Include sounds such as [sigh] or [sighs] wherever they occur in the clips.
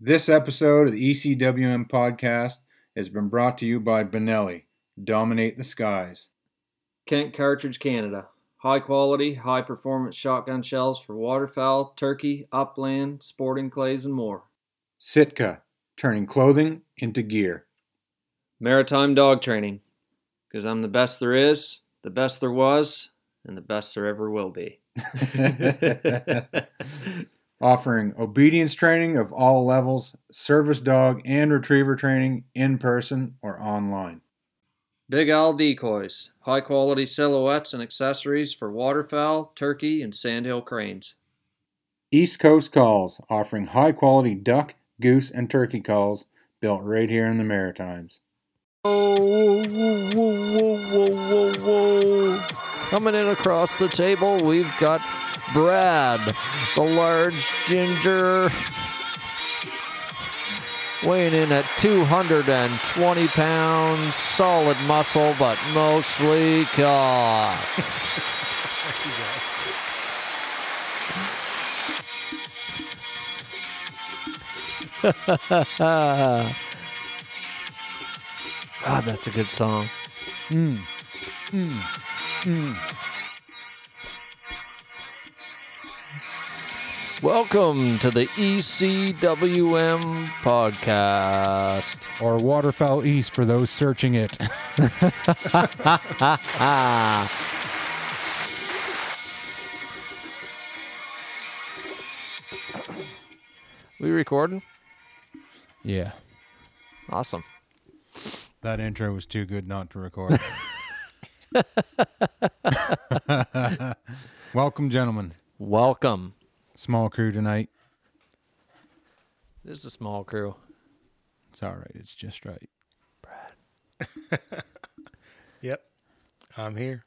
This episode of the E ECWM podcast has been brought to you by Benelli. Dominate the skies. Kent Cartridge Canada. High quality, high performance shotgun shells for waterfowl, turkey, upland, sporting clays, and more. Sitka, turning clothing into gear. [laughs] Maritime dog training, because I'm the best there is, the best there was, and the best there ever will be. Offering obedience training of all levels, service dog and retriever training in person or online. Big Owl decoys, high quality silhouettes and accessories for waterfowl, turkey, and sandhill cranes. East Coast Calls, offering high quality duck, goose, and turkey calls built right here in the Maritimes. Whoa, whoa, whoa, whoa, whoa, whoa. Coming in across the table, we've got Brad, the large ginger, weighing in at 220 pounds, solid muscle, but mostly cock. God, that's a good song. Mm. Mm. Mm. Welcome to the E ECWM podcast. Or Waterfowl East for those searching it. [laughs] Ah, we recording? yeah. Awesome. That intro was too good not to [laughs] record. Welcome, gentlemen. Welcome. Small crew tonight. This is a small crew. It's all right. It's just right. Yep. I'm here.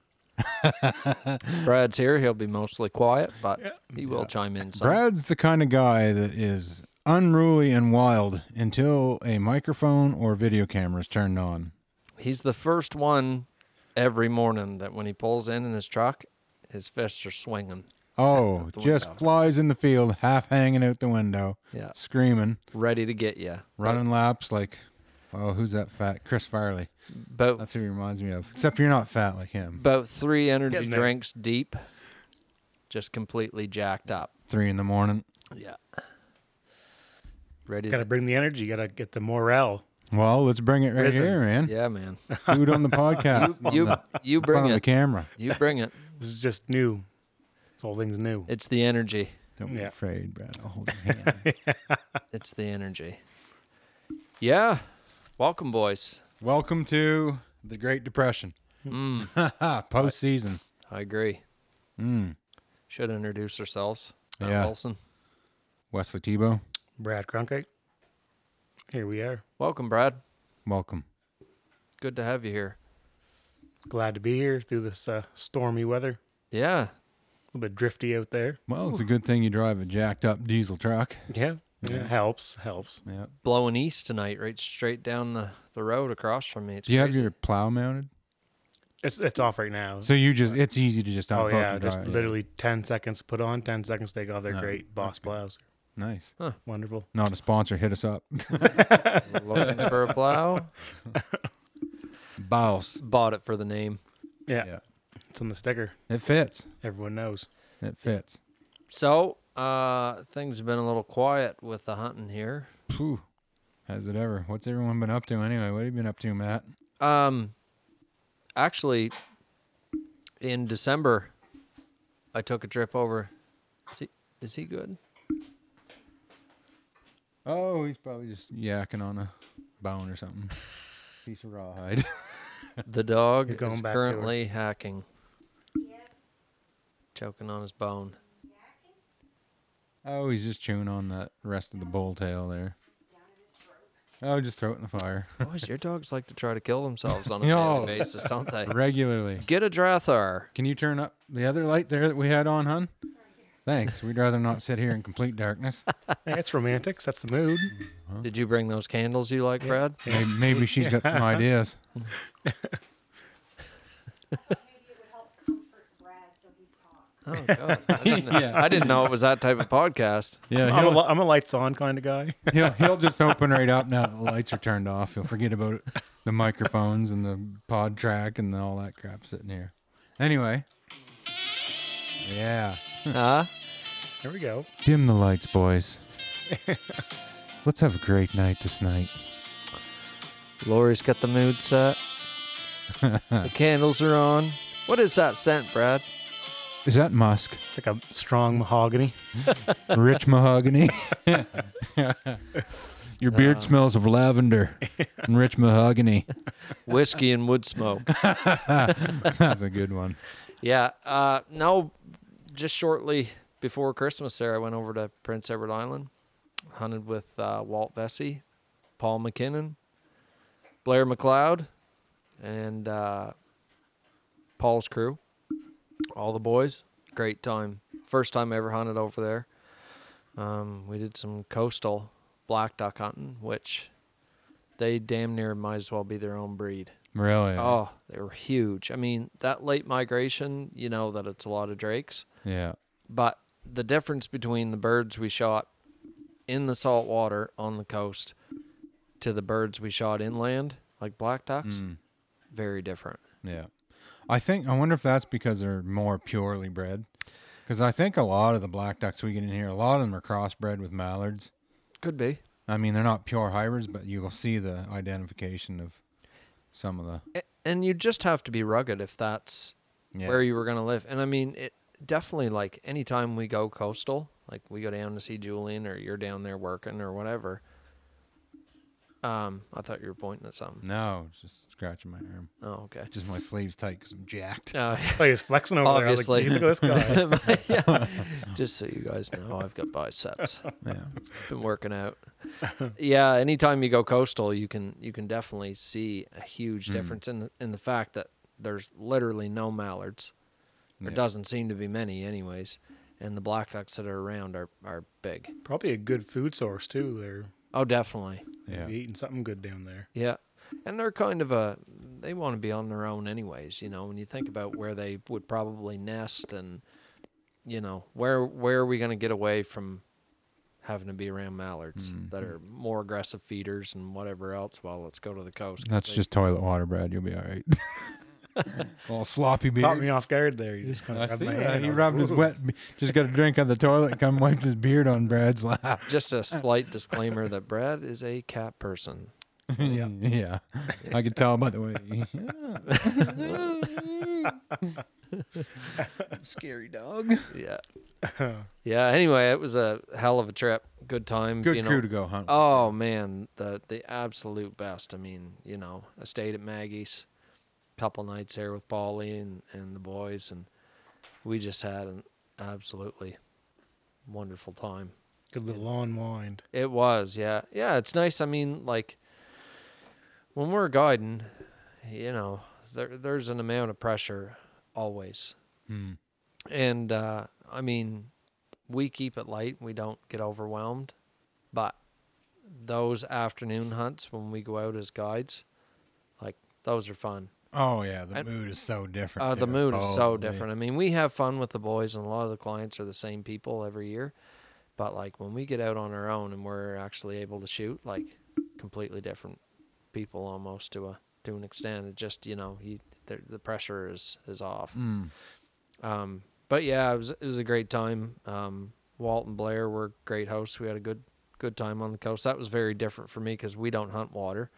Brad's here. He'll be mostly quiet, but he will chime in. Some. Brad's the kind of guy that is unruly and wild until a microphone or video camera is turned on. He's the first one every morning that when he pulls in in his truck, his fists are swinging. Oh, [laughs] the just window. flies in the field, half hanging out the window, Yeah, screaming, ready to get you. running laps like, oh, who's that fat? Chris Farley. About That's who he reminds me of. Except you're not fat like him. about three energy Getting there. drinks deep, just completely jacked up. Three in the morning. Yeah. Ready? Got to To, bring the energy. Got to get the morale. Well, let's bring it right Risen. here, man. [laughs] yeah, man. Food on the podcast. on You the- you in front bring of the it. camera. You bring it. This is just new. This whole thing's new. It's the energy. Don't be Yeah. afraid, Brad. I'll hold your hand. It's the energy. Yeah. Welcome, boys. [laughs] Welcome to the Great Depression. Mm, [laughs] Postseason. I agree. Mm. Should introduce ourselves. Matt Yeah. Wilson. Wesley Tebow, Brad Cronkite. Here we are. Welcome, Brad. welcome. Good to have you here. Glad to be here through this uh, stormy weather. Yeah. A little bit drifty out there. Well, it's a good thing you drive a jacked up diesel truck. Yeah. yeah. Helps. Helps. Yeah. Blowing east tonight, right straight down the, the road across from me. It's Do you have crazy. your plow mounted? It's it's off right now. So you just, it's easy to just oh unhook yeah, and just drive. literally ten seconds to put on, ten seconds to take off. They're No, great boss plows. Nice. Wonderful. Not a sponsor, hit us up. [laughs] looking for a plow? Boss. Bought it for the name. Yeah. Yeah. It's on the sticker. It fits. Everyone knows. It fits. So, uh, things have been a little quiet with the hunting here. Phew. Has it ever? What's everyone been up to anyway? What have you been up to, Matt? Um, actually, in December, I took a trip over. Is he, is he [laughs] good? Oh, he's probably just yakking on a bone or something. Piece of rawhide. [laughs] The dog He's going is back to her. currently hacking, choking on his bone. oh, he's just chewing on the rest of the bull tail there. Oh, just throw it in the fire. [laughs] Boys, your dogs like to try to kill themselves [laughs] on a No. daily basis, don't they? Regularly. Get a Drathar. Can you turn up the other light there that we had on, hun? Thanks. We'd rather not sit here in complete darkness. Hey, it's romantics. That's the mood. Did you bring those candles you like, Brad? Maybe, maybe she's got some ideas. Maybe it would help comfort Brad so he'd talk. Oh God, [laughs] I didn't, know, Yeah. I didn't know it was that type of podcast. Yeah, I'm a, he'll, li- I'm a lights on kind of guy. [laughs] he'll, he'll just open right up now that the lights are turned off. He'll forget about it, the microphones and the pod track and all that crap sitting here. Anyway. Yeah. Huh? There we go. Dim the lights, [laughs] boys. Let's have a great night this night. Lori's got the mood set. the candles are on. What is that scent, Brad? Is that Musk? It's like a strong mahogany. [laughs] Rich mahogany? Your beard smells of lavender and rich mahogany. Whiskey and wood smoke. [laughs] That's a good one. Yeah. Uh, no, just shortly before Christmas, there, I went over to Prince Edward Island, hunted with uh, Walt Vesey, Paul McKinnon, Blair McLeod, and uh, Paul's crew, all the boys. Great time. First time I ever hunted over there. Um, we did some coastal black duck hunting, which they damn near might as well be their own breed. Really? Oh, they were huge. I mean, that late migration, you know that it's a lot of drakes, Yeah. but the difference between the birds we shot in the salt water on the coast to the birds we shot inland, like black ducks, very different. Yeah. I think, I wonder if that's because they're more purely bred. Because I think a lot of the black ducks we get in here, a lot of them are crossbred with mallards. Could be. I mean, they're not pure hybrids, but you will see the identification of some of the. A- And you just have to be rugged if that's Yeah. where you were going to live. And I mean, it definitely like anytime we go coastal, like we go down to see Julian or you're down there working or whatever. Um, I thought you were pointing at something. No, it's just scratching my arm. Oh, [laughs] okay. Just my sleeves tight because I'm jacked. [laughs] Uh, Like he's flexing over Obviously. there. I was like, "Geez, look [laughs] at this guy. Yeah. Just so you guys know, I've got biceps. Yeah. Been working [laughs] out. Yeah, anytime you go coastal, you can you can definitely see a Hmm. huge difference in the in the fact that there's literally no mallards. There Yeah. doesn't seem to be many, anyways. And the black ducks that are around are are big. Probably a good food source too. They're Oh, definitely. Yeah. eating something good down there. Yeah. And they're kind of a they want to be on their own anyways, you know, when you think about where they would probably nest and you know, where where are we going to get away from having to be around mallards Mm-hmm. that are more aggressive feeders and whatever else? Well, let's go to the coast. 'cause That's they- just toilet water, Brad. You'll be all right. [laughs] All sloppy Caught me beard. off guard there. You just kind I of see rubbed my that. hand. He I was rubbed like, his "Ooh." wet. be- Just got a drink on the toilet and come wiped his beard on Brad's lap. just a slight disclaimer that Brad is a cat person. [laughs] Yeah. [laughs] yeah. I could tell by the [laughs] way. Scary dog. [laughs] Yeah. yeah, anyway, it was a hell of a trip. Good time, Good you know. crew to go hunt. Oh man, the the absolute best. I mean, you know, I stayed at Maggie's, couple nights there with Polly and and the boys, and we just had an absolutely wonderful time. Good little unwind. It was, yeah, yeah. It's nice. I mean, like when we're guiding, you know, there there's an amount of pressure always, Hmm. and uh, I mean, we keep it light. We don't get overwhelmed, but those afternoon hunts when we go out as guides, like those are fun. Oh yeah, the And- mood is so different. Uh, the there. Oh, mood is so Holy. different. I mean, we have fun with the boys, and a lot of the clients are the same people every year. But like when we get out on our own and we're actually able to shoot, like completely different people almost to a to an extent. It just you know you the, the pressure is is off. Mm. Um, but yeah, it was it was a great time. Um, Walt and Blair were great hosts. We had a good good time on the coast. That was very different for me because we don't hunt water,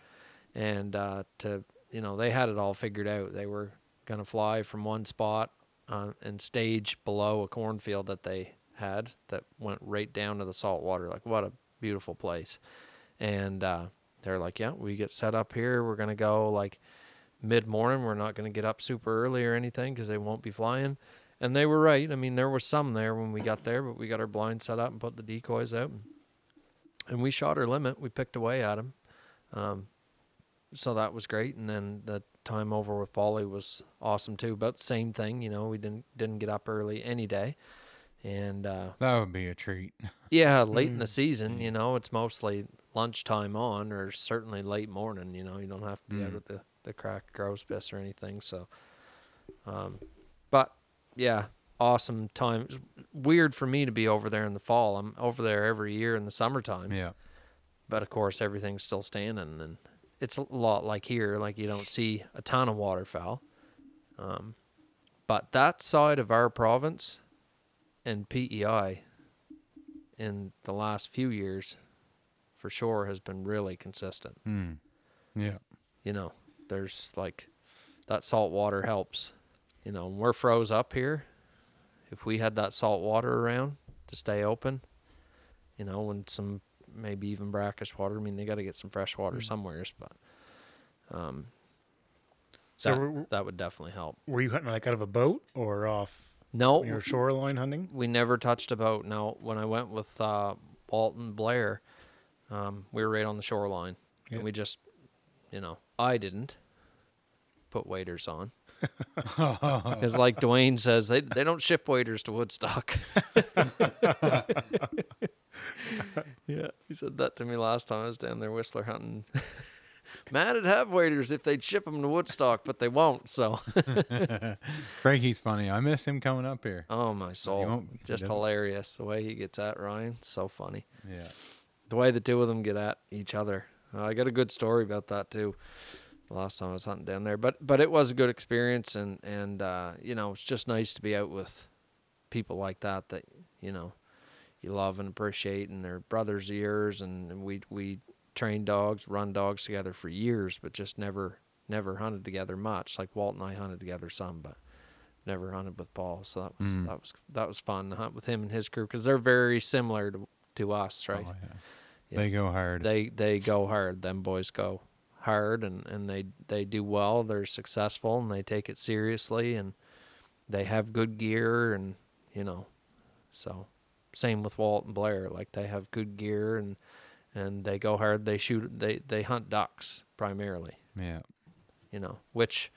and uh, to you know they had it all figured out. They were gonna fly from one spot uh, and stage below a cornfield that they had that went right down to the salt water. Like what a beautiful place, and uh, they're like, yeah, we get set up here. We're gonna go like mid morning. We're not going to get up super early or anything because they won't be flying. And they were right. I mean, there was some there when we got there, but we got our blind set up and put the decoys out. And, and we shot our limit. We picked away at them. Um, so that was great. And then the time over with Polly was awesome too. But same thing, you know, we didn't didn't get up early any day. And uh, That would be a [laughs] treat. yeah, late in the season, you know, it's mostly lunchtime on, or certainly late morning. You know, you don't have to be out at the the crack of crow's piss or anything. So, um, but yeah, awesome time. It's weird for me to be over there in the fall. I'm over there every year in the summertime, Yeah. but of course everything's still standing, and it's a lot like here. Like you don't see a ton of waterfowl, um, but that side of our province and PEI in the last few years, for sure, has been really consistent Hmm. Yeah. you know, there's like that salt water helps. You know, and we're froze up here. If we had that salt water around to stay open, you know, and some maybe even brackish water. I mean, they got to get some fresh Mm. water somewheres, but um, So that, we're- that would definitely help. Were you hunting like out of a boat or off No, your shoreline hunting? we never touched a boat. Now, when I went with uh, Walton Blair, um, we were right on the shoreline, Yeah. and we just, you know, I didn't put [laughs] waders on because, like Dwayne says, they they don't ship waders [laughs] to Woodstock. yeah, he said that to me last time I was down there whistler hunting. [laughs] Matt'd have waders if they'd ship them to Woodstock, but they won't. So, [laughs] Frankie's funny. I miss him coming up here. oh my soul, won't- he just doesn't. hilarious the way he gets at Ryan. So funny. Yeah. the way the two of them get at each other. Uh, I got a good story about that too. the Last time I was hunting down there, but but it was a good experience, and and uh, you know it's just nice to be out with people like that that you know you love and appreciate, and they're brothers of yours, and, and we we train dogs, run dogs together for years, but just never never hunted together much. Like Walt and I hunted together some, but never hunted with Paul, so that was Mm. that was that was fun to hunt with him and his crew because they're very similar to to us, right? Oh, yeah. Yeah. They go hard. they they go hard. Them boys go hard, and and they they do well. They're successful, and they take it seriously, and they have good gear, and you know, so same with Walt and Blair. Like they have good gear, and and they go hard. They shoot. They they hunt ducks primarily. yeah. You know, which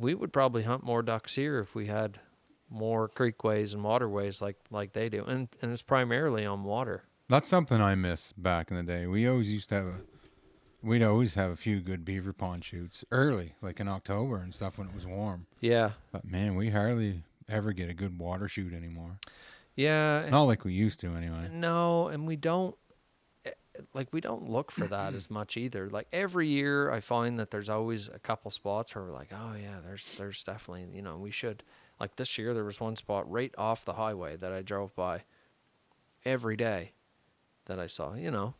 we would probably hunt more ducks here if we had more creekways and waterways like like they do, and and it's primarily on water. That's something I miss back in the day. We always used to have a, we'd always have a few good beaver pond shoots early, like in October and stuff when it was warm. Yeah, But man, we hardly ever get a good water shoot anymore. yeah. Not like we used to, anyway. No, and we don't eh, like we don't look for [clears throat] that as much either. Like every year I find that there's always a couple spots where we're like, "Oh yeah, there's there's definitely, you know, we should." Like this year there was one spot right off the highway that I drove by every day that I saw, you know,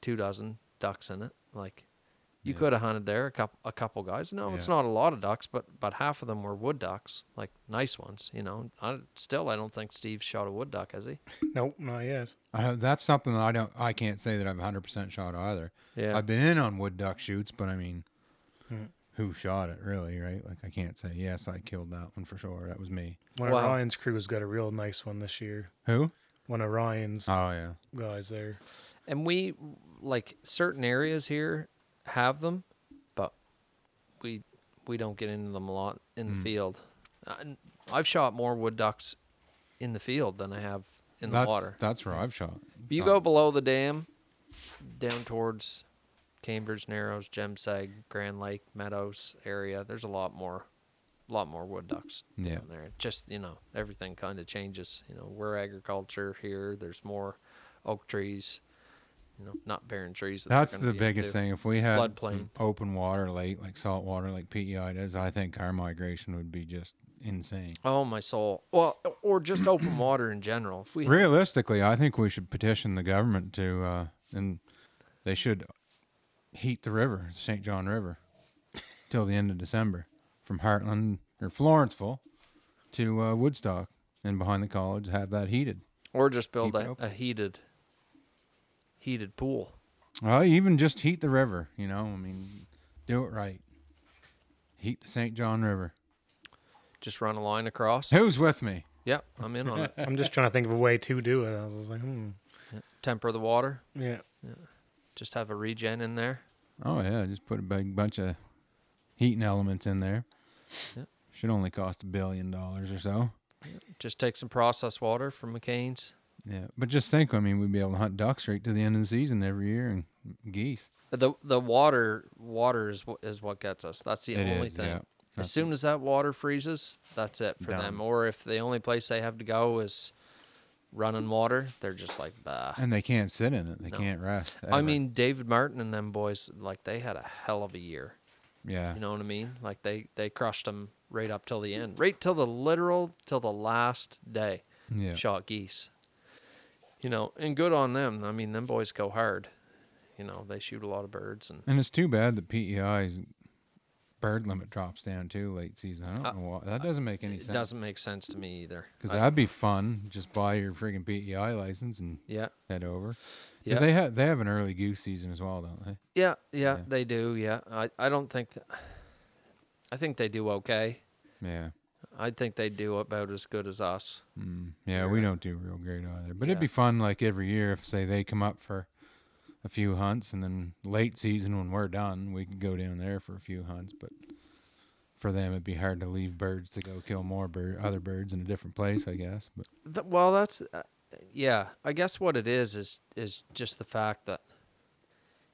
two dozen ducks in it. Like you Yeah. could have hunted there a couple a couple guys. No, it's Yeah. not a lot of ducks, but but half of them were wood ducks, like nice ones, you know. I, still I don't think Steve shot a wood duck, has he? Nope, not yet. I, that's something that I don't, I can't say that I've 100% shot either. Yeah. I've been in on wood duck shoots, but I mean, Hmm. who shot it really, right? Like I can't say yes, I killed that one for sure. That was me. One of Wow. Ryan's crew's got a real nice one this year. Who? One of Ryan's Oh yeah. [laughs] guys there. And we like certain areas here have them, but we we don't get into them a lot in Mm. the field. I, I've shot more wood ducks in the field than I have in that's, the water. That's where I've shot. You go below the dam, down towards Cambridge Narrows, Gemsag, Grand Lake, Meadows area. There's a lot more, lot more wood ducks down Yeah. there. It Just you know, everything kind of changes. You know, we're agriculture here. There's more oak trees. You know, not barren trees. that they're That's gonna the be able to biggest do. thing. If we had some Floodplain. open water lake, like salt water, like PEI does, I think our migration would be just insane. Oh my soul. Well, or [clears throat] just open water in general. If we Realistically, I think we should petition the government to, uh, and they should heat the river, the St. John [laughs] River, till the end of December from Heartland or Florenceville to uh, Woodstock and behind the college, have that heated. or just build Keep it a, open. a heated, heated pool. Well, even just heat the river, you know, I mean, do it right. Heat the St. John River. Just run a line across. Who's with me? Yep, I'm in on it. I'm just trying to think of a way to do it. I was just like, hmm. Temper the water. Yeah. Just have a regen in there. Oh yeah, just put a big bunch of heating elements in there. Yep. Should only cost a billion dollars or so. Just take some processed water from McCain's. Yeah, but just think, I mean, we'd be able to hunt ducks right to the end of the season every year and geese. The the water water is what is what gets us. That's the It only is, thing. yeah. As soon as that water freezes, that's it for them. Done. Or if the only place they have to go is running water, they're just like, bah. And they can't sit in it. They No. can't rest. I ever. mean, David Martin and them boys, like they had a hell of a year. yeah. You know what I mean? Like they they crushed them right up till the end, right till the literal till the last day. yeah. Shot geese. You know, and good on them. I mean, them boys go hard. You know, they shoot a lot of birds and And it's too bad that PEI's bird limit drops down too late season. I don't Uh, know why. That doesn't make any it sense. doesn't make sense to me either. Because I- that'd be fun. Just buy your friggin' PEI license and yeah, head over. 'Cause yeah, They have they have an early goose season as well, don't they? yeah, yeah, Yeah. They do. Yeah, I I don't think. Th- I think they do okay. Yeah. I think they do about as good as us. Mm, yeah, You're we right. don't do real great either. But Yeah. it'd be fun, like every year, if say they come up for a few hunts, and then late season when we're done, we could go down there for a few hunts. But for them, it'd be hard to leave birds to go kill more bird, other birds in a different place, I guess. But Th- well, that's uh, yeah. I guess what it is is is just the fact that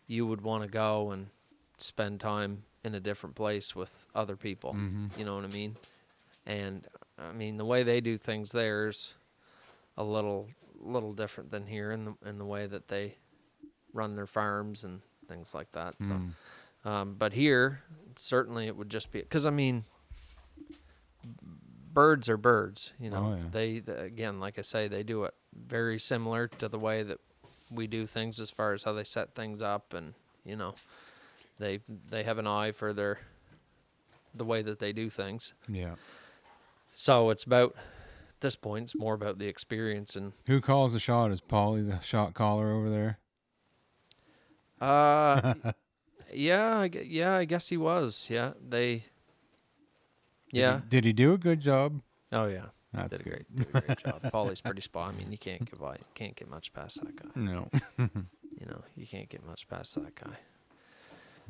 you would want to go and spend time in a different place with other people. Mhm. You know what I mean? And I mean the way they do things there's a little little different than here in the in the way that they run their farms and things like that. So. mm, Um, but here, certainly it would just be because I mean, birds are birds. You know, Oh, yeah. they, the- again, like I say, they do it very similar to the way that we do things as far as how they set things up, and you know, they they have an eye for their the way that they do things. yeah. So it's about at this point, it's more about the experience and Who calls the shot? Is Polly the shot caller over there? [laughs] Uh, y- yeah, I gue- yeah, I guess he was. Yeah, they. Did he- Yeah. Did he, do a good job? Oh yeah. That's did a good. great, did a [laughs] great job. Paulie's pretty spot. I mean, you can't get by, can't get much past that guy. No, [laughs] You know, you can't get much past that guy.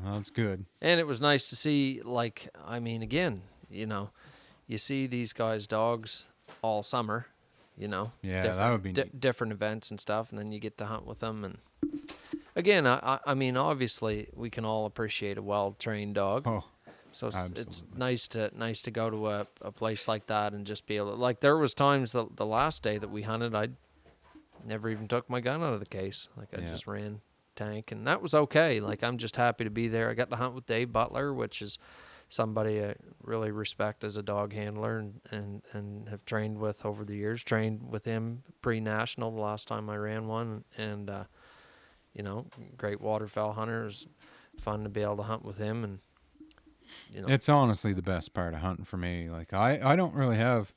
well, that's good. And it was nice to see. Like, I mean, again, you know, you see these guys' dogs all summer. You know, Yeah, that different- would be di- neat. different events and stuff, and then you get to hunt with them. And again, I, I, I mean, obviously, we can all appreciate a well-trained dog. Oh, So it's, it's Absolutely. nice to nice to go to a, a place like that and just be able to, like there was times the the last day that we hunted I never even took my gun out of the case like I Yeah. just ran tank and that was okay like I'm just happy to be there I got to hunt with Dave Butler which is somebody I really respect as a dog handler and and, and have trained with over the years trained with him pre national the last time I ran one and uh, you know great waterfowl hunter It was fun to be able to hunt with him and you know It's honestly the best part of hunting for me. Like I, I don't really have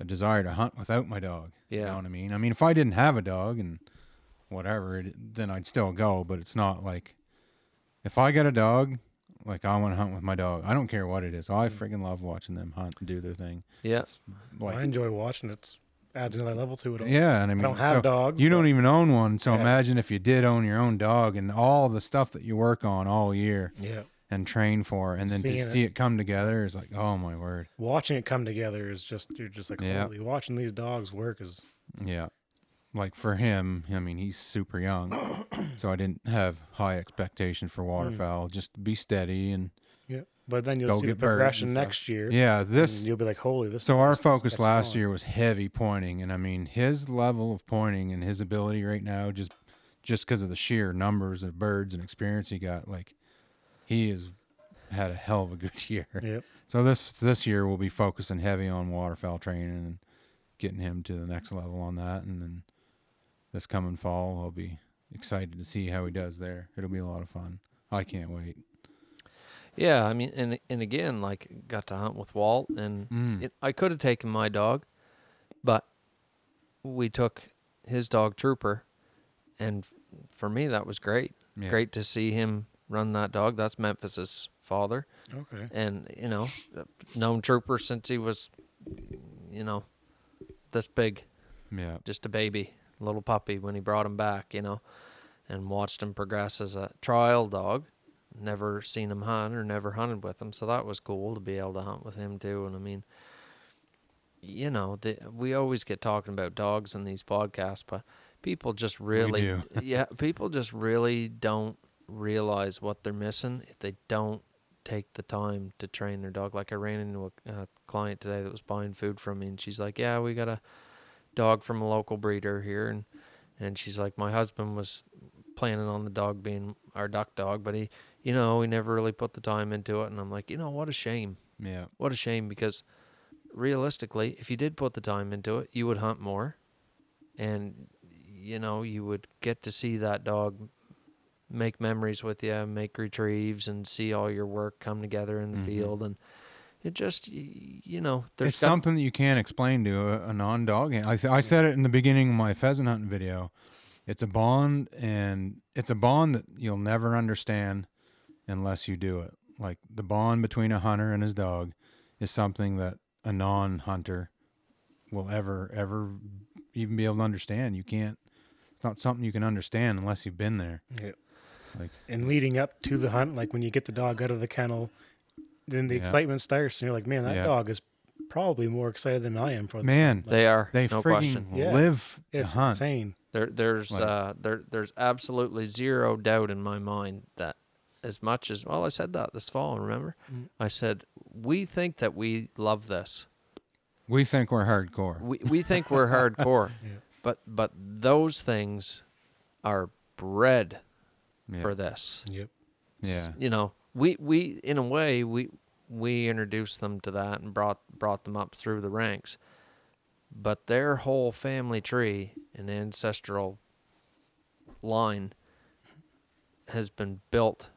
a desire to hunt without my dog. You Yeah. know what I mean? I mean, if I didn't have a dog and whatever, it, then I'd still go. But it's not like if I got a dog, like I want to hunt with my dog. I don't care what it is. I Mm. freaking love watching them hunt and do their thing. Yeah. It's like I enjoy watching it. It's- Adds another level to it. all. yeah, and I I mean, don't have so dogs. you but don't even own one. So Yeah. imagine if you did own your own dog and all the stuff that you work on all year Yeah, and train for, and then Seeing to it. see it come together is like, oh my word, watching it come together is just you're just like Yeah. holy. Watching these dogs work is Yeah. Like for him, I mean, he's super young. [coughs] so I didn't have high expectations for waterfowl. Just be steady and yeah. But then you'll Go see the get birds and progression stuff. next year. yeah, and this you'll be like holy. This. so our dog's gonna focus step last on. year was heavy pointing and I mean, his level of pointing and his ability right now just just because of the sheer numbers of birds and experience he got, like he has had a hell of a good [laughs] year. Yep. So this this year we'll be focusing heavy on waterfowl training and getting him to the next level on that, and then this coming fall I'll be excited to see how he does there. It'll be a lot of fun. I can't wait. Yeah, I mean, and and again, like got to hunt with Walt, and Mm. it, I could have taken my dog, but we took his dog Trooper, and f- for me that was great. Yeah. Great to see him run that dog. That's Memphis's father, Okay. and you know, known Trooper since he was, you know, this big. Yeah. just a baby, little puppy when he brought him back, you know, and watched him progress as a trial dog. Never seen him hunt or never hunted with him, so that was cool to be able to hunt with him too. And I mean, you know, the, we always get talking about dogs in these podcasts, but people just really, do. yeah, people just really don't realize what they're missing if they don't take the time to train their dog. Like I ran into a uh, client today that was buying food from me, and she's like, "Yeah, we got a dog from a local breeder here," and and she's like, "My husband was planning on the dog being our duck dog, but he, you know, he never really put the time into it." And I'm like, "You know, what a shame. Yeah. What a shame because realistically, if you did put the time into it, you would hunt more and you know, you would get to see that dog make memories with you, make retrieves and see all your work come together in the Mhm. field and it just y- you know, there's it's got- something that you can't explain to a, a non-dog. hand- I, th- I said it in the beginning of my pheasant hunting video. It's a bond, and it's a bond that you'll never understand unless you do it. Like the bond between a hunter and his dog is something that a non-hunter will ever, ever even be able to understand. You can't. It's not something you can understand unless you've been there. Yeah. Like- and leading up to the hunt, like when you get the dog out of the kennel, then the Yeah. excitement starts, and you're like, "Man, that Yeah. dog is probably more excited than I am for this." Man, they are they no freaking question. Yeah. live It's to hunt. insane. There, there's Like- uh, there, there's absolutely zero doubt in my mind that as much as well, I said that this fall. Remember, Mm. I said we think that we love this. We think we're hardcore. We we think we're hardcore, Yeah. but but those things are bred yeah. for this. Yep. yeah. you know, we we in a way we we introduced them to that and brought brought them up through the ranks, but their whole family tree and ancestral line has been built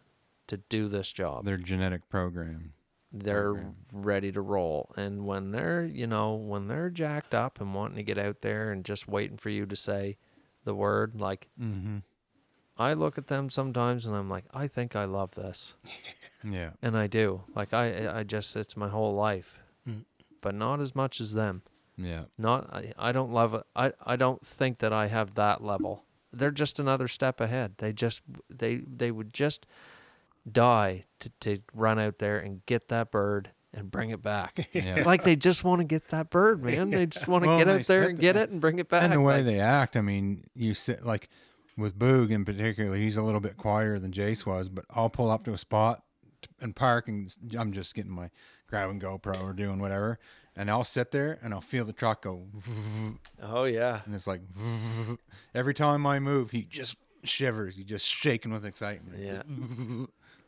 to do this job. They're, Their genetic program. program. ready to roll, and when they're you know when they're jacked up and wanting to get out there and just waiting for you to say the word like. Mm-hmm. I look at them sometimes and I'm like, I think I love this. Yeah. and I do. Like I, I just it's my whole life, Mm. but not as much as them. Yeah. Not I, I don't love it. I I don't think that I have that level. They're just another step ahead. They just they they would just die to to run out there and get that bird and bring it back. [laughs] Yeah. [laughs] Like they just want to get that bird, man. They just want [laughs] to Well, get and out they there said and get that- it and bring it back. and the way Like, they act, I mean, you sit like with Boog in particular, he's a little bit quieter than Jace was, but I'll pull up to a spot t- and park and s- I'm just getting my grabbing GoPro or doing whatever. And I'll sit there and I'll feel the truck go [laughs] oh yeah. and it's like [laughs] every time I move, he just shivers. He's just shaking with excitement. [laughs] Yeah.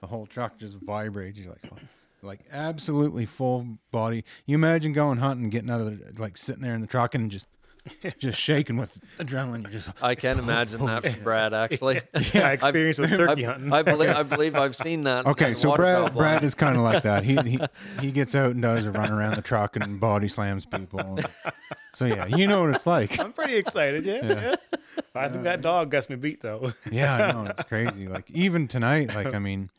the whole truck just vibrates. You're like, oh, like absolutely full body. You imagine going hunting, getting out of the like sitting there in the truck and just just shaking with adrenaline. You're just I can imagine that [laughs] for Brad actually. [laughs] Yeah, I experienced with turkey I, hunting. I believe I believe I've seen that. okay. that So waterfowl Brad, blind. Brad is kind of like that. He, he he gets out and does a run around the truck and body slams people. So yeah, you know what it's like. I'm [laughs] pretty excited. Yeah. Yeah. [laughs] I think that dog gets me beat though. Yeah, I know it's crazy. Like even tonight, like I mean,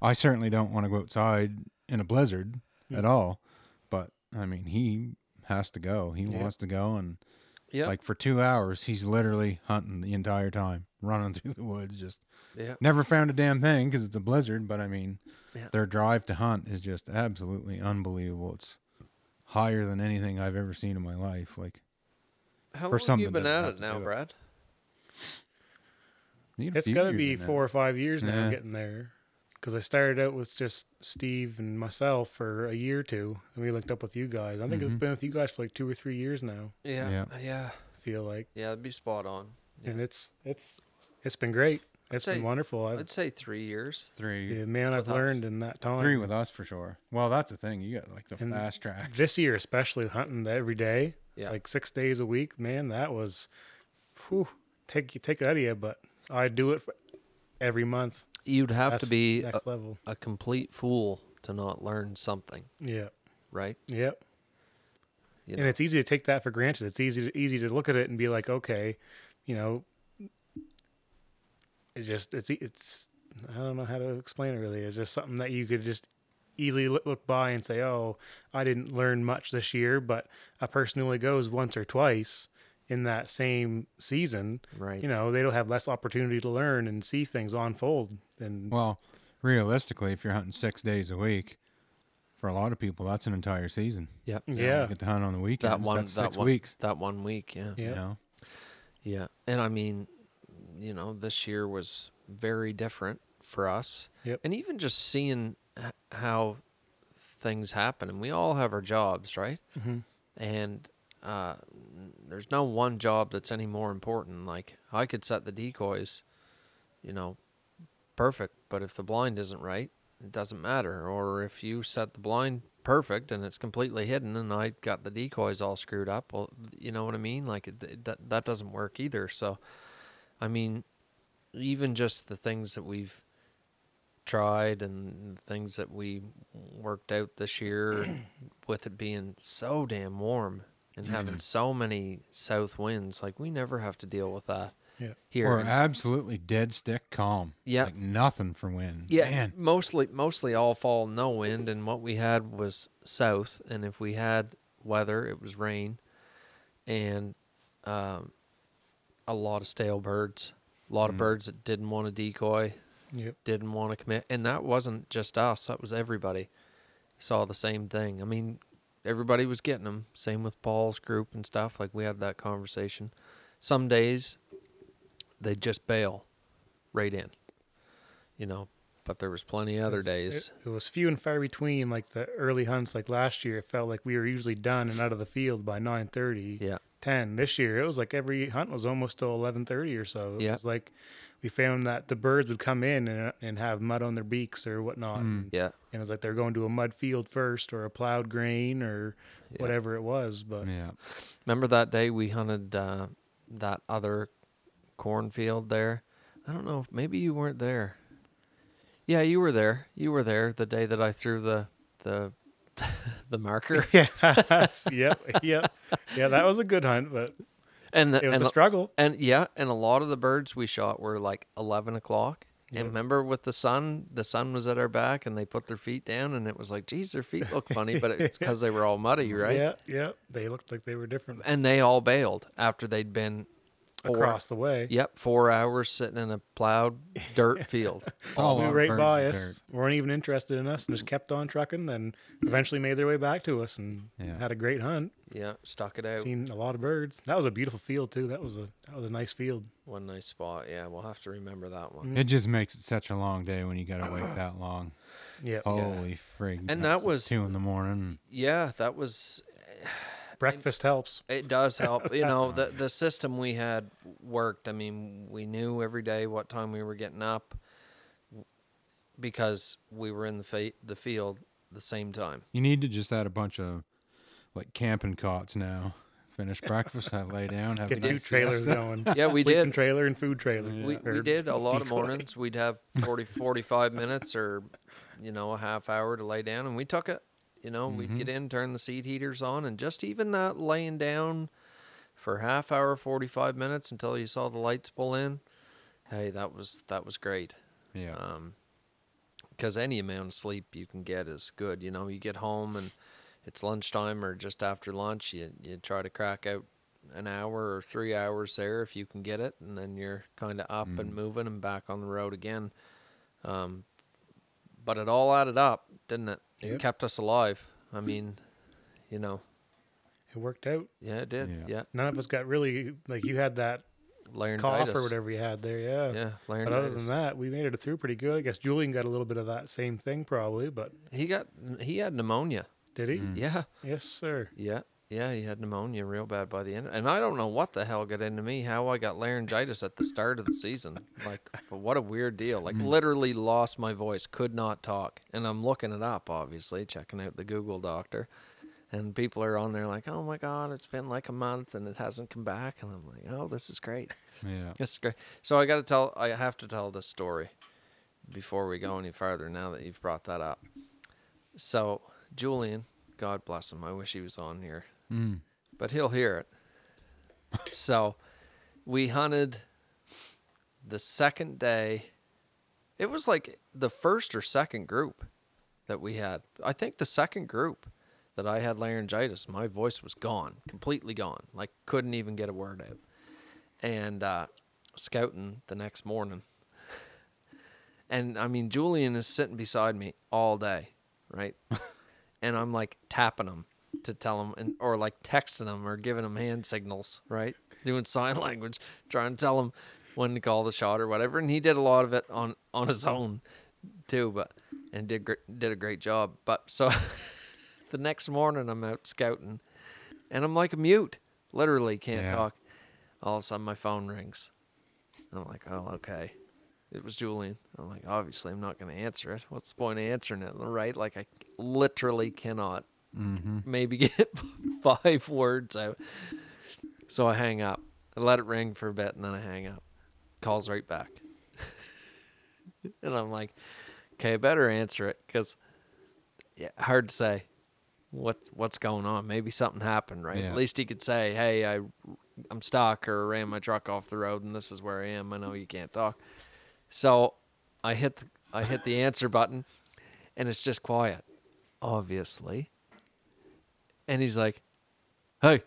I certainly don't want to go outside in a blizzard Hmm. at all. But I mean, he has to go. He wants to go, and Yeah. like for two hours, he's literally hunting the entire time, running [laughs] through the woods. Just yeah. never found a damn thing because it's a blizzard. But I mean, Yeah. their drive to hunt is just absolutely unbelievable. It's higher than anything I've ever seen in my life. Like for How long have you something been that at I it have now, to do it. Brad? need a It's few got to years be in that. four or five years now Yeah. getting there. Because I started out with just Steve and myself for a year or two, and we linked up with you guys. I think Mhm. it's been with you guys for like two or three years now. Yeah, yeah, Yeah. yeah. I feel like, it'd be spot on. Yeah. and it's it's it's been great. It's say- been wonderful. I've, I'd say three years. three. the man I've Without- learned in that time. Three with us for sure. Well, that's the thing. You got like the And fast track. This year, especially hunting every day, Yeah, like six days a week. Man, that was, whew, take you take it out of you. But I do it for every month. you'd have to That's be a, next level. a complete fool to not learn something, Yeah. right? Yep. You and it's easy to take that for granted. It's easy to, easy to look at it and be like, okay, you know, it just it's e, it's I don't know how to explain it really. It's just something that you could just easily look, look by and say, oh, I didn't learn much this year, but a person who only goes once or twice in that same season, right. you know, they don't have less opportunity to learn and see things unfold. And Well, realistically, if you're hunting six days a week, for a lot of people, that's an entire season. yeah, You know, yeah, you get to hunt on the weekends. that one, that's that six one, weeks. that one week. Yeah, yeah, You know, yeah. And I mean, you know, this year was very different for us. Yep. And even just seeing h- how things happen, and we all have our jobs, right? And uh, there's no one job that's any more important. Like I could set the decoys, you know, perfect, but if the blind isn't right, it doesn't matter. Or if you set the blind perfect and it's completely hidden, and I got the decoys all screwed up, well, you know what I mean? Like it, it, that that doesn't work either. So, I mean, even just the things that we've tried and things that we worked out this year [coughs] with it being so damn warm and having so many south winds like we never have to deal with that Yeah. here Or in s- absolutely dead stick calm. Yeah. Like nothing for wind. yeah Man. mostly mostly all fall no wind and what we had was south and if we had weather it was rain and um, a lot of stale birds a lot of birds that didn't want to decoy Yep. didn't want to commit and that wasn't just us that was everybody saw the same thing i mean everybody was getting them same with paul's group and stuff like we had that conversation some days they just bail right in you know but there was plenty of other days It, it was few and far between. Like the early hunts, like last year, it felt like we were usually done and out of the field by nine thirty. yeah 10 this year it was like every hunt was almost till 11.30 or so it Yeah. was like we found that the birds would come in and, and have mud on their beaks or whatnot and, yeah and it's like they're going to a mud field first or a plowed grain or whatever it was but [laughs] Yeah. Remember that day we hunted uh, that other cornfield there? I don't know. if- Maybe you weren't there. Yeah, you were there. You were there the day that I threw the the [laughs] the [laughs] marker. yeah yep yep yeah that was a good hunt but And the, it was and, a struggle and yeah, and a lot of the birds we shot were like eleven o'clock. And remember with the sun, the sun was at our back, and they put their feet down, and it was like, geez, their feet look funny, but [laughs] it's because they were all muddy, right? yeah yeah they looked like they were different And they all bailed after they'd been four, across the way Yep, four hours sitting in a plowed dirt field. all Flew our right birds by are us dirt. weren't even interested in us and just kept on trucking and eventually made their way back to us and Yeah. had a great hunt yeah, stuck it out. seen a lot of birds. That was a beautiful field too. That was a that was a nice field. One nice spot. Yeah, we'll have to remember that one. It just makes it such a long day when you got to wait that long. [coughs] Yeah, Holy frig. And that's that at was- two in the morning. Yeah, that was. breakfast helps. It does help. You know, the the system we had worked. I mean, we knew every day what time we were getting up because we were in the fa- the field the same time. You need to just add a bunch of like camping cots now. Finish breakfast. I lay down. Have a Get two nice [laughs] trailers siesta. going. Yeah, we Sleeping did. trailer and food trailer. We, we Or did a lot of decoy. mornings. We'd have 40, 45 minutes or, you know, a half hour to lay down, and we took it. You know, we'd get in, turn the seat heaters on, and just even that laying down for half hour, 45 minutes until you saw the lights pull in. Hey, that was that was great. Yeah. Um, because any amount of sleep you can get is good. You know, you get home and it's lunchtime or just after lunch, you you try to crack out an hour or three hours there if you can get it, and then you're kind of up Mm. and moving and back on the road again. Um, but it all added up, didn't it? It Yep. Hmm. kept us alive. I mean, you know, It worked out. yeah, it did. Yeah, Yeah. None of us got really like you had that cough laryngitis. or whatever you had there. Yeah. Yeah, But laryngitis. other than that, we made it through pretty good. I guess Julian got a little bit of that same thing probably, but he got he had pneumonia. did he? Mm. Yeah. Yes, sir. Yeah, yeah, he had pneumonia real bad by the end, and I don't know what the hell got into me. How I got laryngitis at the start of the season, like but what a weird deal. Like literally lost my voice, could not talk, and I'm looking it up, obviously checking out the Google doctor, and people are on there like, oh my god, it's been like a month and it hasn't come back, and I'm like, oh, this is great. Yeah. This is great. So I got to tell, I have to tell this story before we go any farther. Now that you've brought that up, so Julian, God bless him. I wish he was on here, Mm. but he'll hear it. so we hunted the second day. It was like the first or second group that we had. I think the second group that I had laryngitis, my voice was gone, completely gone. Like couldn't even get a word out and uh, scouting the next morning. And I mean, Julian is sitting beside me all day, right? and I'm like tapping him to tell him, and, or like texting him or giving him hand signals, right? Doing [laughs] sign language, trying to tell him when to call the shot or whatever. And he did a lot of it on on his own too. But and did gr- did a great job. But so [laughs] the next morning I'm out scouting, and I'm like a mute, literally can't Yeah. talk. All of a sudden my phone rings. I'm like, oh okay, it was Julian. I'm like, obviously I'm not gonna answer it. What's the point of answering it, right? Like I literally cannot maybe [laughs] get five words out. So I hang up. I let it ring for a bit and then I hang up. Calls right back. [laughs] and I'm like, okay, I better answer it because yeah, hard to say what what's going on. Maybe something happened, right? Yeah. At least he could say, hey, I I'm stuck or ran my truck off the road and this is where I am. I know you can't talk. So I hit the, I hit the answer button and it's just quiet. Obviously. And he's like, "Hey,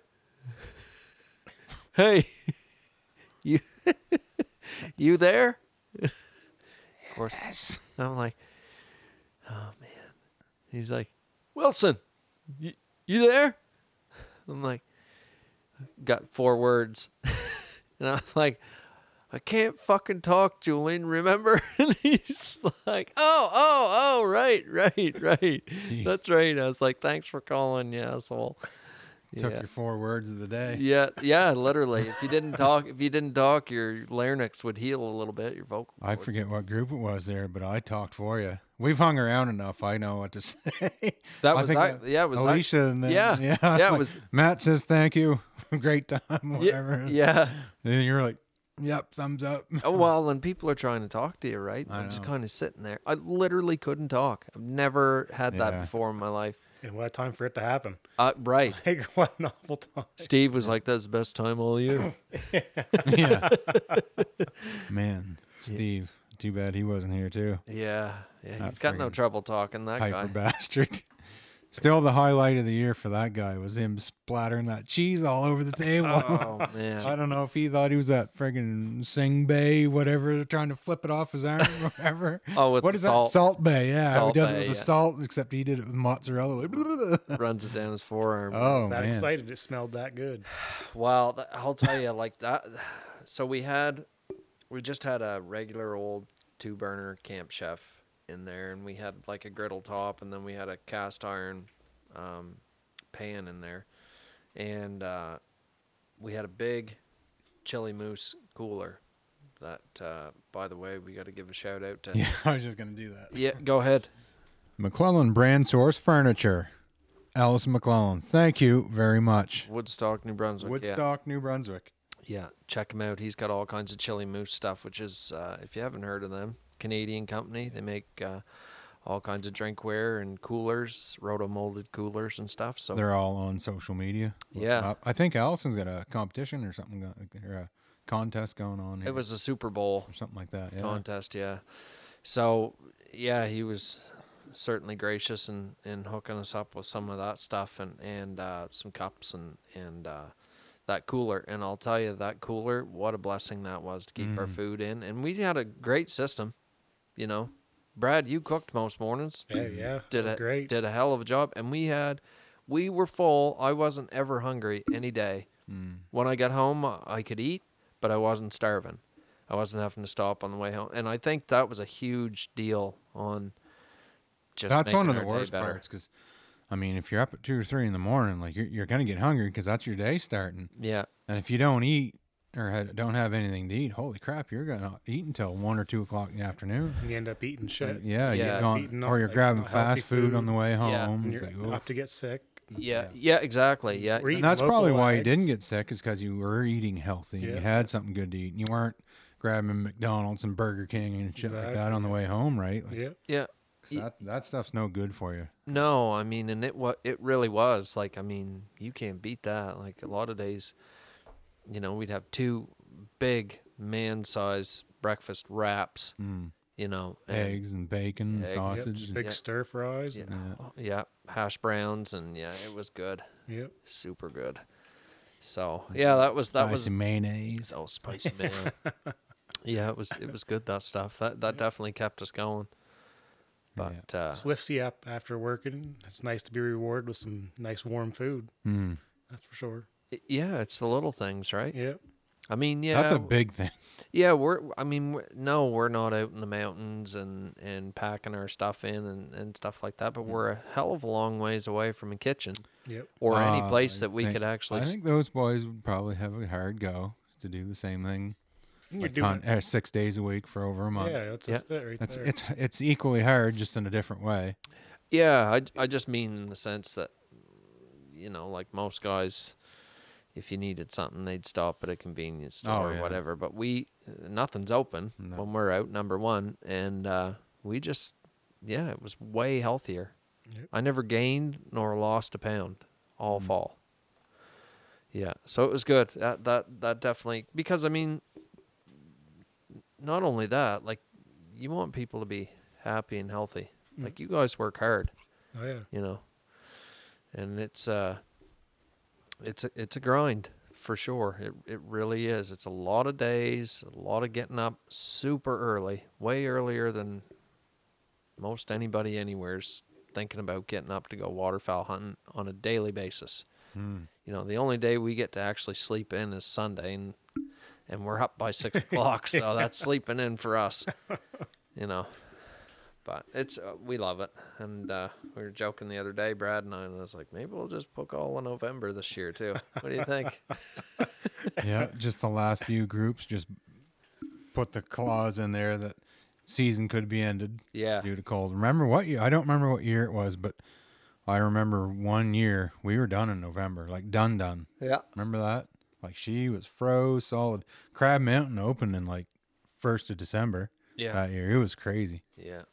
hey, [laughs] you, [laughs] you there?" Of course, I'm like, "Oh man." He's like, "Wilson, you, you there?" I'm like, got four words, [laughs] and I'm like. I can't fucking talk, Julian. Remember? [laughs] And he's like, "Oh, oh, oh, right, right, right. That's right." I was like, "Thanks for calling, you asshole." Took your four words of the day. Yeah, yeah, literally. If you didn't talk, if you didn't talk, your larynx would heal a little bit. Your vocal. I cords. forget what group it was there, but I talked for you. We've hung around enough. I know what to [laughs] say. That I was think I- yeah, it was I- Alicia. and then, yeah, yeah, yeah, it like, was- Matt says thank you. [laughs] Great time. Whatever. Yeah, [laughs] yeah. And you're like, yep, thumbs [laughs] up. [laughs] Oh well, and people are trying to talk to you, right? I I'm just know. kind of sitting there. I literally couldn't talk. I've never had that Yeah. before in my life. And what a time for it to happen. [laughs] Uh, right. Like, what an awful time. Steve was like, "That's the best time all year." [coughs] yeah. Man, Steve. Too bad he wasn't here too. yeah, yeah. That He's got no friggin' trouble talking. That Hyper guy. bastard. [laughs] Still, the highlight of the year for that guy was him splattering that cheese all over the table. Oh I [laughs] man. don't know if he thought he was that friggin' Sing Bay, whatever, trying to flip it off his arm, whatever. [laughs] Oh, with what the is salt. that? Salt Bay, yeah. how he Salt does Bae, it with the yeah. salt, except he did it with [laughs] mozzarella. Runs it down his forearm. oh, was that man. excited it smelled that good. Well, th- I'll tell you, like that. So we had, we just had a regular old two burner camp chef in there, and we had like a griddle top, and then we had a cast iron um, pan in there, and uh, we had a big chili moose cooler. That, uh, by the way, we got to give a shout out to. [laughs] Yeah, I was just going to do that. [laughs] yeah go ahead. McClellan Brand Source Furniture. Alice McClellan, thank you very much. Woodstock, New Brunswick. yeah. Woodstock, New Brunswick. Yeah, check him out. He's got all kinds of chili moose stuff, which is uh, if you haven't heard of them, Canadian company. They make uh, all kinds of drinkware and coolers, roto molded coolers and stuff. So They're all on social media. Look Yeah. them up. I think Allison's got a competition or something, go- or a contest going on. here, it was a Super Bowl or something like that. Yeah. contest, yeah. So yeah, he was certainly gracious in, in hooking us up with some of that stuff and and uh, some cups and and uh, that cooler. And I'll tell you that cooler, what a blessing that was to keep our food in. And we had a great system, you know. Brad, you cooked most mornings. Yeah, Mm-hmm. yeah. did it was a great. did a hell of a job and we had we were full i wasn't ever hungry any day Mm. when i got home uh, i could eat but i wasn't starving i wasn't having to stop on the way home and i think that was a huge deal on just that's one making of the our day worst better. parts because i mean if you're up at two or three in the morning like you're, you're gonna get hungry because that's your day starting yeah and if you don't eat or ha don't have anything to eat holy crap you're gonna eat until one or two o'clock in the afternoon And you end up eating shit. Uh, yeah, Yeah. you're gone, Eating or up, you're like, grabbing not healthy fast food, on food. the way Yeah. home And it's you're like, "Oof." up to get sick. yeah yeah exactly yeah We're and that's eating probably local why you eggs. didn't get sick is because you were eating healthy and Yeah. you had something good to eat and you weren't grabbing mcdonald's and burger king and shit like that Exactly. on the way home right Like, Yeah. yeah 'cause that, that stuff's no good for you No, I mean, and it what it really was like. I mean, you can't beat that. Like a lot of days, you know, we'd have two big man-sized breakfast wraps. Mm. You know, and- eggs and bacon Eggs, yep, sausage Yep. and- Big Yeah. stir fries. Yeah, and- oh, yeah, hash browns, and yeah, it was good, Yep. super good. So yeah, that was that spicy was mayonnaise [laughs] oh spicy man. yeah, it was it was good that stuff. That that definitely kept us going. Yeah. But uh, Just lifts you up after working. It's nice to be rewarded with some nice warm food. Mm. That's for sure. yeah, it's the little things, right? Yep. I mean, yeah, That's a big thing. yeah. We're, I mean, we're, no, we're not out in the mountains and and packing our stuff in and and stuff like that. But Hmm. we're a hell of a long ways away from a kitchen Yep. or any Uh, place I that we think- could actually. I s- think those boys would probably have a hard go to do the same thing You're like doing con- it. uh, six days a week for over a month. Yeah, that's Yeah. just it right It's there. it's it's equally hard, just in a different way. Yeah, I, I just mean in the sense that, you know, like most guys, if you needed something, they'd stop at a convenience Oh, store or yeah. whatever. But we, nothing's open No. when we're out, number one. And uh, we just, yeah, it was way healthier. Yep. I never gained nor lost a pound all fall. Yeah, so it was good. That that that definitely because I mean, not only that, like you want people to be happy and healthy. Like you guys work hard oh yeah. you know and it's uh it's a, it's a grind for sure it it really is it's a lot of days a lot of getting up super early way earlier than most anybody anywhere's thinking about getting up to go waterfowl hunting on a daily basis you know the only day we get to actually sleep in is sunday and and we're up by six o'clock so that's sleeping in for us you know but it's uh, we love it and uh, we were joking the other day brad and i and i was like maybe we'll just book all of november this year too what do you think [laughs] yeah, [laughs] just the last few groups just put the clause in there that season could be ended yeah due to cold. Remember what year? I don't remember what year it was, but I remember one year we were done in November, like done done. yeah Remember that? Like she was froze solid. Crab Mountain opened in like first of December yeah that year. It was crazy. yeah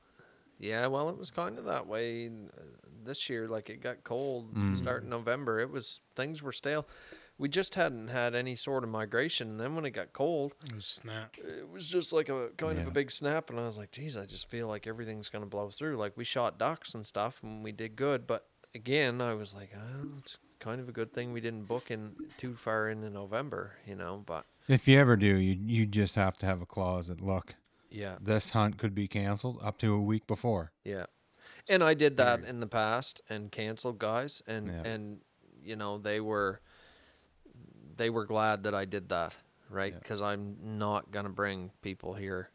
yeah well it was kind of that way uh, this year like it got cold starting november it was things were stale we just hadn't had any sort of migration and then when it got cold It was snap. it was just like a kind of Yeah. a big snap and i was like geez i just feel like everything's going to blow through like we shot ducks and stuff and we did good but again i was like oh, it's kind of a good thing we didn't book in too far into november you know but If you ever do, you you just have to have a clause that look, yeah this hunt could be canceled up to a week before. yeah and i did that in the past and canceled guys and Yeah. and you know they were they were glad that i did that right Yeah. because i'm not going to bring people here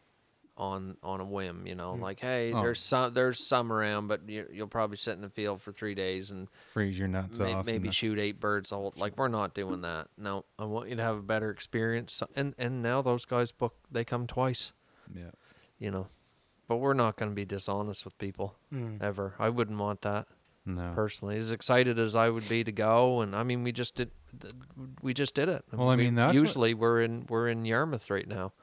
on on a whim, you know, like hey, Oh. there's some there's some around, but you, you'll probably sit in the field for three days and Freeze your nuts may, off. maybe and, shoot eight birds. All like we're not doing that. No, I want you to have a better experience. So- And and now those guys book they come twice, yeah. you know, but we're not going to be dishonest with people Mm. ever. I wouldn't want that No. personally. As excited as I would be to go, and I mean we just did th- we just did it. Well, I we- mean, that's what- usually we're in we're in Yarmouth right now,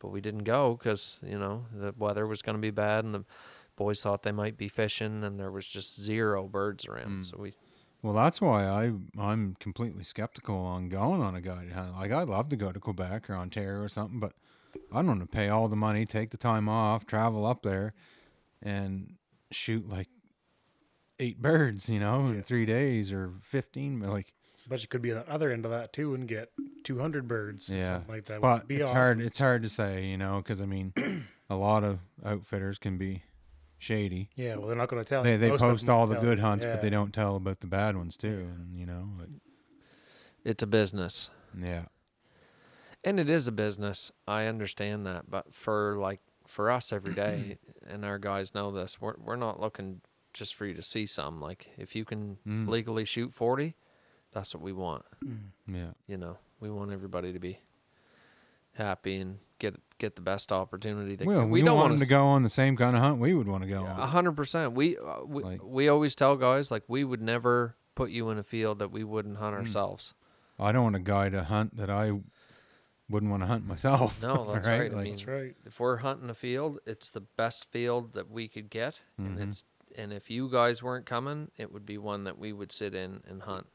but we didn't go because you know the weather was going to be bad and the. Boys thought they might be fishing, and there was just zero birds Mm. around. So we, Well, that's why I I'm completely skeptical on going on a guided hunt. Like I'd love to go to Quebec or Ontario or something, but I don't want to pay all the money, take the time off, travel up there, and shoot like eight [laughs] birds, you know, in three days or fifteen. Like But you could be on the other end of that too and get 200 birds. Or yeah, something like that. which But would be it's awesome. hard. It's hard to say, you know, because I [clears throat] mean, a lot of outfitters can be shady. Yeah. Well, they're not going to tell. They you. they Uh, Most of post them all won't the tell good you. hunts, Yeah. but they don't tell about the bad ones too. And you know, like, it's a business. yeah, and it is a business i understand that but for like for us every [clears throat] day and our guys know this we're, we're not looking just for you to see some like if you can Mm. legally shoot 40 that's what we want yeah. you know we want everybody to be happy and get get the best opportunity they well, can. we, don't want wanna them to s- go on the same kind of hunt we would want to go a on. hundred percent. We uh, we, Like- we always tell guys like we would never put you in a field that we wouldn't hunt Mm. ourselves. I don't want to guide a hunt that I wouldn't want to hunt myself. [laughs] No, that's right. I Like, mean, That's right. if we're hunting a field, it's the best field that we could get, and Mm-hmm. it's and if you guys weren't coming, it would be one that we would sit in and hunt.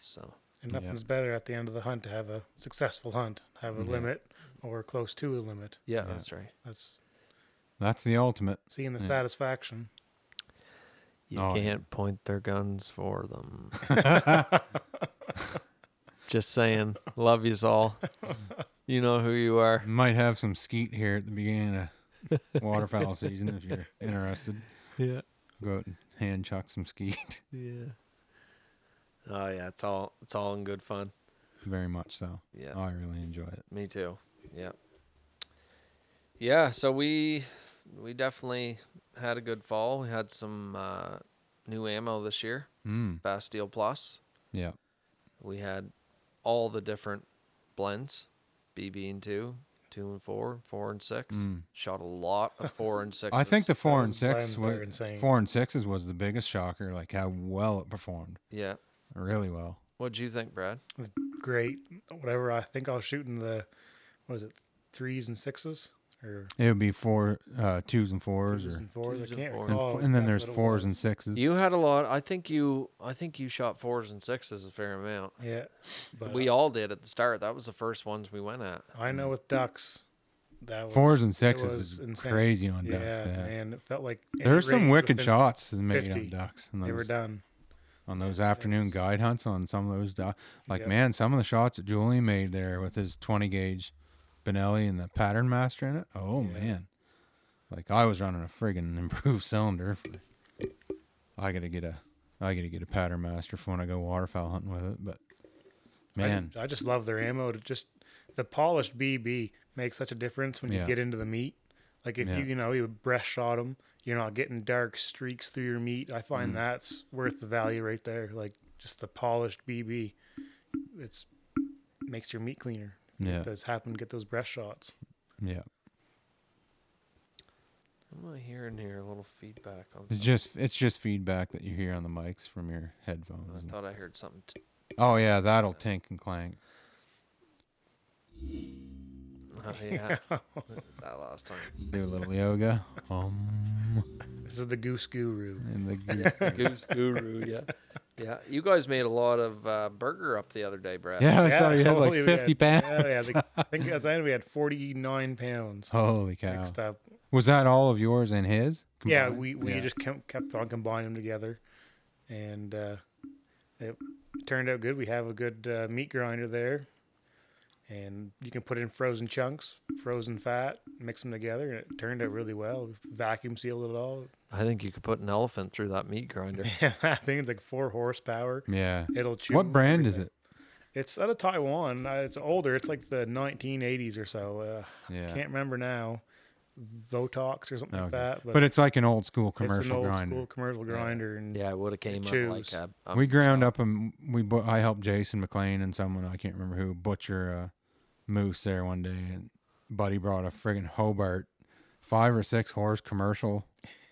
So And Yeah. nothing's better at the end of the hunt to have a successful hunt, have a limit or close to a limit. yeah, Yeah. that's right. That's that's the ultimate. seeing the Yeah. satisfaction. You Oh, yeah. can't point their guns for [laughs] them. Just saying, love yous all. You know who you [laughs] are. Might have some skeet here at the beginning of [laughs] waterfowl season if you're interested. Yeah, Go out and hand chuck some skeet. [laughs] yeah. Oh yeah, it's all it's all in good fun. Very much so. Yeah. I really enjoy it. Me too. Yeah. Yeah, so we we definitely had a good fall. We had some uh, new ammo this year, Mm. Bastille Plus. Yeah. We had all the different blends, BB and two, two and four, four and six. Mm. Shot a lot of four and six. [laughs] I think the four and those six, blends are wa- insane. four and sixes was the biggest shocker. Like how well it performed, yeah. really well. What'd you think, Brad? Great. Whatever I think I'll shoot in the what is it, threes and sixes? Or It would be four, uh, twos and fours, twos or and fours. Twos I and can't fours. and, recall f- and then exactly there's what it fours and was. sixes. You had a lot. I think you I think you shot fours and sixes a fair amount. Yeah. But uh, We all did at the start. That was the first ones we went at. I know with ducks that was, Fours and it sixes was is insane. crazy on Yeah, ducks. Yeah. and it felt like any There's some rate wicked within- shots made 50, on ducks. And They were those, done. on those afternoon was- guide hunts on some of those ducks. Like Yep. man, some of the shots that Julian made there with his 20 gauge Benelli and the pattern master in it. Oh Yeah. man, like I was running a friggin' [laughs] improved cylinder. For, I gotta get a, I gotta get a pattern master for when I go waterfowl hunting with it. But I- man, I, just love their ammo. To just the polished BB makes such a difference when Yeah. you get into the meat. Like if Yeah. you you know you breast shot them, you're not getting dark streaks through your meat. I Mm. find that's worth the value right there. Like just the polished BB, it's makes your meat cleaner. yeah, It does happen to get those breast shots. yeah. What am I hearing here? A little feedback on. It's something. just it's just feedback that you hear on the mics from your headphones. I and- thought I heard something. [laughs] T- oh yeah, that'll tink and clank. oh, yeah. that last time. Do a little yoga. Um, This is the goose guru. and [laughs] the goose. Goose Guru. Yeah. Yeah. You guys made a lot of uh, burger up the other day, Brad. Yeah, I saw you [laughs] had like holy- we had- 50 pounds. Oh, Oh, Yeah, we had like- I think at the end we had 49 [laughs] pounds Holy cow. mixed up. Was that all of yours and his? Yeah, combined? we, we Yeah. just kept, kept on combining them together, and uh, it turned out good. We have a good uh, meat grinder there, and you can put in frozen chunks, frozen fat, mix them together, and it turned out really well. We vacuum sealed it all. [laughs] I think you could put an elephant through that meat grinder. I think it's like four horsepower. Yeah. It'll chew. What brand is it? It's out of Taiwan. Uh, It's older. It's like the 1980s or so. Uh, Yeah. Can't remember now. Votox or something Okay. like that. But, but it's like an old school it's commercial an old grinder. school commercial Yeah. grinder, and Yeah, it would have came up like chews. a, a we ground up and we bu- I helped Jason McLean and someone I can't remember who butcher a moose there one day and Buddy brought a friggin' Hobart five or six horse commercial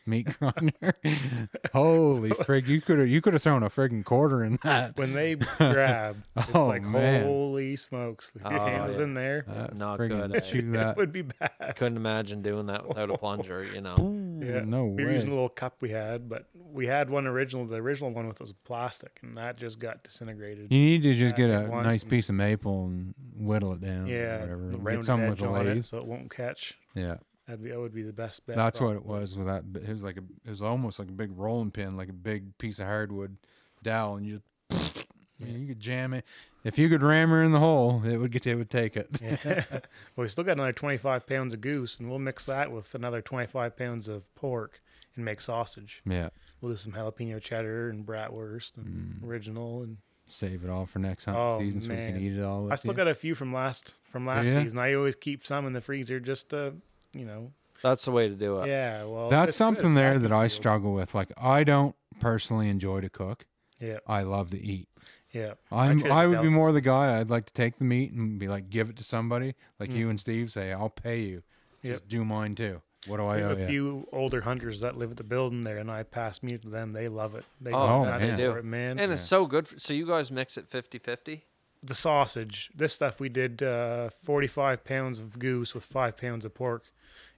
meat [laughs] grinder. [laughs] Holy frig! You could have you could have thrown a friggin' quarter in that. when they grab, it's Oh, like man. holy smokes! If your Oh, hand was yeah. in there, [laughs] That Not friggin' good, eh? Chew it [laughs] that. would be bad. Couldn't imagine doing that without a plunger. You [laughs] know. Yeah, No we were way. using the little cup we had, but we had one original. The original one with was plastic, and that just got disintegrated. You need to just I get think a once nice and- piece of maple and whittle it down. Yeah, or the whatever. Get rounded some with edge a on it, lathe. so it won't catch. Yeah, That'd be that would be the best bet. that's probably. [laughs] what it was. With that, it was like a, it was almost like a big rolling pin, like a big piece of hardwood dowel, and you just. [laughs] I mean, You could jam it. If you could ram her in the hole, it would get. It would take it. well, [laughs] we still got another 25 pounds of goose, and we'll mix that with another 25 pounds of pork and make sausage. [laughs] Yeah. We'll do some jalapeno cheddar and bratwurst and Mm. original. And Save it all for next hunt Oh, season, so we man. can eat it all. With I still you. got a few from last from last ya? season. I always keep some in the freezer just to, you know. That's the way to do it. Yeah, well, That's it's good. something there that I Vacuum sealed. struggle with. Like I don't personally enjoy to cook. Yeah, I love to eat. yeah. I'm, could I would be develop more this- the guy. I'd like to take the meat and be like, give it to somebody, like you and Steve say, I'll pay you. Just Mm. Yep. do mine too. What do I We owe have you? a few older hunters that live at the building there, and I pass meat to them. They love it. They Oh, go man. nuts They do. for it, man. And it's so good. For, so you guys mix it 50-50? the sausage. This stuff we did uh, 45 pounds of goose with five pounds of pork,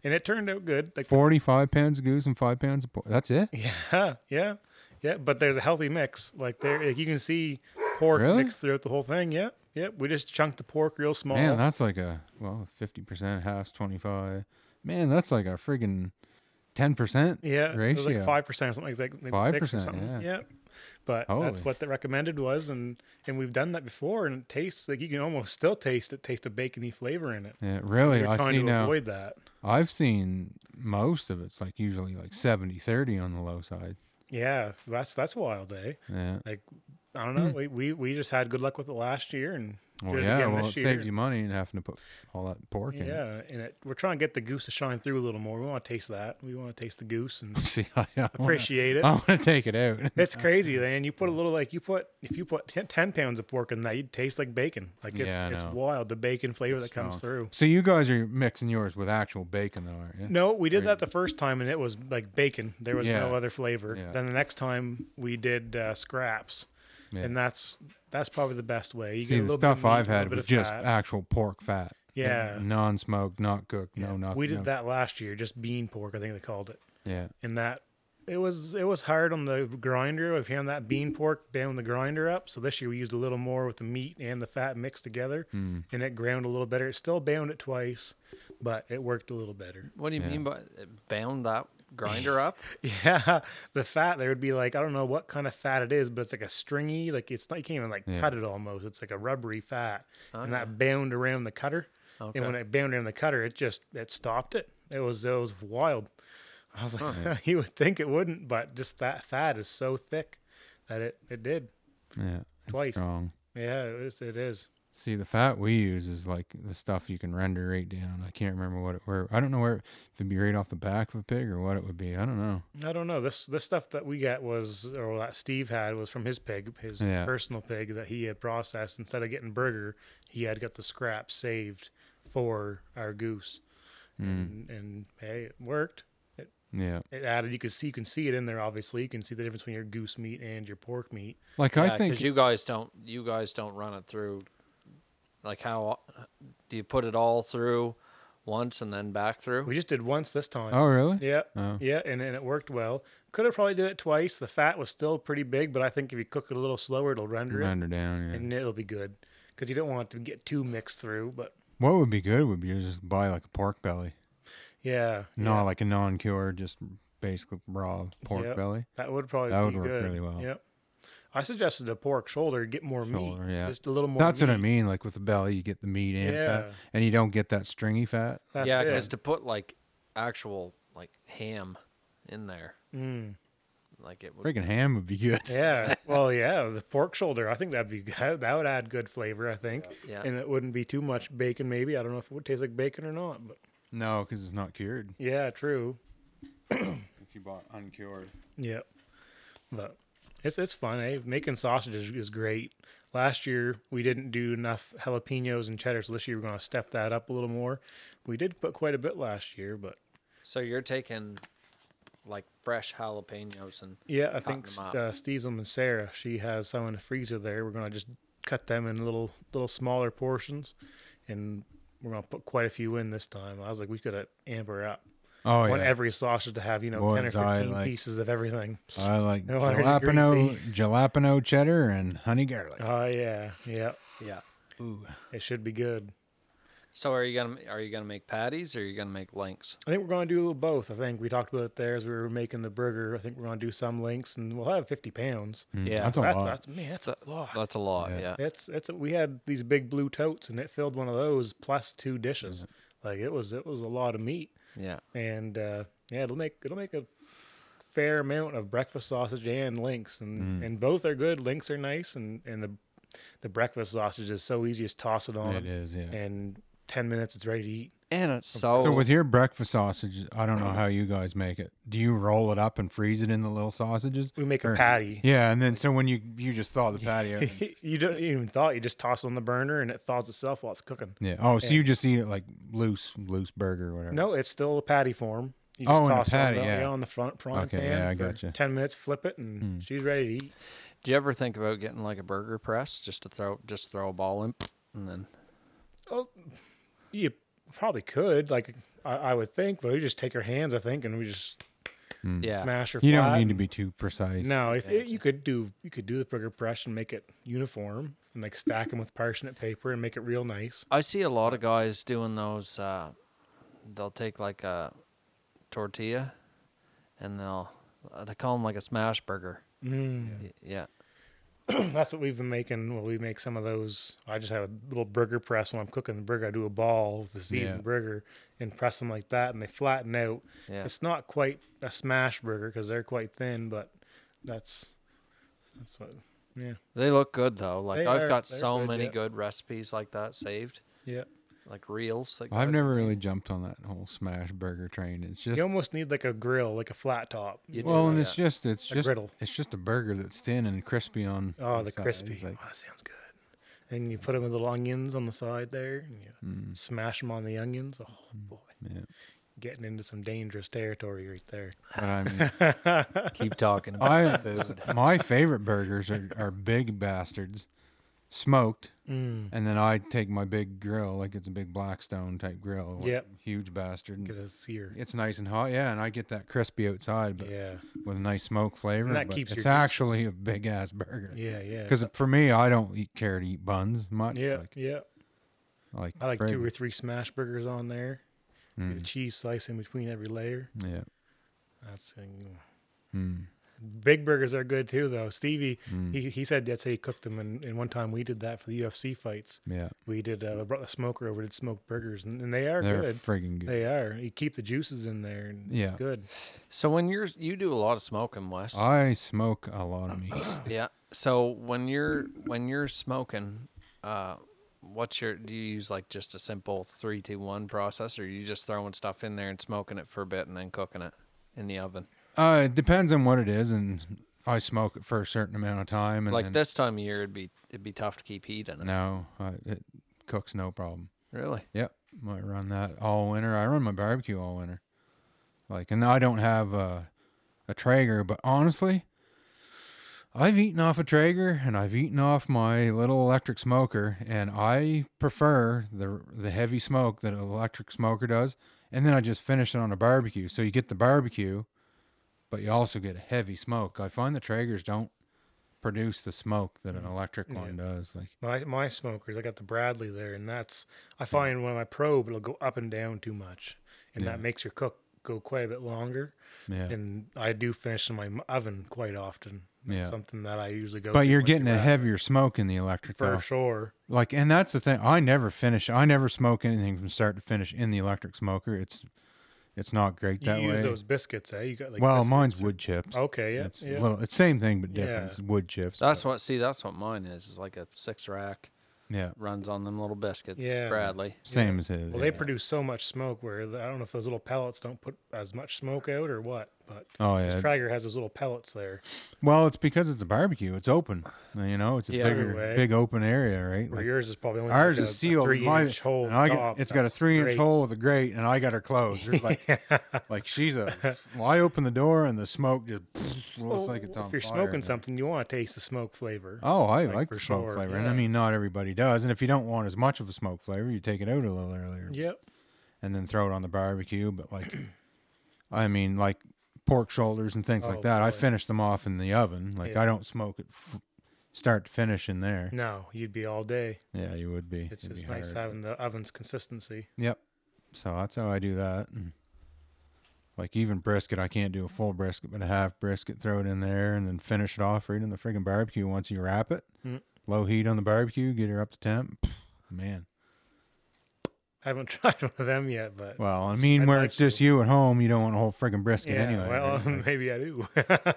and it turned out good. Like 45 pounds of goose and five pounds of pork. That's it? [laughs] yeah, yeah, yeah. But there's a healthy mix. Like there, like you can see pork Really? mixed throughout the whole thing. Yeah, yeah. We just chunked the pork real small. Man, that's like a, well, 50%, half's 25. Man, that's like a friggin' 10%. yeah, it was ratio. like five percent or something like that, maybe six or 5%, something. yeah. Yeah. But Holy. that's what the recommended was, and and we've done that before, and it tastes like you can almost still taste it, taste the bacony flavor in it. Yeah, really, You're I trying see to now. avoid that. I've seen most of it's like usually like 70 30 on the low side. Yeah, that's that's wild, eh? Yeah. like I don't know. We, we we just had good luck with it last year, Hmm. and Well, Good yeah. again Well, it this year. saves you money and having to put all that pork in. It. yeah, and it, we're trying to get the goose to shine through a little more. We want to taste that. We want to taste the goose [laughs] and See, I, I appreciate it. Wanna, I want to take it out. [laughs] It's crazy, man. You put a little like you put if you put ten, 10 pounds of pork in that, you'd taste like bacon. Like it's Yeah, I it's know. wild the bacon flavor that comes strong. through. so you guys are mixing yours with actual bacon, though, aren't you? No, we did Or- that the first time and it was like bacon. There was Yeah. no other flavor. Yeah. Then the next time we did uh, scraps, Yeah. and that's that's probably the best way. You See, the bit of stuff I've meat, a little had bit was of just fat. actual pork fat. Yeah. Non-smoked, not cooked, no nothing. we did no- that last year, just bean pork. I think they called it, Yeah. and that. It was it was hard on the grinder. We've hand that bean pork down the grinder up. So this year we used a little more with the meat and the fat mixed together, Mm. and it ground a little better. It still bound it twice, but it worked a little better. What do you Yeah. mean by bound that grinder up? Yeah, [laughs] the fat there would be like I don't know what kind of fat it is, but it's like a stringy, like it's not you can't even like Yeah. cut it almost. It's like a rubbery fat, Okay. and that bound around the cutter. Okay. And when it bound around the cutter, it just it stopped it. It was it was wild. I was like, [laughs] you would think it wouldn't, but just that fat is so thick that it it did Yeah. it's Twice. Strong. Yeah, it is. It is. See, the fat we use is like the stuff you can render right down. I can't remember what it where. I don't know where if it'd be right off the back of a pig or what it would be. I don't know. I don't know. This this stuff that we got was or that Steve had was from his pig, his Yeah. personal pig that he had processed. Instead of getting burger, he had got the scraps saved for our goose. Hmm. And, and hey, it worked. It, Yeah. it added you could see you can see it in there obviously. You can see the difference between your goose meat and your pork meat. Like Yeah, I 'cause think you guys don't you guys don't run it through. Like how do you put it all through once and then back through? We just did once this time. Oh, really? Yeah. Oh. Yeah, and, and it worked well. Could have probably did it twice. The fat was still pretty big, but I think if you cook it a little slower, it'll render it Render down. Yeah. and it'll be good. Because you don't want it to get too mixed through, but what would be good would be just buy like a pork belly. Yeah. No, yeah. like a non-cured, just basically raw pork Yep. belly. that would probably that be would work good. really well. Yep. I suggested a pork shoulder, get more Shoulder, meat. yeah. Just a little more That's what I meat. mean. Like with the belly, you get the meat and fat, Yeah. and you don't get that stringy fat. That's yeah, it. because to put like actual like ham in there, Mm. like it would. Freaking ham would be good. [laughs] Yeah. well, yeah, the pork shoulder. I think that'd be good. That would add good flavor, I think. Yeah. And it wouldn't be too much bacon maybe. I don't know if it would taste like bacon or not, but No, because it's not cured. yeah, true. If you bought uncured. Yep. But it's it's fun. Eh? Making sausage is, is great. Last year we didn't do enough jalapenos and cheddar, so this year we're gonna step that up a little more. We did put quite a bit last year, but So you're taking like fresh jalapenos and Yeah, I cutting think them up. uh, Steve's woman Sarah, she has some in the freezer there. We're gonna just cut them in little little smaller portions, and we're gonna put quite a few in this time. I was like, we could uh, amp her up. Oh I want yeah. every sausage to have you know ten or Boys, I fifteen like- pieces of everything. I like No wonder it's jalapeno, jalapeno cheddar, and honey garlic. Oh yeah, yeah, yeah. Ooh. it should be good. So are you gonna are you gonna make patties or are you gonna make links? I think we're gonna do a little both. I think we talked about it there as we were making the burger. I think we're gonna do some links, and we'll have fifty pounds. Yeah, that's a That's, lot. that's man, that's a lot. That's a lot. Yeah. Yeah. It's it's we had these big blue totes and it filled one of those plus two dishes. Mm-hmm. Like it was it was a lot of meat Yeah. and uh, yeah, it'll make it'll make a fair amount of breakfast sausage and links Mm. and and both are good. Links are nice and and the the breakfast sausage is so easy just toss it on it is. Yeah. and 10 minutes it's ready to eat. And it's so, So with your breakfast sausage, I don't know how you guys make it. Do you roll it up and freeze it in the little sausages? We make a Or- patty. Yeah, and then so when you you just thaw the patty. [laughs] out. you don't you even thaw it. You just toss it on the burner and it thaws itself while it's cooking. Yeah. Oh, so you just eat it like loose, loose burger or whatever. No, it's still a patty form. You Oh, in a it on patty, the- yeah. on the front frying Okay, pan. yeah, I for gotcha. Mm. Ten minutes, flip it, and she's ready to eat. do you ever think about getting like a burger press just to throw just throw a ball in and then Oh, you probably could, like I, I would think, but we just take her hands, I think, and we just Mm. yeah. smash her. You flat don't need to and- be too precise. No, if it, you could do, you could do the burger press and make it uniform, and like stack them with parsnip paper and make it real nice. [clears throat] I see a lot of guys doing those. Uh, they'll take like a tortilla, and they'll uh, they call them like a smash burger. Mm. Y- Yeah, That's what we've been making. Well, we make some of those. I just have a little burger press when I'm cooking the burger. I do a ball with the seasoned Yeah. burger and press them like that, and they flatten out. yeah. It's not quite a smash burger because they're quite thin, but that's that's what Yeah. They look good though. Like They I've are- got they're so good, many yeah. good recipes like that saved, Yeah. like reels. That Well, I've guys- never really jumped on that whole smash burger train. It's just You almost need like a grill, like a flat top. You do, well, and yeah. it's just it's A just griddle. it's just a burger that's thin and crispy on. Oh, the side. crispy. It's like- oh, that sounds good. And you put them with little onions on the side there, and you smash them on the onions. Oh boy, Mm. yeah. Mm. getting into some dangerous territory right there. But I [laughs] mean, [laughs] keep talking about I food. my favorite burgers are, are big bastards, smoked, Mm. and then I take my big grill, like it's a big Blackstone type grill, like Yep. huge bastard. and Get a sear. It's nice and hot, yeah, and I get that crispy outside, but Yeah, with a nice smoke flavor. And that but keeps your it's juices. actually a big ass burger. yeah, yeah. Because for me, I don't eat, care to eat buns much. yeah, Like, yeah. I like, I like two or burgers. three smash burgers on there. Get a Mm, cheese slice in between every layer. yeah. That's mm. Mm, big burgers are good too, though. Stevie, mm, he, he said that's how he cooked them, and, and one time we did that for the UFC fights. yeah. We did uh, brought the smoker over, did smoked burgers, and, and they are They're good. friggin' good. They are. You keep the juices in there, and Yeah. it's good. So when you're you do a lot of smoking, Wes. I smoke a lot of meat. yeah. So when you're when you're smoking, uh, what's your do you use like just a simple three two one process, or are you just throwing stuff in there and smoking it for a bit and then cooking it in the oven? uh, it depends on what it is, and I smoke it for a certain amount of time. And like then, this time of year, it'd be it'd be tough to keep heat in it. No, I, it cooks no problem. Really? Yep, I run that all winter. I run my barbecue all winter. Like, and I don't have a, a Traeger, but honestly, I've eaten off a Traeger and I've eaten off my little electric smoker, and I prefer the the heavy smoke that an electric smoker does. And then I just finish it on a barbecue. So you get the barbecue, but you also get a heavy smoke. I find the Traegers don't produce the smoke that an Mm. electric one does. Like, My my smokers, I got the Bradley there, and that's I find when I probe, it'll go up and down too much, and that makes your cook go quite a bit longer. yeah. And I do finish in my m- oven quite often. That's Yeah. something that I usually go. But to you're once getting a wrap heavier smoke in the electric for though. sure. Like, and that's the thing. I never finish. I never smoke anything from start to finish in the electric smoker. It's, it's not great You that use way. those biscuits, eh? You got like well, biscuits mine's or- wood chips. Okay, yeah, it's yeah. little. It's same thing but different. Yeah. It's wood chips. That's what. See, that's what mine is. Is like a six rack yeah, runs on them little biscuits. Yeah. Bradley. same as his. well, they yeah. produce so much smoke where the- I don't know if those little pellets don't put as much smoke out or what, but oh this yeah. Traeger has those little pellets there well, it's because it's a barbecue. It's open. You know, it's a Yeah. bigger, Way. big open area, right? where Like, yours is probably only ours like a, is sealed. three Mine- inch hole. and I top. got, it's got a That's three inch great. hole with a grate, and I got her closed. There's [laughs] like, like she's a. Well, I open the door and the smoke just. Well, looks like it's on if you're fire, smoking but- something, you want to taste the smoke flavor. Oh, I like, Like, the for smoke sure, flavor, and I yeah. mean not everybody does. And if you don't want as much of a smoke flavor, you take it out a little earlier, Yep. and then throw it on the barbecue. But like, [coughs] I mean, like pork shoulders and things like Oh, that, I boy. finish them off in the oven. Like Yeah. I don't smoke it f- start to finish in there. No, you'd be all day. Yeah, you would be. It's It'd just be nice hard. having the oven's consistency. Yep. So that's how I do that. And like even brisket, I can't do a full brisket, but a half brisket, throw it in there, and then finish it off right in the friggin' barbecue. Once you wrap it, Mm. low heat on the barbecue, get her up to temp. Pff, Man, I haven't [laughs] tried one of them yet, but well, I mean, I'd where like it's just to. you at home, you don't want a whole friggin' brisket yeah, anyway. well, right? [laughs] Like, maybe I do.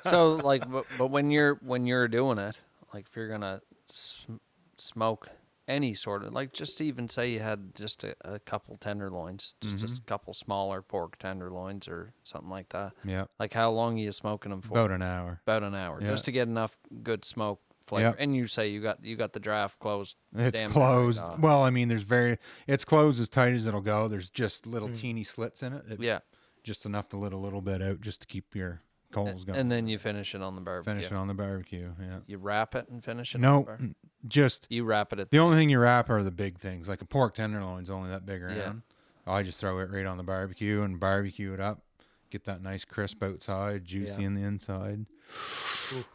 so like, but, but when you're when you're doing it, like if you're gonna sm- smoke any sort of like, just even say you had just a, a couple tenderloins, just Mm-hmm. a couple smaller pork tenderloins or something like that. yep, Like how long are you smoking them for? about an hour. About an hour, Yeah. just to get enough good smoke flavor. Yep. And you say you got you got the draft closed. It's damn near right closed. off. Well, I mean, there's very. It's closed as tight as it'll go. There's just little Mm. teeny slits in it. It- [laughs] yeah. just enough to let a little bit out, just to keep your coals going. And then you finish it on the barbecue. finish it on the barbecue. Yeah. You wrap it and finish it. on the No, bar- n- just You wrap it at the only thing you wrap are the big things. Like a pork tenderloin's only that big around. I just throw it right on the barbecue and barbecue it up. Get that nice crisp outside, juicy Yeah. in the inside.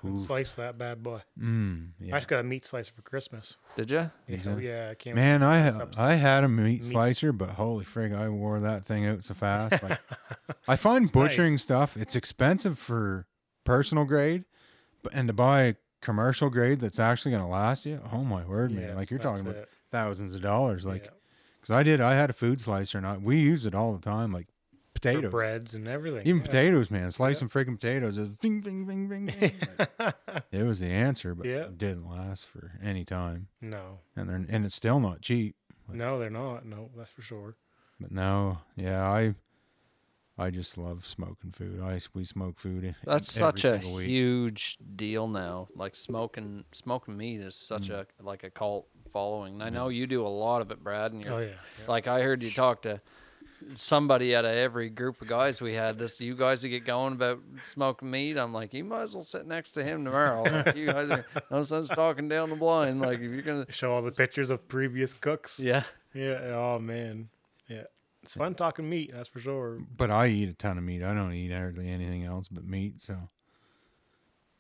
Ooh, slice that bad boy. Mm, I yeah. just got a meat slicer for Christmas. Did you? Yeah, Exactly. yeah I can't. Man, I ha- substance. I had a meat, Meat. slicer, but holy frig, I wore that thing [laughs] out so fast. Like, I find butchering nice. stuff it's expensive for personal grade, but and to buy a commercial grade that's actually going to last you. Oh my word, Yeah, man! Like you're that's talking about it. thousands of dollars. Like Yeah. Because I did. I had a food slicer, and I, we use it all the time, like potatoes. breads and everything. Even yeah. potatoes, man. Slice some freaking potatoes. It was ding, ding, ding, ding, ding. Like, [laughs] it was the answer, but Yeah. it didn't last for any time. No, And they're, and it's still not cheap. no, they're not. No, that's for sure. But no, yeah, I I just love smoking food. I we smoke food. e- That's every such a single week. huge deal now. Like smoking smoking meat is such a like a cult following. And I know you do a lot of it, Brad, and you're Oh yeah, yeah. like I heard you talk to somebody out of every group of guys we had. This you guys that get going about smoking meat. I'm like, you might as well sit next to him tomorrow. [laughs] Like, you guys are no sense talking down the blind. Like if you're gonna show all the pictures of previous cooks. [laughs] Yeah. yeah. Oh man, yeah, it's fun talking meat. That's for sure. But I eat a ton of meat. I don't eat hardly anything else but meat, so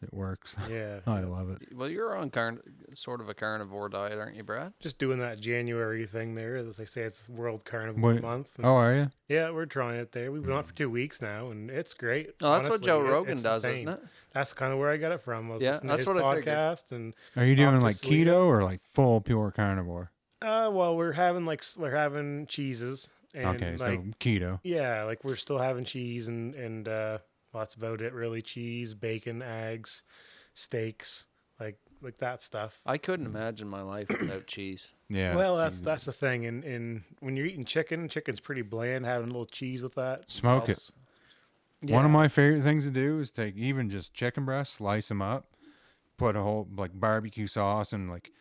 it works. [laughs] Yeah, I love it. Well you're on carn- sort of a carnivore diet, aren't you, Brad? just doing that January thing there. As they say, it's World Carnival What- Month. Oh, are you? Yeah, we're trying it there. We've been on for two weeks now, and it's great. No, Oh, that's Honestly, what Joe it- Rogan it's does, insane. isn't it? That's kind of where I got it from. I was Yeah, listening that's to his what I figured. podcast, and Are you doing like Optus Lita. keto or like full pure carnivore? uh, well, we're having like s- we're having cheeses, and okay, like so keto. yeah, like we're still having cheese, and and uh, well, that's about it really. Cheese, bacon, eggs, steaks, like like that stuff. I couldn't imagine my life without cheese. Yeah. well, that's cheese. that's the thing, and and when you're eating chicken, chicken's pretty bland. Having a little cheese with that, Smoke it. helps. One of Yeah. my favorite things to do is take even just chicken breasts, slice them up, put a whole like barbecue sauce and like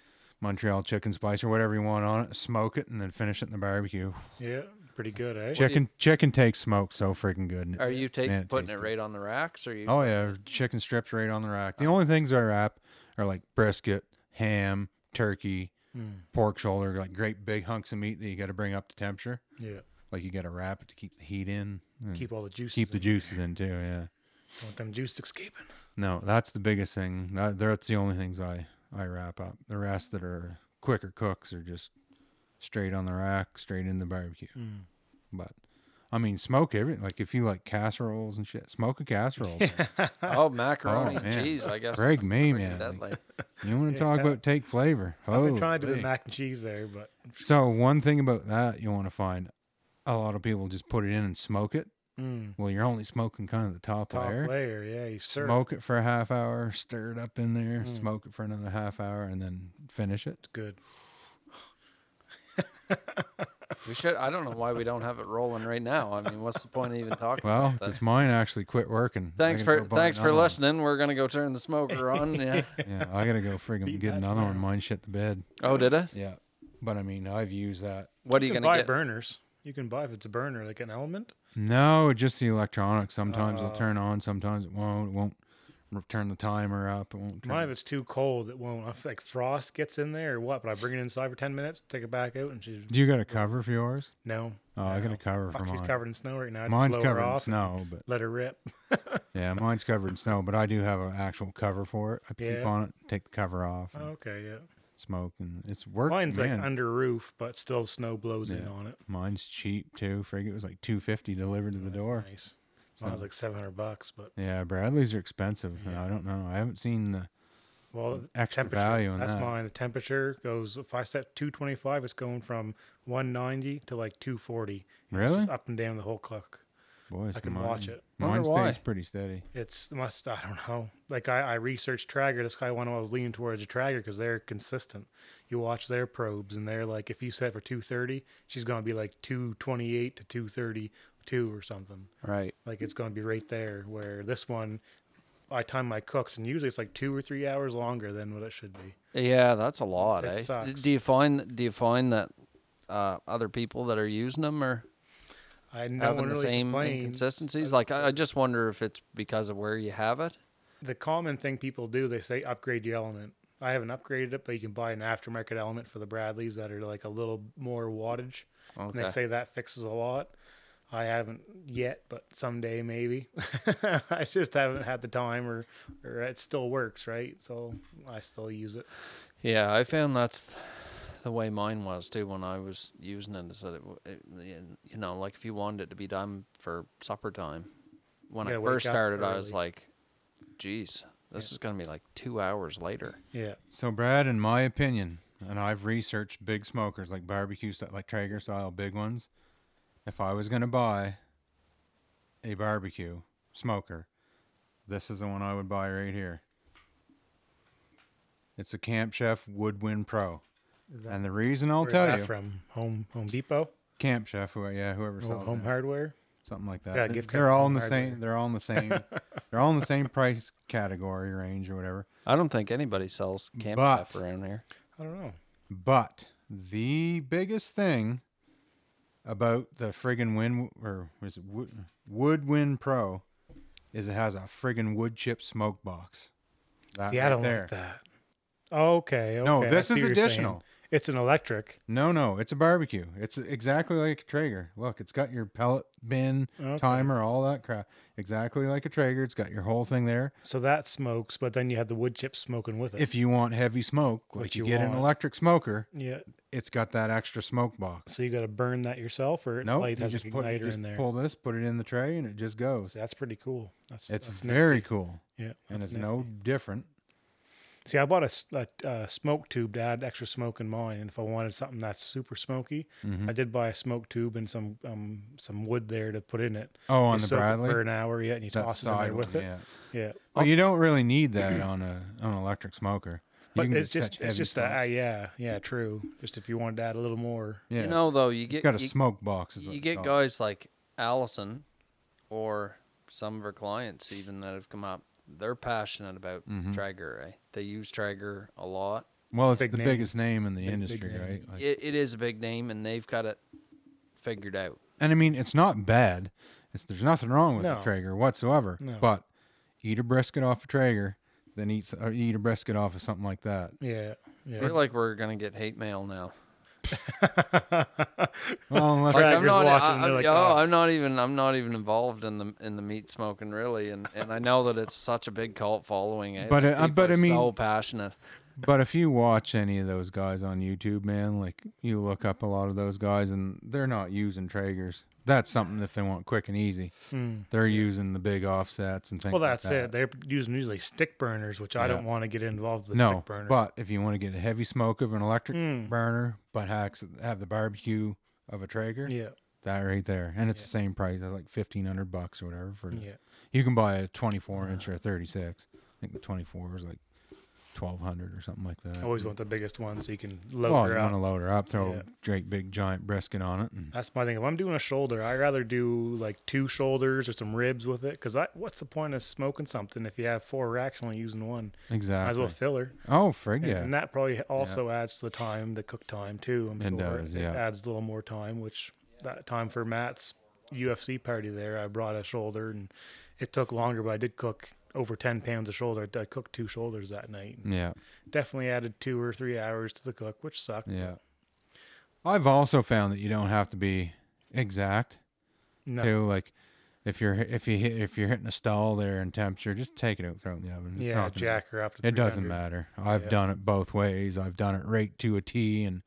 Montreal chicken spice or whatever you want on it, smoke it, and then finish it in the barbecue. yeah, pretty good, eh? Chicken chicken takes smoke so freaking good. and it- Are you take, man, it putting tastes it good. right on the racks? Or you? Oh yeah, chicken strips right on the rack. Oh. The only things I wrap are like brisket, ham, turkey, Hmm. pork shoulder, like great big hunks of meat that you got to bring up to temperature. Yeah, Like you got to wrap it to keep the heat in, and keep all the juices. Hmm. keep the in. juices in too. Yeah. Don't Want them juice escaping? No, that's the biggest thing. That, that's the only things I, I wrap up. The rest that are quicker cooks are just straight on the rack, straight in the barbecue. Hmm. But I mean, smoke everything. Like if you like casseroles and shit, smoke a casserole. man. Oh, macaroni Oh, and man. cheese, [laughs] I guess. Greg, me, Freaking man. deadly. You want to talk about take flavor? I've Oh, been trying to do the mac and cheese there, but so one thing about that you want to find, a lot of people just put it in and smoke it. mm, Well, you're only smoking kind of the top, top layer. layer, yeah, you serve. Smoke it for a half hour, stir it up in there, Hmm. smoke it for another half hour, and then finish it. It's good. We should. I don't know why we don't have it rolling right now. I mean, what's the point of even talking? Well, about because that? mine actually quit working. I Thanks gotta for go buy thanks for another one. listening. We're gonna go turn [laughs] the smoker on. Yeah. Yeah, I gotta go [laughs] friggin' Beat get that another one. Mine shit the bed. Oh, did it? Yeah, but I mean, I've used that. What are you can gonna buy get? burners. You can buy if it's a burner, like an element. No, just the electronics. Sometimes it'll Oh. turn on, sometimes it won't. It won't r- turn the timer up. It won't. Turn Mine, if it's too cold, it won't. I feel like frost gets in there or what, but I bring it inside for 10 minutes, take it back out, and she's Do you got a cover for yours? no. Oh, I got no. a cover for Fuck, she's mine. covered in snow right now. I just Mine's blow her covered in off and snow, but Let [laughs] her rip. yeah, mine's covered in snow. But I do have an actual cover for it. I Yeah. keep on it, take the cover off, and Okay, yeah. smoke, and it's working. Mine's man. like under roof, but still snow blows in Yeah. on it. Mine's cheap too. Frig, it was like two fifty delivered to the That's door. Nice. Mine's like 700 bucks, but Yeah, Bradley's are expensive. and I don't know. I haven't seen the. well, the Extra temperature. value in that's that. mine. The temperature goes if I set 225, it's going from 190 to like 240. And it's just Really? up and down the whole clock. Boys, I can mine, watch it. Mine stays Wonder why. pretty steady. It's must I don't know. Like I, I researched Traeger. This guy one I was leaning towards a Traeger because they're consistent. You watch their probes, and they're like, if you set for two thirty, she's gonna be like two twenty eight to two thirty two or something. Right. Like it's gonna be right there. Where this one, I time my cooks, and usually it's like two or three hours longer than what it should be. Yeah, that's a lot. It eh? sucks. Do you find Do you find that uh, other people that are using them are I no having one the really same complains. inconsistencies? Like, I, I just wonder if it's because of where you have it. The common thing people do, they say upgrade your element. I haven't upgraded it, but you can buy an aftermarket element for the Bradleys that are like a little more wattage. Okay. And they say that fixes a lot. I haven't yet, but someday maybe. [laughs] I just haven't had the time, or or it still works, right? So I still use it. Yeah, I found that's th- the way mine was too when I was using it. Is that it, w- it y- you know, like if you wanted it to be done for supper time, when I gotta wake first up started, I was early. like, "Geez, this is gonna be like two hours later." Yeah, So, Brad, in my opinion, and I've researched big smokers like barbecue, st- like Traeger style big ones. If I was going to buy a barbecue smoker, this is the one I would buy right here. It's a Camp Chef Woodwind Pro. Is that And the reason I'll where's tell that you, from Home Home Depot, Camp Chef, who, yeah, whoever Home, sells home that, Hardware. something like Yeah, that. They- gift they're card all from in the Hardware. same. They're all in the same. they're all in the same price category range or whatever. I don't think anybody sells camp But- stuff around here. I don't know. But the biggest thing about the friggin' Win or was it Wood, Woodwind Pro is it has a friggin' wood chip smoke box. That See, Uh, right I don't there. like that. Okay, okay. No, I this see is what you're saying. additional. It's an electric. No, no, it's a barbecue. It's exactly like a Traeger. Look, it's got your pellet bin, Okay. timer, all that crap. Exactly like a Traeger. It's got your whole thing there. So that smokes, but then you have the wood chip smoking with it. If you want heavy smoke, What like you, you get an want. electric smoker, yeah. it's got that extra smoke box. So you got to burn that yourself, or it No, light you has an just put you igniter just in there. pull this, put it in the tray, and it just goes. So that's pretty cool. That's It's that's nifty. very cool, yeah. and that's it's nifty. no different. See, I bought a, s- a- a smoke tube to add extra smoke in mine, and if I wanted something that's super smoky, Mm-hmm. I did buy a smoke tube and some um, some wood there to put in it. Oh, You on the soak it Bradley, for an hour, yeah, and you that toss it in there side with one, it. yeah. Yeah, But you don't really need [clears throat] that on a on an electric smoker. You but can it's get just such it's heavy just smoke. that uh, yeah yeah true. Just if you wanted to add a little more, yeah. You know, though, you it's get got a you, smoke box. Is what you it's get called. guys like Allison or some of her clients even that have come up. They're passionate about Mm-hmm. Traeger. Eh? They use Traeger a lot. Well, it's Big the name. biggest name in the big industry, name. right? Like- It, it is a big name, and they've got it figured out. and I mean, it's not bad. It's there's nothing wrong with a No. Traeger whatsoever. No. But eat a brisket off a Traeger, then eat s- or eat a brisket off of something like that. yeah I yeah. feel like we're gonna get hate mail now. Well, unless [laughs] Like, I'm Traeger's not. watching, I, they're am like, oh, "Oh." I'm not even. I'm not even involved in the in the meat smoking really, and, and I know that it's such a big cult following. eh? But, Like, uh, I- people but I are mean- so passionate. But if you watch any of those guys on YouTube, man, like you look up a lot of those guys and they're not using Traegers. That's something if they want quick and easy. Hmm. They're using the big offsets and things Well, like that's it. that. They're using usually stick burners, which I Yeah. don't want to get involved with the No, stick burner. but if you want to get a heavy smoke of an electric Mm. burner, but hacks have the barbecue of a Traeger, yeah, that right there, and it's the same price, it's like fifteen hundred bucks or whatever. For yeah. you can buy a twenty-four inch or a thirty-six. I think the twenty-four is like twelve hundred or something like that. I always want the biggest one so you can load well, her you up. want to load her up, throw Oh, Yeah. a great big giant brisket on it, and That's my thing. If I'm doing a shoulder, I rather do like two shoulders or some ribs with it. Because what's the point of smoking something if you have four racks and only using one? Might as exactly. well fill her. Oh, frig And, yeah. and that probably also adds to the time, the cook time too. I'm It sure does, yeah. It adds a little more time, which that time for Matt's UFC party there, I brought a shoulder and it took longer, but I did cook over 10 pounds of shoulder. I cooked two shoulders that night. and Yeah, Definitely added two or three hours to the cook, which sucked. yeah. I've also found that you don't have to be exact No. too. Like if you're if you hit if you're hitting a stall there in temperature, just take it out, throw it in the oven. It's Yeah, not gonna- jack her up to It doesn't 300. matter. I've Yeah. done it both ways. I've done it right to a T, and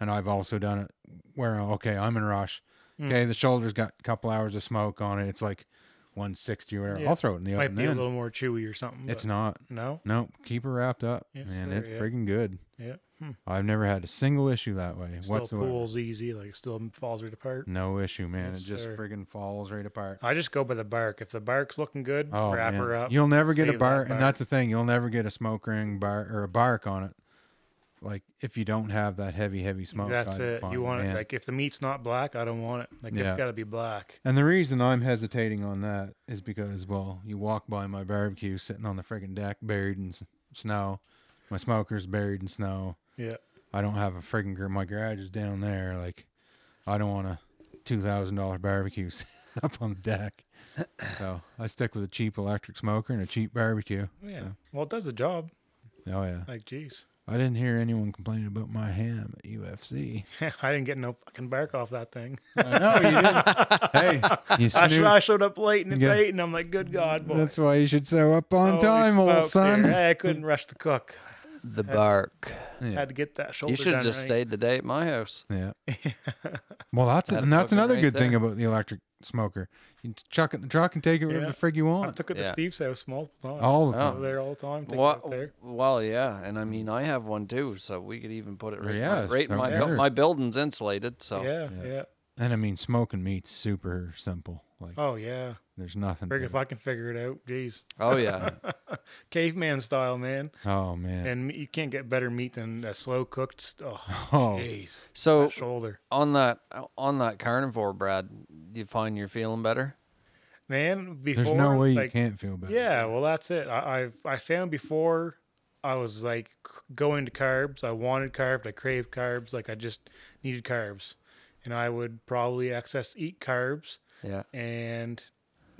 and I've also done it where okay, I'm in a rush. Hmm. Okay, the shoulder's got a couple hours of smoke on it. It's like 160 or whatever. Yeah. I'll throw it in the Might oven. be a Then. little more chewy or something. it's but not. no. Nope. Keep her wrapped up, Yes, man. sir, It's yeah. friggin' good. Yeah. Hmm. I've never had a single issue that way Still whatsoever. Mm. pulls easy. Like it still falls right apart. No issue, man. Yes, it just sir. friggin' falls right apart. I just go by the bark. If the bark's looking good, Oh, wrap man. her up. You'll never get a save that bark, bark. and that's the thing. You'll never get a smoke ring bar or a bark on it. Like if you don't have that heavy, heavy smoke. That's I it. find, You want man. it like if the meat's not black, I don't want it. Like Yeah. it's got to be black. And the reason I'm hesitating on that is because, well, you walk by my barbecue sitting on the friggin' deck, buried in s- snow. My smoker's buried in snow. Yeah. I don't have a friggin' gar- my garage is down there. Like, I don't want a two thousand dollar barbecue [laughs] sitting up on the deck. So I stick with a cheap electric smoker and a cheap barbecue. Yeah. Well, it does the job. Oh yeah. Like, geez, I didn't hear anyone complaining about my ham at UFC. [laughs] I didn't get no fucking bark off that thing. I know you did. [laughs] hey, you I, sh- I snoop. showed up late and it's Yeah. eight, and I'm like, good God, boy. That's why you should show up on Holy time, old smokes, son. here. Hey, I couldn't rush the cook. The bark. Yeah. Had to get that shoulder. You should done have just right. stayed the day at my house. Yeah. [laughs] well, that's Had a and that's fucking another right good thing there. about the electric smoker. You can chuck it in the truck and take it wherever Yeah. the frig you I want. took it to Yeah. Steve's house multiple times. All the Oh. time. Over there all the time. Take it Well, out there. well, yeah, and I mean, I have one too, so we could even put it right, Yeah, right, right in no my matter. my building's insulated, so yeah, Yeah. yeah. And I mean, smoking meat's super simple. Like Oh yeah, there's nothing. Frig to if it. I can figure it out. Jeez, Oh [laughs] yeah. caveman style, man. oh man. And you can't get better meat than a slow cooked. st- Oh, oh jeez, So That shoulder, On that on that carnivore, Brad, you find you're feeling better? man. Before, there's no way you like, can't feel better. Yeah, well, that's it. I, I've I found before I was like c- going to carbs. I wanted carbs. I craved carbs. Like I just needed carbs, and I would probably excess eat carbs. Yeah. And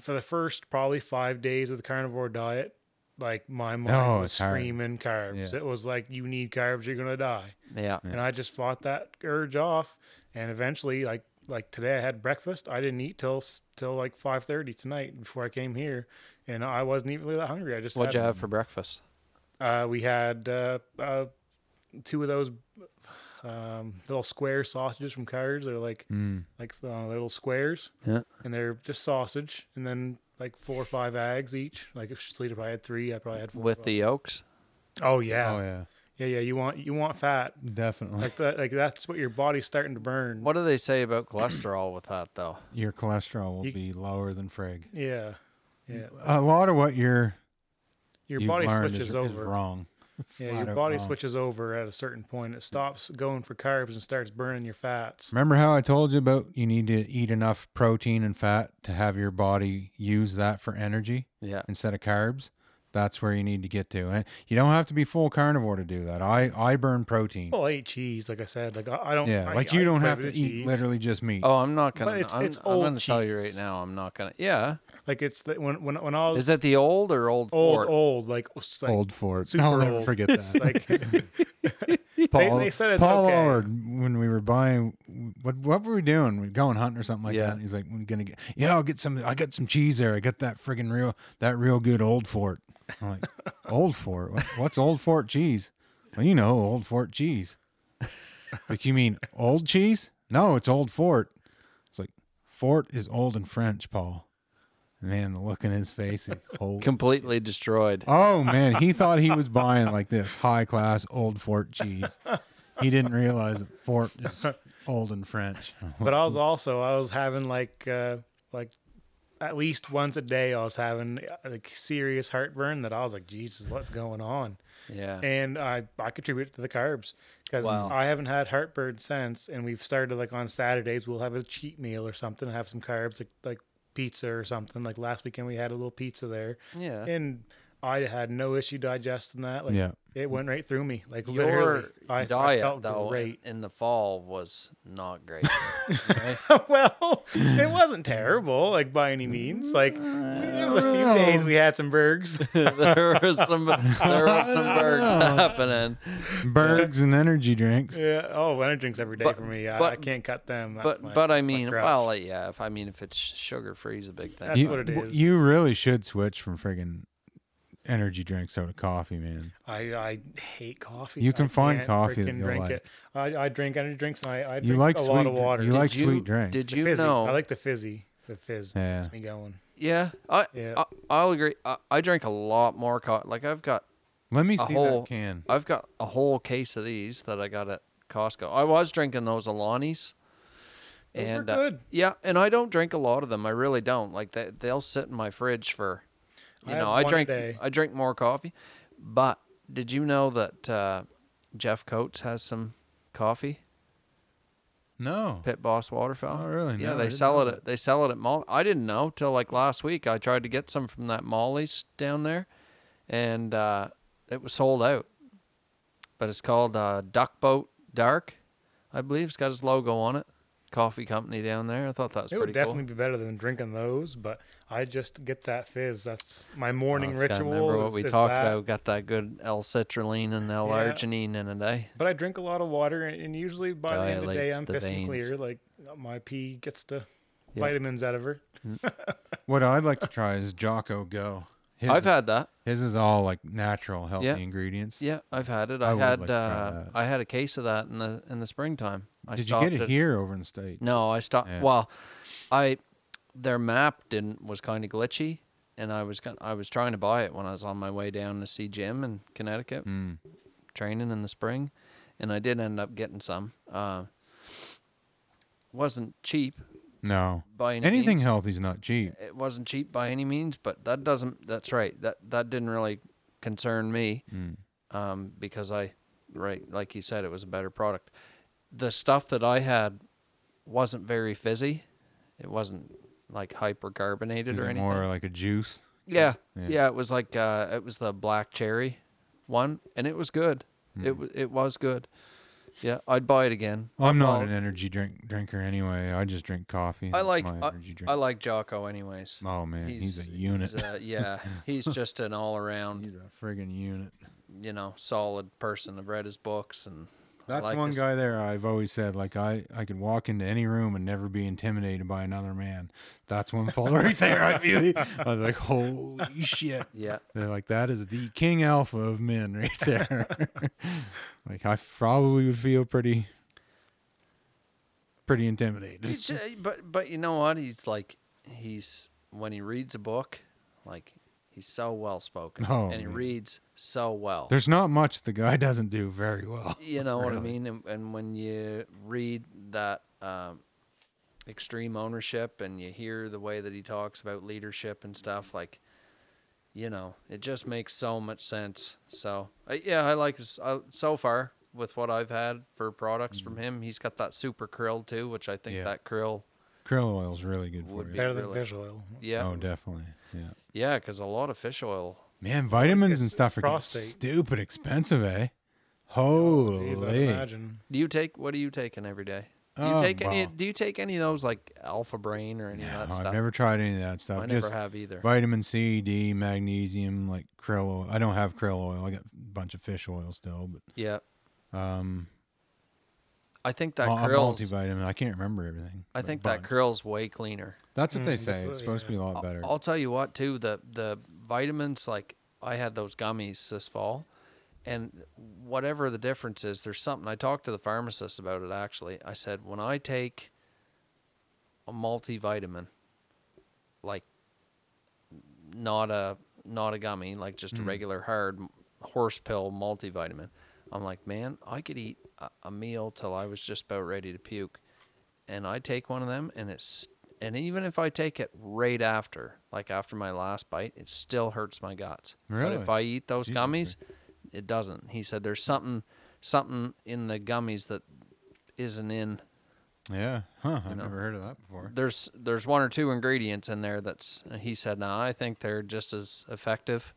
for the first probably five days of the carnivore diet, like my mind Oh, was it's hard. screaming carbs. Yeah. It was like you need carbs, you're gonna die. Yeah. Yeah. And I just fought that urge off, and eventually, like like today, I had breakfast. I didn't eat till s- till like five thirty tonight before I came here, and I wasn't even really that hungry. I just what'd you had, have for breakfast? Uh, we had uh, uh, two of those um, little square sausages from Cards. They're like Mm. like uh, little squares. Yeah. And they're just sausage, and then like four or five eggs each. Like if Sleeta probably had three, I probably had four. With the yolks? oh yeah. Oh yeah, yeah. yeah, You want you want fat. Definitely. Like that, like that's what your body's starting to burn. What do they say about cholesterol with that though? Your cholesterol will You- be lower than Frag. Yeah, yeah. A lot of what you're Your you've body learned is, switches is over. wrong. yeah, flat your out body wrong. switches over at a certain point. It stops going for carbs and starts burning your fats. Remember how I told you about you need to eat enough protein and fat to have your body use that for energy Yeah. instead of carbs? That's where you need to get to. And you don't have to be full carnivore to do that. I, I burn protein. Well, I eat cheese, like I said. Like I, I don't. yeah, I- like I you don't crave have to the eat cheese. literally just meat. Oh, I'm not gonna. it's- I'm, it's I'm old gonna tell you right cheese. now. I'm not gonna. Yeah. Like it's the, when when when I was Is it the old or old? old Fort? old like, s- like old fort. super I'll never old. forget that. like [laughs] [laughs] Paul, they said it's Paul okay. Allard, when we were buying, what what were we doing? We were going hunting or something like Yeah. that. And he's like, "We're gonna get, yeah, I'll get some. I got some cheese there. I got that friggin' real, that real good Old Fort." I'm [laughs] like, "Old Fort? What- What's Old Fort cheese?" Well, you know, Old Fort cheese. like you mean old cheese? No, it's Old Fort. It's like Fort is old in French, Paul. Man, the look in his face, [laughs] he- holy Completely destroyed. Oh man, he thought he was buying like this high class old fort cheese. He didn't realize that fort is old in French. but I was also I was having like uh like at least once a day I was having uh, like serious heartburn that I was like Jesus what's going on Yeah. and I I contribute to the carbs because Wow. I haven't had heartburn since and we've started like on Saturdays we'll have a cheat meal or something have some carbs like like pizza or something like last weekend we had a little pizza there Yeah. and I had no issue digesting that like Yeah. it went right through me like literally Your I, I diet felt though in, [laughs] great [laughs] in the fall was not [laughs] great. well, it wasn't terrible, like by any means. Like there was a few days we had some burgers. [laughs] there was some. There was some birds [laughs] happening. Bergs and energy drinks. yeah. Oh, energy drinks every day But- for me. I, I but- can't cut them. That's But my- but I that's my mean, crutch. well, yeah. If I mean, if it's sugar free is a big thing. That's you, what it is. You really should switch from friggin' energy drinks out to coffee, man. I, I hate coffee. You can I find can't coffee that freaking you'll drink like. It. I, I drink energy drinks. And I I You drink like a sweet lot of drink. water. You Did like you- sweet drinks. Did The you fizzy. know? I like the fizzy. The fizz Yeah. gets me going. yeah. I, Yeah. I I'll agree. I, I drink a lot more coffee. Like I've got Let me a see whole that can. I've got a whole case of these that I got at Costco. I was drinking those Alani's. Those were and uh, good. yeah, and I don't drink a lot of them. I really don't. Like they they'll sit in my fridge for you I have know, I one a drink day. I drink more coffee. But did you know that uh, Jeff Coates has some coffee? No. Pit Boss Waterfowl. Oh, really? Yeah, No, I they didn't sell know it. that. At, they sell it at Molly. I didn't know till like last week. I tried to get some from that Molly's down there, and uh, it was sold out. But it's called uh, Duck Boat Dark, I believe. It's got his logo on it. Coffee company down there. I thought that was It would pretty definitely cool. be better than drinking those, but I just get that fizz. That's my morning Well, Oh, it's gotta ritual. Remember what is- we is talked that. about? Got that good L-citrulline and L-arginine in a day. But I drink a lot of water, and, and usually by Oh, the end of the day, Dilates I'm the pissing veins. clear. Like uh, my pee gets the Yeah. vitamins out of her. What I'd like to try is Jocko Go. His, I've had that. his is all like natural, healthy Yeah. ingredients. Yeah, I've had it. I I, would had like to try uh, that. I had a case of that in the in the springtime. I Did you get stopped Mm. it here over in the state? No, I stopped. Yeah. Well, I their map didn't was kind of glitchy, and I was gon- I was trying to buy it when I was on my way down to see Jim in Connecticut Mm. training in the spring, and I did end up getting some. Uh, wasn't cheap, No. by any Anything means. healthy's not cheap. it wasn't cheap by any means, but that doesn't. That's right. That that didn't really concern me, Mm. um, because I, right, like you said, it was a better product. The stuff that I had wasn't very fizzy. It wasn't like hypercarbonated Is or it anything. more like a juice? yeah, yeah. yeah, It was like uh, it was the black cherry one, and it was good. Mm. It wa- it was good. Yeah, I'd buy it again. Well, I'm not Well- an energy drink drinker anyway. I just drink coffee. I That's like my I, energy drink. I like Jocko anyways. oh man, he's, a unit. [laughs] He's a, uh, yeah, he's just an all around, friggin' unit. you know, solid person. I've read his books and I That's like one his- guy there I've always said like I I could walk into any room and never be intimidated by another man. That's one fella right there. I [laughs] feel I was like holy shit. Yeah, They're like that is the king alpha of men right [laughs] there. like I probably would feel pretty pretty intimidated. He's ju- but but you know what? He's like he's when he reads a book, like he's so well spoken, Oh, and he man. reads so well. There's not much the guy [laughs] doesn't do very well. you know what I really. mean? And, and when you read that um, extreme ownership and you hear the way that he talks about leadership and stuff, like, you know, it just makes so much sense. So, I, yeah, I like his, uh, so far with what I've had for products from him. He's got that super krill too, which I think Mm-hmm. Yeah. that krill, Krill oil's really good Would for you. be- Better than really- fish oil. yeah, Oh, definitely. Yeah. yeah, because a lot of fish oil. Man, vitamins it's and stuff are getting prostate. stupid expensive, [laughs] eh? Geez, I'd Holy. imagine. Do you take what are you taking every day? Do you Oh, take any? well. Do you take any of those like Alpha Brain or any No, of that I've stuff? never tried any of that stuff. I never Just have either. vitamin C, D, magnesium, like krill oil. I don't have krill oil. I got a bunch of fish oil still, but Yeah. um, I think that mul- a krill's multivitamin. I can't remember everything. I but think a that bunch. curl's way cleaner. That's what they Mm, say. that's It's it, supposed to be a lot I'll- better. I'll tell you what too, the the vitamins like I had those gummies this fall and whatever the difference is, there's something I talked to the pharmacist about it actually. I said when I take a multivitamin like not a not a gummy, like just a regular hard m- horse pill multivitamin. I'm like, man, I could eat a, a meal till I was just about ready to puke, and I take one of them, and it's and even if I take it right after, like after my last bite, it still hurts my guts. But Really? if I eat those Gee, gummies, it doesn't. He said there's something something in the gummies that isn't in yeah. Huh. I've know. never heard of that before. there's there's one or two ingredients in there that's he said no i think they're just as effective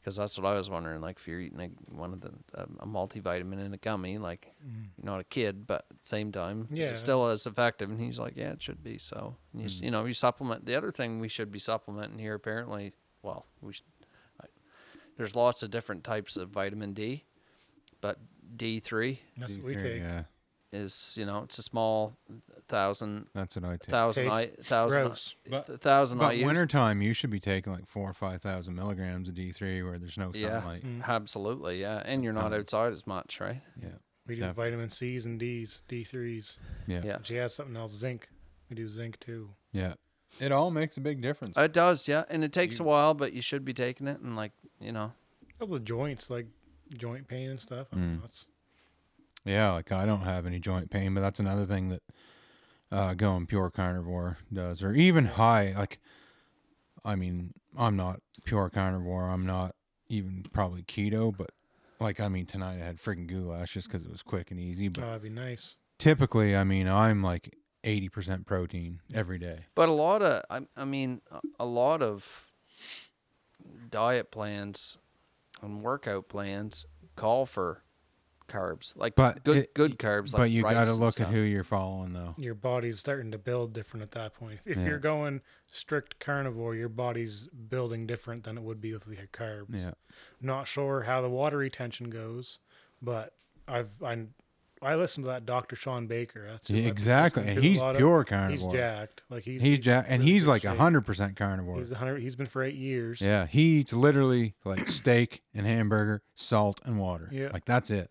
because that's what i was wondering like if you're eating a, one of the um, a multivitamin and a gummy like you're not a kid but at the same time is Yeah. it still as effective and he's like yeah it should be so and you, s you know you supplement the other thing we should be supplementing here apparently well we should, I, there's lots of different types of vitamin d but d3 That's what D3, we take. Yeah. is you know it's a small thousand That's what I take. thousand I Taste thousand gross. I, But- th- thousand But I use. wintertime, you should be taking like four or five thousand milligrams of D three, where there's no yeah, Mm. sunlight. Mm. absolutely, yeah, and you're not Pounds. outside as much, right? Yeah, We do Def- vitamin C's and D's, D3s. yeah, Yeah, She has something else, zinc. We do zinc too. yeah. It all makes a big difference. it does, yeah, and it takes You- a while, but you should be taking it, and like you know, Couple of joints, like joint pain and stuff. I Mm. don't know, it's yeah, like I don't have any joint pain, but that's another thing that uh, going pure carnivore does, or even high. Like, I mean, I'm not pure carnivore. I'm not even probably keto, but like, I mean, tonight I had friggin' goulash just because it was quick and easy. oh, But that'd be nice. typically, I mean, I'm like eighty percent protein every day. but a lot of, I, I mean, a- a lot of diet plans and workout plans call for carbs, like But good it- good carbs. Like but you got got to look at who you're following, though. Your body's starting to build different at that point. If, if Yeah. you're going strict carnivore, your body's building different than it would be with the carbs. Yeah. Not sure how the water retention goes, but I've I I listened to that Dr. Sean Baker. That's who Yeah, I've been exactly, listening and to a he's lot of. pure carnivore. He's jacked. Like he's He's ja- and really he's good like shape. hundred percent carnivore. He's 100. He's been for eight years. yeah, he eats literally like steak and hamburger, salt and water. Yeah. like that's it.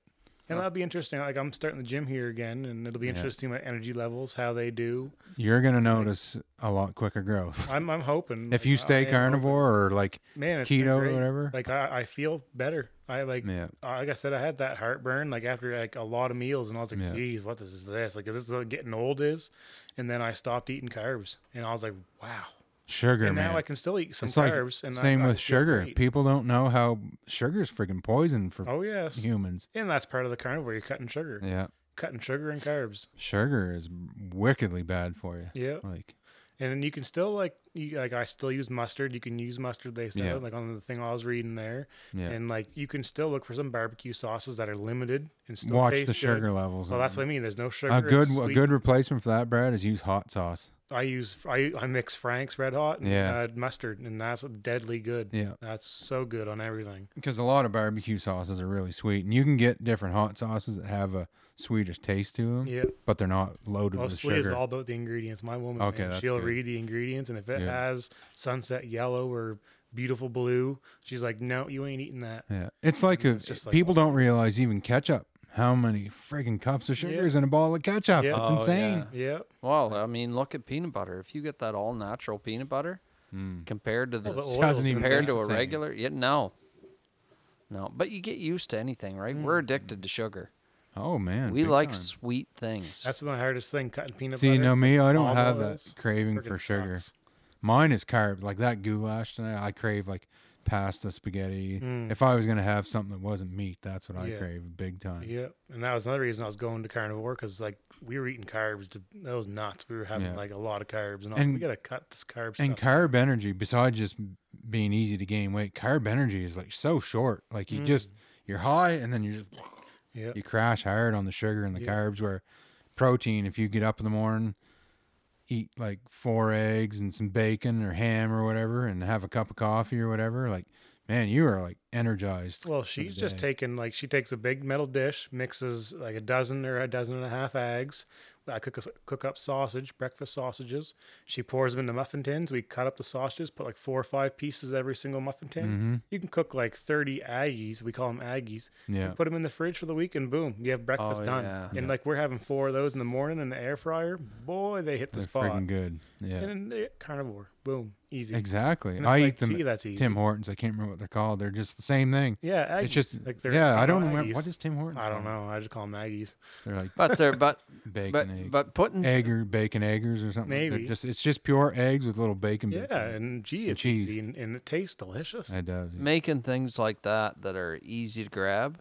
And that'll be interesting. Like I'm starting the gym here again, and it'll be Yeah. interesting my energy levels, how they do. You're gonna notice a lot quicker growth I'm I'm hoping [laughs] if like, you I am stay hoping. carnivore or like man, it's been keto or great. whatever. Like I, I feel better. I like yeah, uh, like I said, I had that heartburn like after like a lot of meals, and I was like, Yeah. "Geez, what is this? Like, is this what getting old is?" And then I stopped eating carbs, and I was like, "Wow!" sugar and man. now I can still eat some it's like carbs. and I- same I with feel sugar. great. People don't know how sugar's freaking poison for Oh yes, humans. and that's part of the carnivore. You're cutting sugar, Yeah, cutting sugar and carbs. sugar is wickedly bad for you. Yeah, Like and then you can still like, you, like I still use mustard. You can use mustard. They said Yeah. like on the thing I was reading there, yeah, and like you can still look for some barbecue sauces that are limited and still watch taste the good. sugar levels. Well, and- that's what I mean. There's no sugar. a it's good a sweet. good replacement for that, Brad, is use hot sauce. I use I, I mix Frank's Red Hot and Yeah. uh, mustard, and that's deadly good. Yeah, That's so good on everything. because a lot of barbecue sauces are really sweet, and you can get different hot sauces that have a sweetish taste to them, Yeah, but they're not loaded with mostly it's sugar. all about the ingredients. My woman, Okay, man, that's she'll good. read the ingredients, and if it Good. has sunset yellow or beautiful blue, she's like, "No, you ain't eating that." yeah, it's like Mm, a, it's just like- people don't realize even ketchup. How many friggin' cups of sugar Yeah. is in a bottle of ketchup? Yeah. That's Oh, insane. Yeah, Well, I mean, look at peanut butter. If you get that all natural peanut butter Mm. compared to the, Well, the oil's Doesn't in even there. compared taste to the a same. regular, yeah, no, no. But you get used to anything, right? We're addicted to sugar. Oh man, we Mm. big like time. sweet things. That's my hardest thing: cutting peanut See, butter. no, me, I don't All have those that craving Frickin' for sugar. sucks. Mine is carb, like that goulash tonight. I crave like pasta, spaghetti. Mm. If I was gonna have something that wasn't meat, that's what I Yeah. crave big time. Yeah, and that was another reason I was going to carnivore because like we were eating carbs. To, that was nuts. We were having Yeah. like a lot of carbs, and, I was like, And- we gotta cut this carb And stuff. carb energy, besides just being easy to gain weight, carb energy is like so short. Like you just Mm. you're high and then you just yeah, you crash hard on the sugar and the Yeah. carbs. Where protein, if you get up in the morning, eat like four eggs and some bacon or ham or whatever, and have a cup of coffee or whatever, like man, you are like energized. Well, she's just day. taking like she takes a big metal dish, mixes like a dozen or a dozen and a half eggs. I cook us cook up sausage, breakfast sausages. She pours them into muffin tins. We cut up the sausages, put like four or five pieces of every single muffin tin. Mm-hmm. You can cook like thirty Aggies. We call them Aggies. You Yeah. put them in the fridge for the week, and boom, you have breakfast Oh, done. yeah. And like we're having four of those in the morning in the air fryer. Boy, they hit the They're spot. freaking good. Yeah. And then they- carnivore, boom, easy. Exactly. And I it's eat like, them gee, at that's easy. Tim Hortons. I can't remember what they're called. They're just the same thing. Yeah, Aggies. It's just like they're yeah. I they're don't remember Aggies. what is Tim Hortons. I don't called? know. I just call them Aggies. They're [laughs] like but they're but [laughs] bacon but egg, but putting egg or bacon eggers or something. They're Maybe. just it's just pure eggs with little bacon bits. Yeah, in and gee, And it's cheese. easy and, and it tastes delicious. it. it does. yeah. making things like that that are easy to grab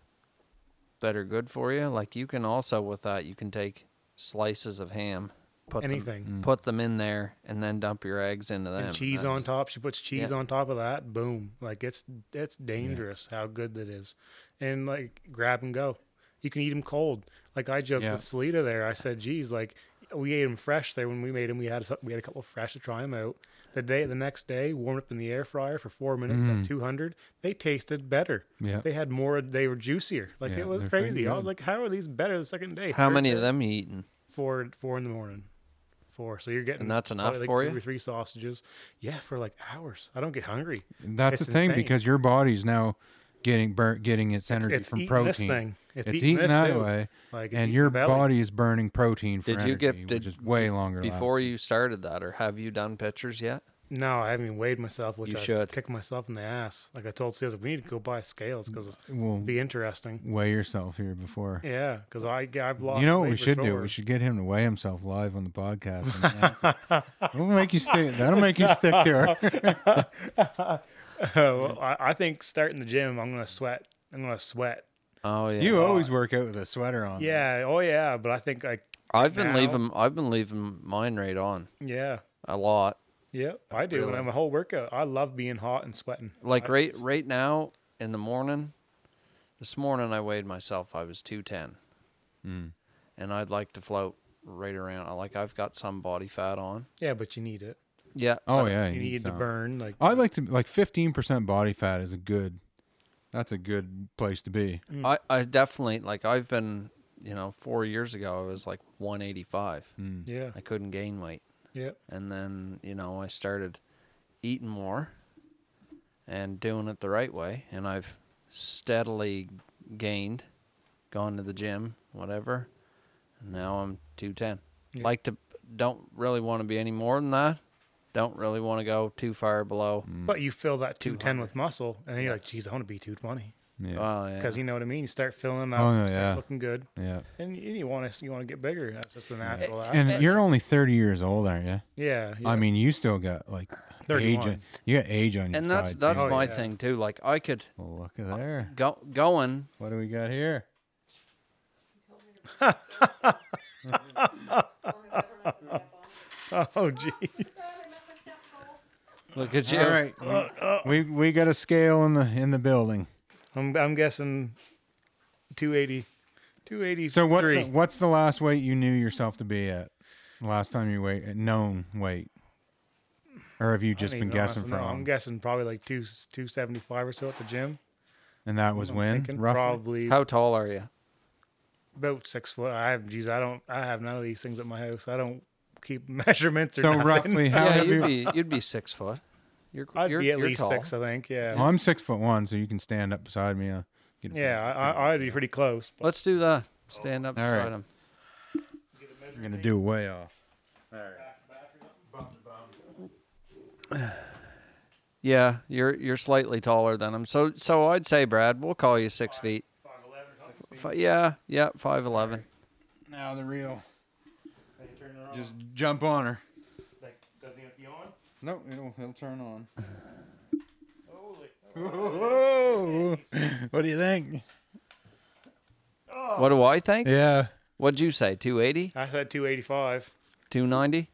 that are good for you like you can also with that you can take slices of ham put Anything. them, put them in there and then dump your eggs into them and cheese on That's- top. She puts cheese yeah. on top of that. Boom! Like it's it's dangerous how good that is, and like grab and go. You can eat them cold. Like I joked Yeah. with Salita there. I said, "Geez, like we ate them fresh there when we made them. We had some- we had a couple fresh to try them out. The day the next day, warmed up in the air fryer for four minutes at two hundred. They tasted better. Yeah. they had more. They were juicier. Like Yeah, it was they're freaking crazy. I was good. like, how are these better the second day? how Third many of day? them you eating four four in the morning. Four. So you're getting And that's enough probably like for two you? or three sausages. Yeah, for like hours. I don't get hungry. And That's It's the thing insane. because your body's now getting burnt, getting its energy it's from eating protein. this thing. It's, It's, eating, eating this that too. way, Like it's and eating your belly. body is burning protein for Did you get- energy, which did- is way longer before you started that or have you done pictures yet No, I haven't even weighed myself, which You I should. kick myself in the ass. Like I told Susan, we need to go buy scales because you will it'd be interesting. weigh yourself here before. Yeah, because I I've lost. You know what weight we for should do? sure. We should get him to weigh himself live on the podcast. and [laughs] announce it. It'll make you stay. That'll make you stick to her. [laughs] well, I, I think starting the gym, I'm gonna sweat. I'm gonna sweat. oh [laughs] yeah You always work out with a sweater on. Yeah. Oh yeah. But I think like i've been now- leaving i've been leaving mine right on yeah. a lot Yeah, I do. And really. I'm a whole workout. I love being hot and sweating. like I- right right now in the morning this morning i weighed myself i was 210 and i'd like to float right around I like i've got some body fat on Yeah, but you need it. yeah Oh yeah. You need to some. Oh, burn. Like I like to like fifteen percent body fat is a good. That's a good place to be. Mm. I, I definitely like i've been you know four years ago i was like 185 Hmm. Mm. yeah, i couldn't gain weight yeah. and then you know i started eating more and doing it the right way and i've steadily gained gone to the gym, whatever. And now I'm 210. Yeah. Like to don't really want to be any more than that. Don't really want to go too far below. mm, But you fill that 210 with muscle, and then you're like, geez, I want to be 220. Yeah. Uh, Well, yeah. Because you know what I mean? You start filling up, Oh, no, start yeah. looking good, yeah. and you, you want to you want to get bigger. That's just the natural. act. And you're only 30 years old, aren't you? yeah, yeah. I mean, you still got like age. 31. On, you got age on your and that's side, that's too. Oh, my yeah. thing too. Like I could Well, look at there. go going What do we got here? [laughs] oh gee. look at you. All right, Uh, we we got a scale in the in the building. I'm I'm guessing 280. 280. So what's the, what's the last weight you knew yourself to be at? Last time you weigh known weight, or have you just been guessing for No, a I'm long? guessing probably like two 275 or so at the gym. And that was I'm when thinking roughly. probably How tall are you? about six foot. I have geez, I don't I have none of these things at my house. I don't keep [laughs] measurements or So nothing. roughly, how yeah, have you'd you? be you'd be six foot. You're I'd you're, be at you're least tall. six, I think. Yeah. Well, I'm six foot one, so you can stand up beside me. Uh, get a- Yeah, I, I, I'd be pretty close. But Let's do that. Stand up All beside right. him. I'm gonna do way off. Yeah, you're you're slightly taller than him. So so I'd say Brad, we'll call you six feet. Fi- yeah, yeah, five eleven. Now the real. Just jump on her. No, it'll it'll turn on. [laughs] Whoa! [laughs] What do you think? What do I think? Yeah, What'd you say? 280? I said 285. 290?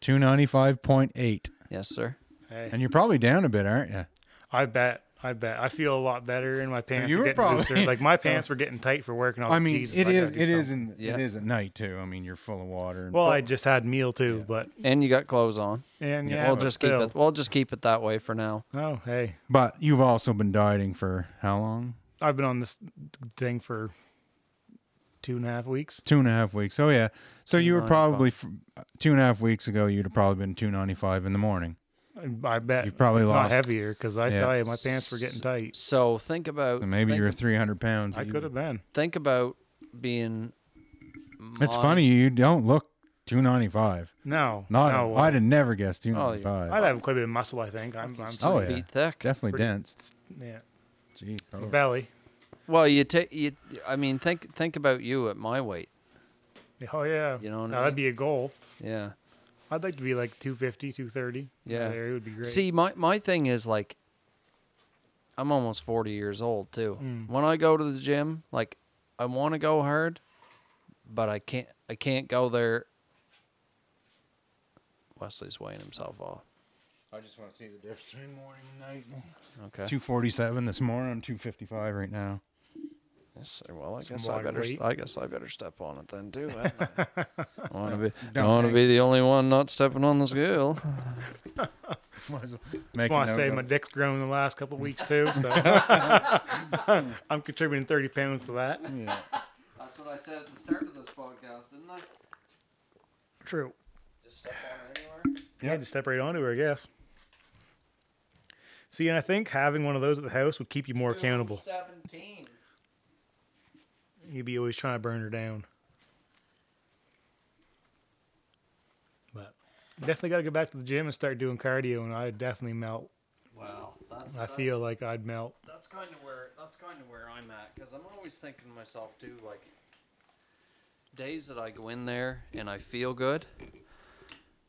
two ninety five point eight. Yes, sir. Hey, And you're probably down a bit, aren't you? I bet. I bet. I feel a lot better, and my pants you are were getting probably- looser. [laughs] Like my pants were getting tight for work, and I was I mean, like, Jesus, it I gotta is. do It is. In, something." Yeah. It is at night too. I mean, you're full of water. And Well, I just had meal too, but And you got clothes on. and Yeah. yeah, we'll but just still. keep it. We'll just keep it that way for now. Oh, hey, but you've also been dieting for how long? I've been on this thing for two and a half weeks. Two and a half weeks. Oh yeah. So you were probably f- uh, two and a half weeks ago. You'd have probably been two ninety five in the morning. I- I bet You've probably not lost- [laughs] heavier because I Yeah. tell you, my pants were getting tight. So think about So maybe think, you're three hundred pounds. I You- could have been. think about being It's mon- funny you don't look two ninety five. No, Not. no, uh, I'd have never guessed two Oh, ninety yeah. five. I'd have quite a bit of muscle. I think I'm. I'm Oh yeah. feet thick. Definitely pretty- dense. yeah, Jeez. oh. belly. Well, you take you I mean think think about you at my weight. Oh yeah, You know what I Now, that'd mean? be a goal. Yeah. I'd like to be like 250, 230. Yeah. there it would be great. See, my my thing is like, I'm almost 40 years old too. Mm. When I go to the gym, like, I want to go hard, but I can't. I can't go there. Wesley's weighing himself off. [laughs] I just want to see the difference between morning and night. Okay. oh. Two forty seven this morning. I'm two fifty five right now. [laughs] Yes, sir. Well, I Some guess I water better. weight. I guess I better step on it then too. hadn't [laughs] I want to be. I Don't want to hang- be the only one not stepping on the [laughs] scale. Make I want a to note say of my it. dick's grown in the last couple weeks [laughs] too, so [laughs] I'm contributing 30 pounds to that. Yeah. That's what I said at the start of this podcast, didn't I? True. Just step on it anywhere. Yeah, just step right onto her, I guess. See, and I think having one of those at the house would keep you more accountable. Seventeen. You'd be always trying to burn her down. But definitely got to go back to the gym and start doing cardio, and I'd definitely melt. Wow. That's. I that's- feel like I'd melt. that's kind of where that's kind of where I'm at because I'm always thinking to myself too, like days that I go in there and I feel good.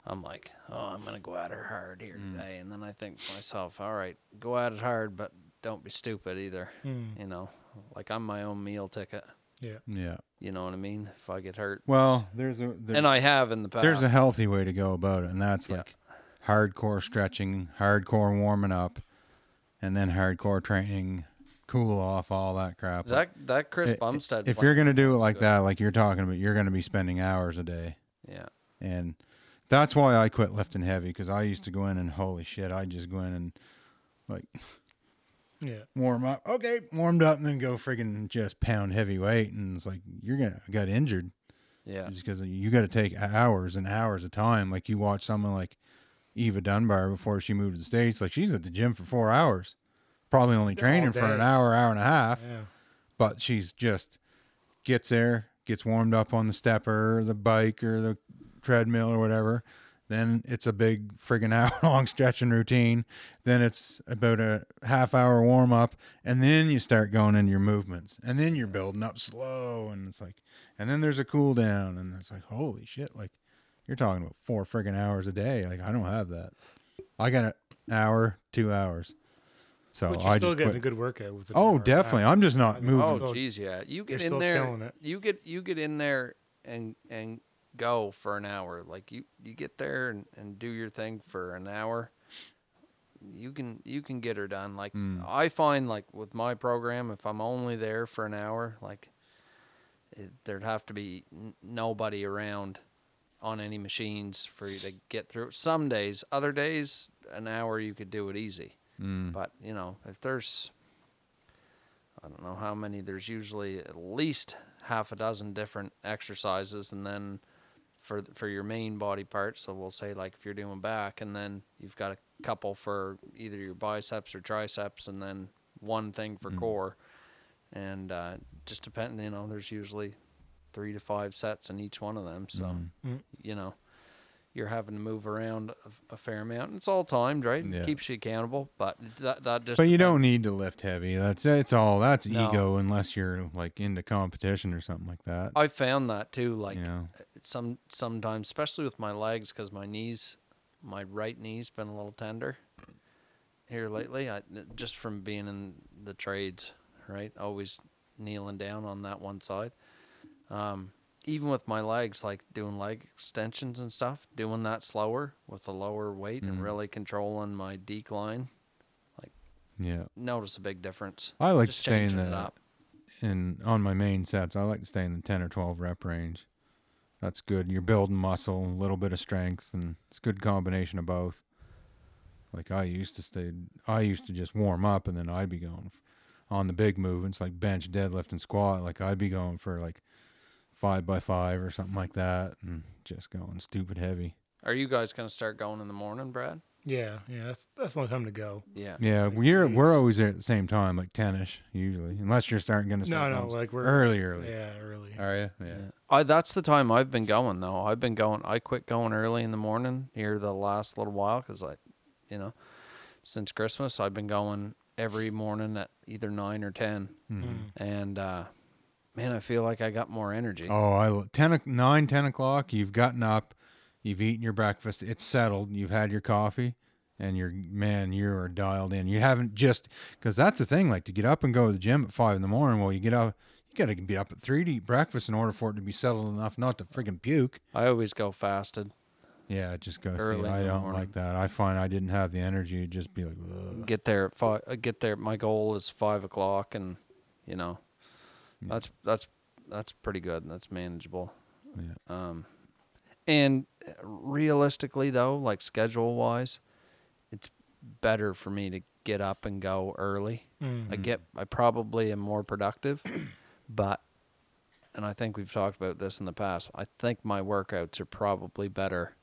I'm like, oh, I'm gonna go at her hard here today, and then I think to myself, all right, go at it hard, but don't be stupid either. Mm. You know, like I'm my own meal ticket. Yeah. Yeah. You know what I mean? If I get hurt, Well, there's a there- and I have in the past. there's a healthy way to go about it, and that's Yeah. like hardcore stretching, hardcore warming up, and then hardcore training, cool off, all that crap. that that Chris Like, i- Bumstead. If plan- you're gonna do it like that, like you're talking about, you're gonna be spending hours a day, yeah, and that's why I quit lifting heavy because I used to go in and holy shit, I just go in and like Yeah. warm up. Okay, warmed up, and then go friggin' just pound heavy weight, and it's like you're gonna I got injured. yeah, just because you got to take hours and hours of time. Like you watch someone like Eva Dunbar before she moved to the states, like she's at the gym for four hours, probably only training for day. an hour, hour and a half, Yeah. but she's just gets there, gets warmed up on the stepper, or the bike, or the treadmill, or whatever. Then it's a big friggin' [laughs] hour long stretching routine. Then it's about a half hour warm up, and then you start going into your movements, and then you're building up slow, and it's like, and then there's a cool down, and it's like, holy shit, like you're talking about four friggin' hours a day. Like I don't have that. I got an hour, two hours. So but you're I still just getting quit. a good workout with it. Oh, definitely. I'm just not moving. Oh, still- jeez, yeah. You get you're in still killing there. it. You get you get in there and and go for an hour. Like you you get there and, and do your thing for an hour. You can you can get her done. Like I find like with my program, if I'm only there for an hour, like it, there'd have to be n- nobody around on any machines for you to get through. Some days, other days, an hour you could do it easy. But you know, if there's I don't know how many. There's usually at least half a dozen different exercises, and then for th- for your main body part. So we'll say like if you're doing back, and then you've got a couple for either your biceps or triceps, and then one thing for core. And uh, just depending, you know, there's usually three to five sets in each one of them. So you know, you're having to move around a, f- a fair amount. And it's all timed, right? Yeah. It keeps you accountable, but that that just But you don't need to lift heavy. That's it's all that's No. ego unless you're like into competition or something like that. I found that too. Like uh, you know. some sometimes, especially with my legs, because my knees, my right knee's been a little tender here lately. I just from being in the trades, right? Always kneeling down on that one side. Um, even with my legs, like doing leg extensions and stuff, doing that slower with a lower weight Mm-hmm. and really controlling my decline, Yeah. notice a big difference. I like Just to stay in changing it the up. in on my main sets, I like to stay in the ten or twelve rep range. That's good. You're building muscle, a little bit of strength, and it's a good combination of both. Like I used to stay I used to just warm up and then I'd be going f- on the big movements like bench, deadlift and squat, like I'd be going for like five by five or something like that and just going stupid heavy. Are you guys gonna start going in the morning, Brad? Yeah, yeah. That's that's a long time to go. Yeah. Yeah, we're we're geez. always there at the same time, like tenish usually, unless you're starting gonna No, start no. bumps Like we're early, early. Yeah, early. Are you? Yeah. I that's the time I've been going though. I've been going. I quit going early in the morning here the last little while because I, you know, since Christmas I've been going every morning at either nine or 10 and uh, man, I feel like I got more energy. Oh, I lo- 10 o- 9, 10 o'clock. You've gotten up, you've eaten your breakfast. It's settled. You've had your coffee, and you're man, you're dialed in. You haven't just because that's the thing. Like to get up and go to the gym at five in the morning. Well, you get up, you gotta be up at three to eat breakfast in order for it to be settled enough not to friggin' puke. I always go fasted. Yeah, it just goes. Early See, in I the don't morning. like that. I find I didn't have the energy to just be like, Ugh. Get there at five. Get there. My goal is five o'clock, and you know, that's that's that's pretty good. That's manageable. Yeah. Um, and uh, realistically, though, like schedule wise, it's better for me to get up and go early. Mm-hmm. I get, I probably am more productive, [clears throat] but, and I think we've talked about this in the past. I think my workouts are probably better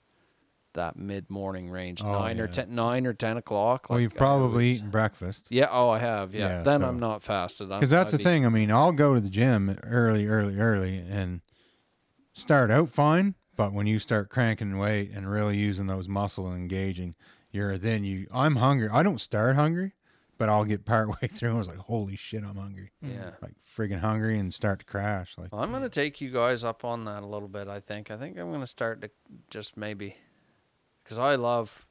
that mid morning range, Oh, nine or yeah. ten, nine or ten o'clock. well, like, you've I probably always- eaten breakfast. yeah. Oh, I have. Yeah. Yeah, then so- I'm not fasted. I'm- Because that's I'd the be- thing. I mean, I'll go to the gym early, early, early, and start out fine. But when you start cranking weight and really using those muscle and engaging, you're then you. I'm hungry. I don't start hungry, but I'll get [laughs] partway through and I was like, "Holy shit, I'm hungry!" Yeah. like friggin' hungry and start to crash. Like, Well, I'm going to take you guys up on that a little bit. I think. I think I'm going to start to just maybe, because I love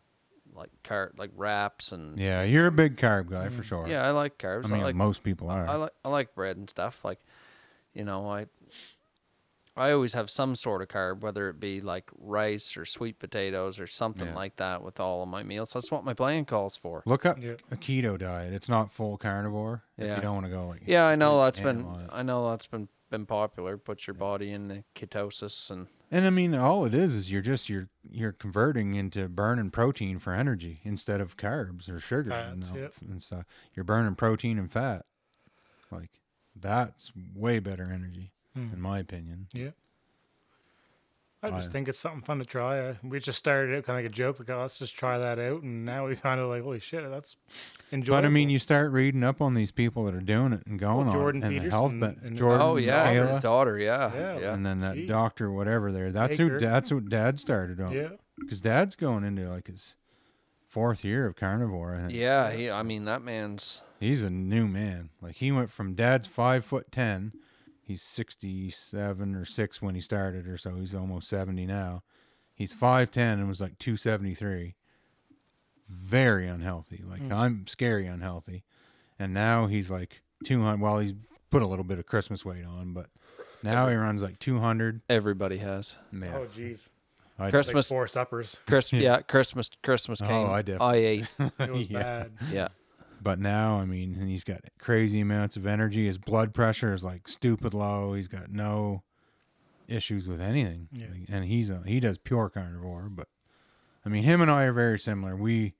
like car like wraps and yeah, yeah, you're a big carb guy Mm, for sure. I like carbs. I I, mean, like most people are. I like I like bread and stuff. Like, you know, I I always have some sort of carb, whether it be like rice or sweet potatoes or something Yeah. like that with all of my meals. That's what my plan calls for. Look up Yeah. a keto diet. It's not full carnivore. If Yeah. you don't want to go like Yeah, I know that's ham been on it. I know that's been been popular. Put your body in the ketosis and And I mean, all it is is you're just you're you're converting into burning protein for energy instead of carbs or sugar and, Fats, all- yep. and stuff. You're burning protein and fat. Like Hmm. that's way better energy, in my opinion. Yeah. I just think it's something fun to try. I, we just started out kind of like a joke, like, oh, let's just try that out. And now we kind of like, holy shit, that's enjoyable. But I mean, you start reading up on these people that are doing it and going Jordan on it, and the Peterson health, ben- and- Jordan, oh yeah, Kayla, his daughter. Yeah, Yeah, yeah. and then that Gee. doctor, whatever. There, that's who. Baker. That's what Dad started on. yeah. because Dad's going into like his fourth year of carnivore. I think. Yeah, he, I mean that man's He's a new man. Like he went from dad's five foot ten. He's sixty seven or six when he started or so. He's almost seventy now. He's five ten and was like two seventy three. Very unhealthy. Like I'm scary unhealthy. And now he's like two hundred well, he's put a little bit of Christmas weight on, but now he runs like two hundred. everybody has Yeah. Oh, jeez. I- Like Christmas. four suppers. [laughs] Christmas, yeah. Christmas, Christmas Oh, came. I I definitely- [laughs] ate. It was Yeah. bad. Yeah, But now, I mean, and he's got crazy amounts of energy. His blood pressure is like stupid low. He's got no issues with anything. Yeah. Like, and he's a, he does pure carnivore. But I mean, him and I are very similar. We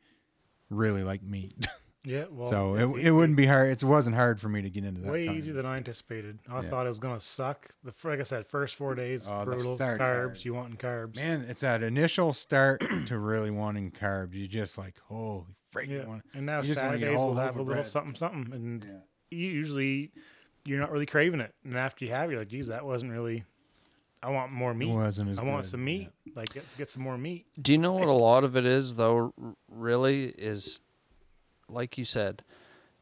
really like meat, [laughs] Yeah. Well, so it's it, easy. it wouldn't be hard. It wasn't hard for me to get into that. way kind easier of- than I anticipated. I Yeah. thought it was gonna suck. The fir- like I said, first four days Oh, the brutal. starts Carbs are- you want in carbs. Man, it's that initial start to really wanting carbs. You just like, holy freak! yeah. want- And now you just wanna get a Saturdays whole we'll loaf have a of little bread. something something, and you usually you're not really craving it. And after you have, it, you're like, geez, that wasn't really. I want more meat. wasn't as I want good, some yeah. meat. Like let's get some more meat. Do you know what a lot of it is though? r- Really is, like you said,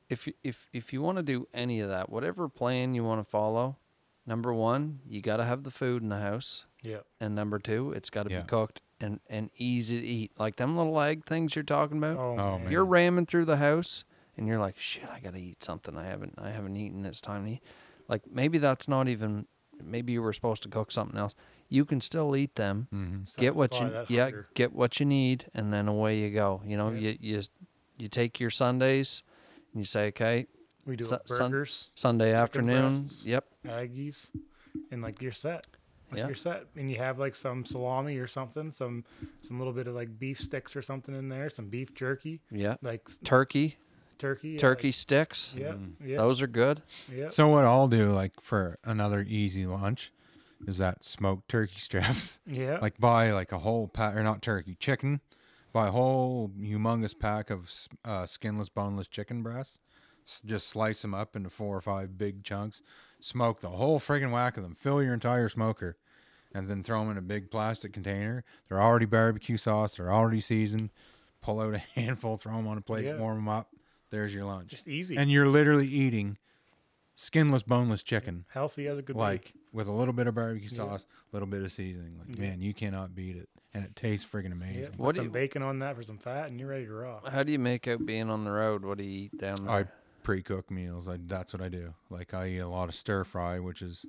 if you- if if you want to do any of that, whatever plan you want to follow, number one, you got to have the food in the house, Yeah. and number two, it's got to Yeah. be cooked and and easy to eat. Like them little egg things you're talking about. Oh, Oh, man. man. You're ramming through the house, and you're like, shit, I gotta eat something. I haven't I haven't eaten. It's time to eat. Like maybe that's not even. Maybe you were supposed to cook something else. You can still eat them Mhm. get what Satisfy you that yeah hunger. get what you need and then away you go you know Yeah. you, you you take your sundays and you say okay We do Sun- sun- burgers, sunday afternoon breasts. yep Aggies, and like you're set. Like Yeah. you're set, and you have like some salami or something, some some little bit of like beef sticks or something in there, some beef jerky, yeah like s- turkey turkey, yeah, turkey sticks Yeah, yeah, those are good Mm. yeah. Oh. So what I'll do, like for another easy lunch, is that smoked turkey [laughs] straps. yeah. like buy like a whole pack or not turkey chicken buy a whole humongous pack of s- uh, skinless boneless chicken breasts S- just slice them up into four or five big chunks smoke the whole friggin' whack of them fill your entire smoker and then throw them in a big plastic container they're already barbecue sauce they're already seasoned pull out a [laughs] handful throw them on a plate warm Yeah. 'em warm them up there's your lunch just easy and you're literally eating skinless boneless chicken healthy as a good like like with a little bit of barbecue sauce, a little bit of seasoning. Like, man, you cannot beat it, and it tastes friggin' amazing. yeah. What What do some you- bacon on that for some fat, and you're ready to rock. how do you make out being on the road what do you eat down there I pre-cook meals. I, that's what I do. Like, I eat a lot of stir fry, which is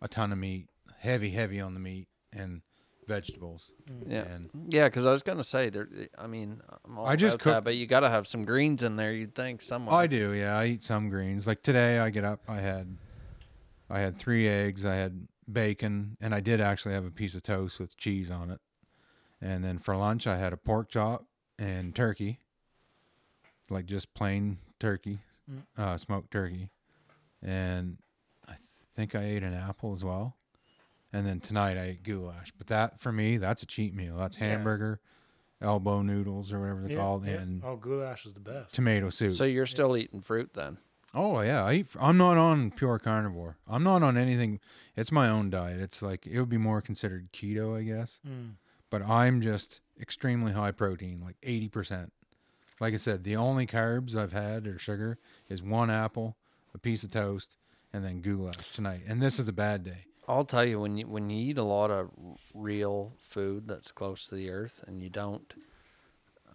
a ton of meat, heavy, heavy on the meat and vegetables. Mm. yeah And yeah because i was gonna say there eh, i mean I'm all I just about that, cook- but you gotta have some greens in there you'd think somewhere I do, yeah. I eat some greens. Like today, I get up. I had, I had three eggs. I had bacon, and I did actually have a piece of toast with cheese on it. And then for lunch, I had a pork chop and turkey, like just plain turkey, Mm. uh, smoked turkey, and I think I ate an apple as well. And then tonight I ate goulash. But that for me, that's a cheat meal. That's Yeah. hamburger, elbow noodles or whatever they're Yeah, called, yeah. and oh, goulash is the best. tomato soup. so you're still eating fruit then Oh yeah, I eat, I'm not on pure carnivore. I'm not on anything. It's my own diet. It's like it would be more considered keto, I guess. But I'm just extremely high protein, like 80%. Like I said, the only carbs I've had or sugar is one apple, a piece of toast, and then goulash tonight. And this is a bad day. I'll tell you when you when you eat a lot of r- real food that's close to the earth and you don't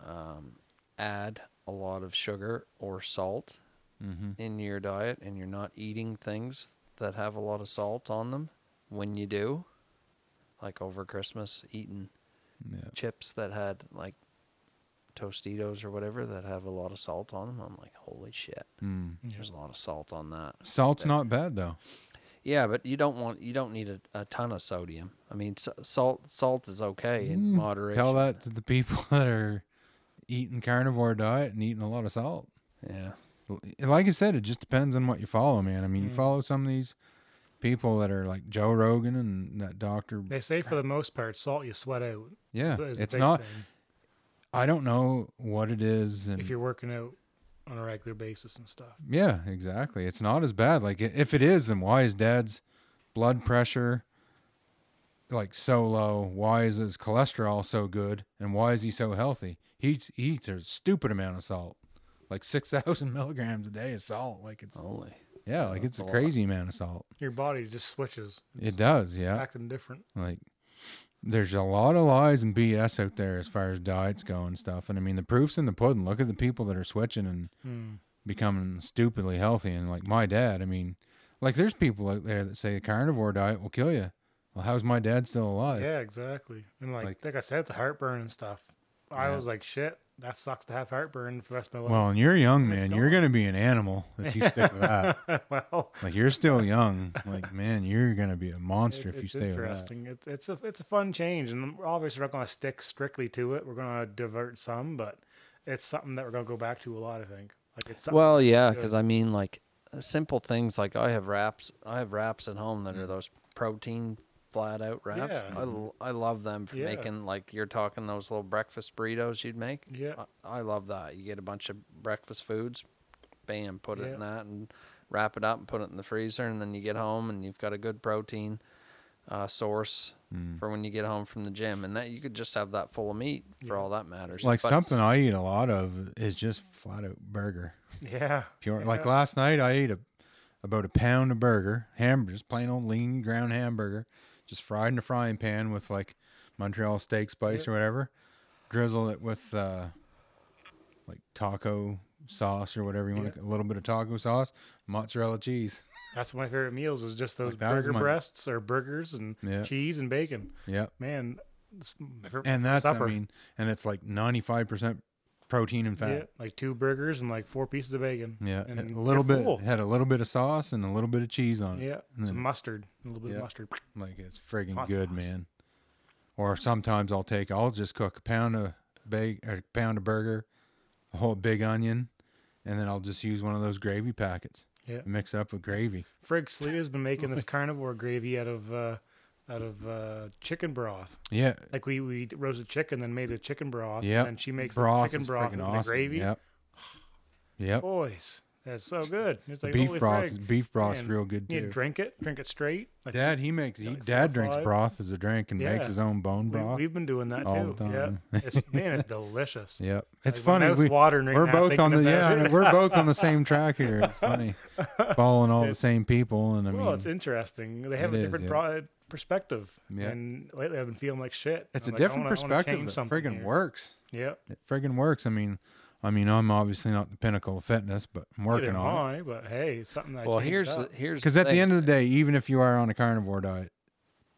um, add a lot of sugar or salt Mm-hmm. in your diet and you're not eating things that have a lot of salt on them when you do like over Christmas eating Yeah. chips that had like Tostitos or whatever that have a lot of salt on them I'm like holy shit Mm. there's a lot of salt on that Salt's not bad though. yeah, but you don't want you don't need a, a ton of sodium. I mean, s- salt salt is okay in moderation. Mm. Tell that to the [laughs] people that are eating carnivore diet and eating a lot of salt. Yeah, eh, Mm. L- like I said, it just depends on what you follow, man. I mean, you follow some of these people that are like Joe Rogan and that doctor. They say for the most part, salt you sweat out. Yeah, is a it's big not. thing I don't know what it is, and if you're working out on a regular basis and stuff. yeah, exactly. It's not as bad. Like i- if it is, then why is Dad's blood pressure like so low? Why is his cholesterol so good? And why is he so healthy? He eats, he eats a stupid amount of salt, like six thousand [laughs] milligrams a day of salt. Like it's Holy. yeah, like Oh, that's it's a a lot. crazy amount of salt. Your body just switches. It does, yeah. acting different. Like there's a lot of lies and BS out there as far as diets go and stuff. And I mean the proof's in the pudding. Look at the people that are switching and Hmm. becoming stupidly healthy and like my dad, I mean like there's people out there that say the carnivore diet will kill you. Well, how's my dad still alive? Yeah, exactly. And like, Like- like I said, the heartburn and stuff. I Yeah. was like, shit, that sucks to have heartburn for the rest of my Well, and you're young, man. You're gone. gonna be an animal if you stick with that. [laughs] life. well, Like you're still young. Like man, you're gonna be a monster if it- you it's stay with that. interesting. It's it's a it's a fun change, and we're obviously not going to stick strictly to it. We're going to divert some, but it's something that we're going to go back to a lot. I think. Like it's something Well, that's yeah, good. because I mean, like uh, simple things like I have wraps. I have wraps at home that are those protein flat out wraps. Mm. Yeah. I, l- I love them for Yeah. making like you're talking those little breakfast burritos you'd make. Yeah. I, I love that. You get a bunch of breakfast foods, bam, put it Yeah. in that and wrap it up and put it in the freezer, and then you get home and you've got a good protein uh, source. Mm. For when you get home from the gym, and that you could just have that full of meat for Yeah. all that matters. Like But something I eat a lot of is just flat out burger. yeah, Pure. Like Yeah. last night, I ate a, about a pound of burger, hamburger, just plain old lean ground hamburger, just fried in a frying pan with like Montreal steak spice or whatever. Drizzle it with uh, like taco sauce or whatever you want. Yeah. A little bit of taco sauce, mozzarella cheese. that's one of my favorite meals is just those Like, that was burger my- breasts or burgers and Yeah. cheese and bacon. yep. Man, it's my favorite And that's supper. I mean, and it's like ninety five percent protein and yeah, fat. like two burgers and like four pieces of bacon. Yeah, and a you're little bit full. had a little bit of sauce and a little bit of cheese on it. Yeah, and some then- mustard, a little bit Yeah. of mustard. Like it's friggin' Hot good, sauce. man. Or sometimes I'll take I'll just cook a pound of bag or a pound of burger, a whole big onion, and then I'll just use one of those gravy packets. Yeah. and Mix it up with gravy. Frig Slee has been [laughs] making Oh this carnivore gravy out of uh, out of uh, chicken broth. Yeah. Like we we roasted chicken, then made a chicken broth. Yep. and she makes broth the chicken is broth friggin' and the awesome. gravy. [sighs] Yep. Yep. Boys, that's so good. It's like beef holy broth frig. is beef broth's Man, real good You too. drink it, drink it straight. Like Dad, he makes he, like four or dad drinks five. broth as a drink and makes Yeah. his own bone we, broth. we've been doing that all the too. time. Yeah, [laughs] it's, man, it's delicious. yep. It's Like, my funny. mouth's We, watering right we're now both on the thinking yeah, about I it. mean, we're both [laughs] on the same track here. It's funny. Following all the It's- same people and I mean well, it's interesting. They have It a is, different yeah. pro- perspective. Yeah. And lately, I've been feeling like shit. It's I'm a like, I different wanna- I wanna perspective change that something friggin' here. works. Yeah. It friggin' works. I mean, I mean, I'm obviously not the pinnacle of fitness, but I'm working Neither am on it. I, but hey, it's something that I well, changed here's the, up. here's Because at the thing. end of the day, even if you are on a carnivore diet,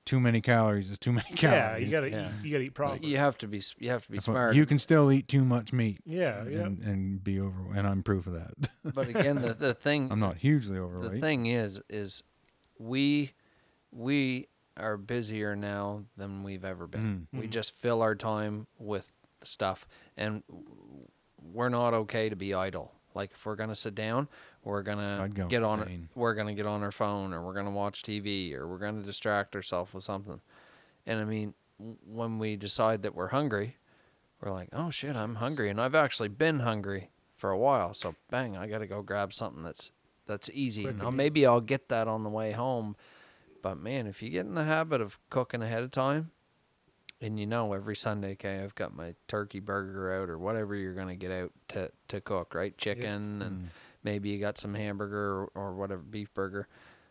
too many calories is too many yeah, calories. you gotta yeah. eat, you gotta eat proper. you have to be s- you have to be That's what- smart. you can still eat too much meat Yeah, yeah. and, and be over. And I'm proof of that. [laughs] [laughs] but again, the, the thing I'm not hugely the overweight. thing is is we we are busier now than we've ever Mm. been. We just fill our time with stuff and we're not okay to be idle. Like if we're going to sit down, we're going I'd to go get on insane. we're going to get on our phone or we're going to watch TV or we're going to distract ourselves with something. And I mean, w- when we decide that we're hungry, we're like, oh shit, I'm hungry, and I've actually been hungry for a while. So bang, I gotta go grab something that's that's easy. Quick Now and maybe I'll get that on the way home. But man, if you get in the habit of cooking ahead of time, and you know every Sunday, okay, I've got my turkey burger out or whatever you're gonna get out to to cook, right? Chicken Mm. and maybe you got some hamburger or, or whatever beef burger,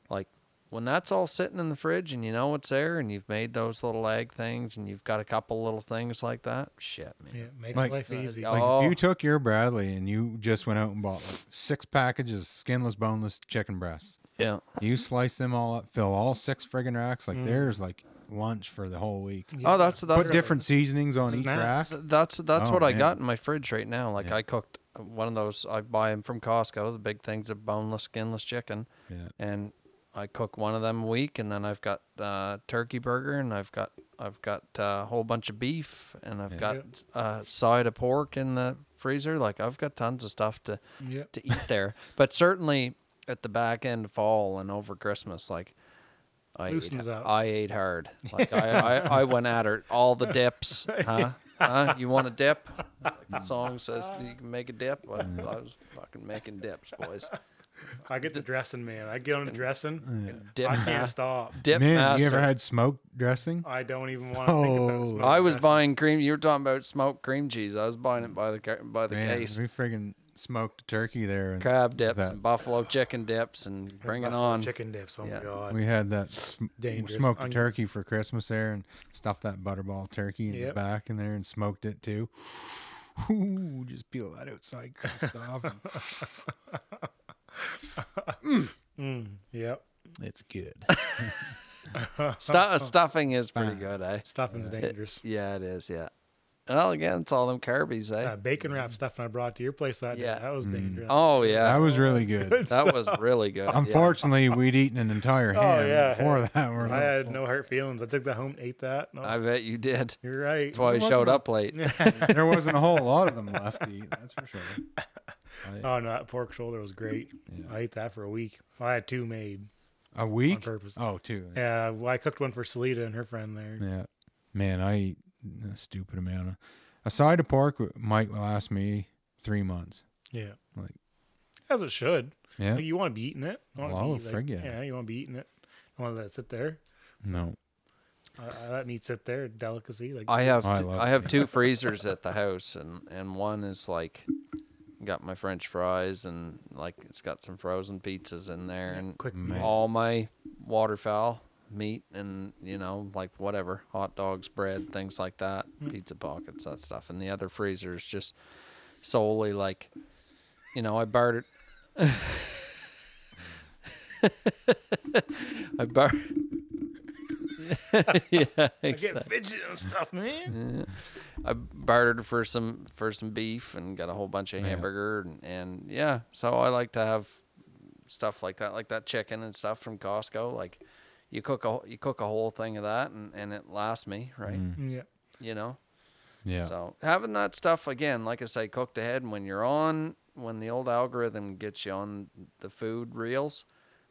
like. When that's all sitting in the fridge and you know it's there and you've made those little egg things and you've got a couple little things like that, shit, man. Yeah, makes Like- life easy. Oh, Like if you took your Bradley and you just went out and bought like six packages of skinless, boneless chicken breasts. Yeah. You slice them all up, fill all six friggin' racks. Like there's like lunch for the whole week. Oh, that's that's Put different seasonings on each rack. Snacks. that's that's Oh, what I man. got in my fridge right now. Like Yeah. I cooked one of those. I buy them from Costco. The big things of boneless, skinless chicken, Yeah. and I cook one of them a week. And then I've got uh, turkey burger, and I've got I've got uh, a whole bunch of beef, and I've got a side of pork in the freezer. Like I've got tons of stuff to Yeah. [laughs] to eat there. but certainly at the back end of fall and over Christmas, like I Loosens ate, up. I ate hard. [laughs] Like I, I, I went at her. All the dips, huh? Huh? You want [laughs] a dip? It's like the song says you can make a dip. I, I was fucking making dips, boys. I get the dressing, man. I get on the dressing. Dip, I can't mas- stop. dip Man, master. you ever had smoked dressing? I don't even want to think about Oh. smoking I was dressing. buying cream. You were talking about smoked cream cheese. I was buying it by the ca- by the Man, case. we friggin' smoked turkey there, and Crab dips that. and buffalo chicken dips and [laughs] bring it Buffalo on. Chicken dips. Oh Yeah. my god. we had that sm- Dangerous. smoked Onion. turkey for Christmas there, and stuffed that butterball turkey in the Yep. back in there, and smoked it too. [laughs] Ooh, just peel that outside crust off. [laughs] and Yep. it's [laughs] good. [laughs] Stu- uh, stuffing is pretty good, eh? Stuffing's dangerous. Yeah, it is. Yeah. Well, again, it's all them Kirby's, eh? That Uh, bacon wrap stuffing I brought to your place that Yeah. day. That was Mm. dangerous. oh That yeah, was really good. [laughs] that was [laughs] really good. yeah. Unfortunately, we'd eaten an entire ham Oh, yeah, before hey. that. We're I like, had no hurt feelings. I took that home and ate that. No, I bet you did. you're right. That's why he showed up late. [laughs] there wasn't a whole lot of them left to eat. That's for sure. Oh no, that pork shoulder was great. I ate that for a week. I had two made. A week? purpose. Oh, two. Yeah. Yeah, well, I cooked one for Salita and her friend there. Man, I eat a stupid amount of. A side of pork w- might last me three months. Yeah, Like- as it should. Yeah. Like, you want to be eating it. You wanna Well, I be, would frig yeah. yeah, you want to be eating it. I want to let it sit there. No. I, I let meat sit there, delicacy. Like I have Oh, I t- love I have [laughs] two freezers at the house, and and one is like got my French fries and like it's got some frozen pizzas in there and quick Man. all my waterfowl meat and you know like whatever hot dogs bread things like that pizza pockets that stuff and the other freezer is just solely like you know i bartered [laughs] i bar yeah I get fidgety on stuff, Mm-hmm. man. I bartered for some for some beef and got a whole bunch of Yeah. hamburger and, and yeah. So I like to have stuff like that, like that chicken and stuff from Costco. Like you cook a you cook a whole thing of that and, and it lasts me, right? yeah, You know. Yeah. So having that stuff again, like I say, cooked ahead. And when you're on, when the old algorithm gets you on the food reels,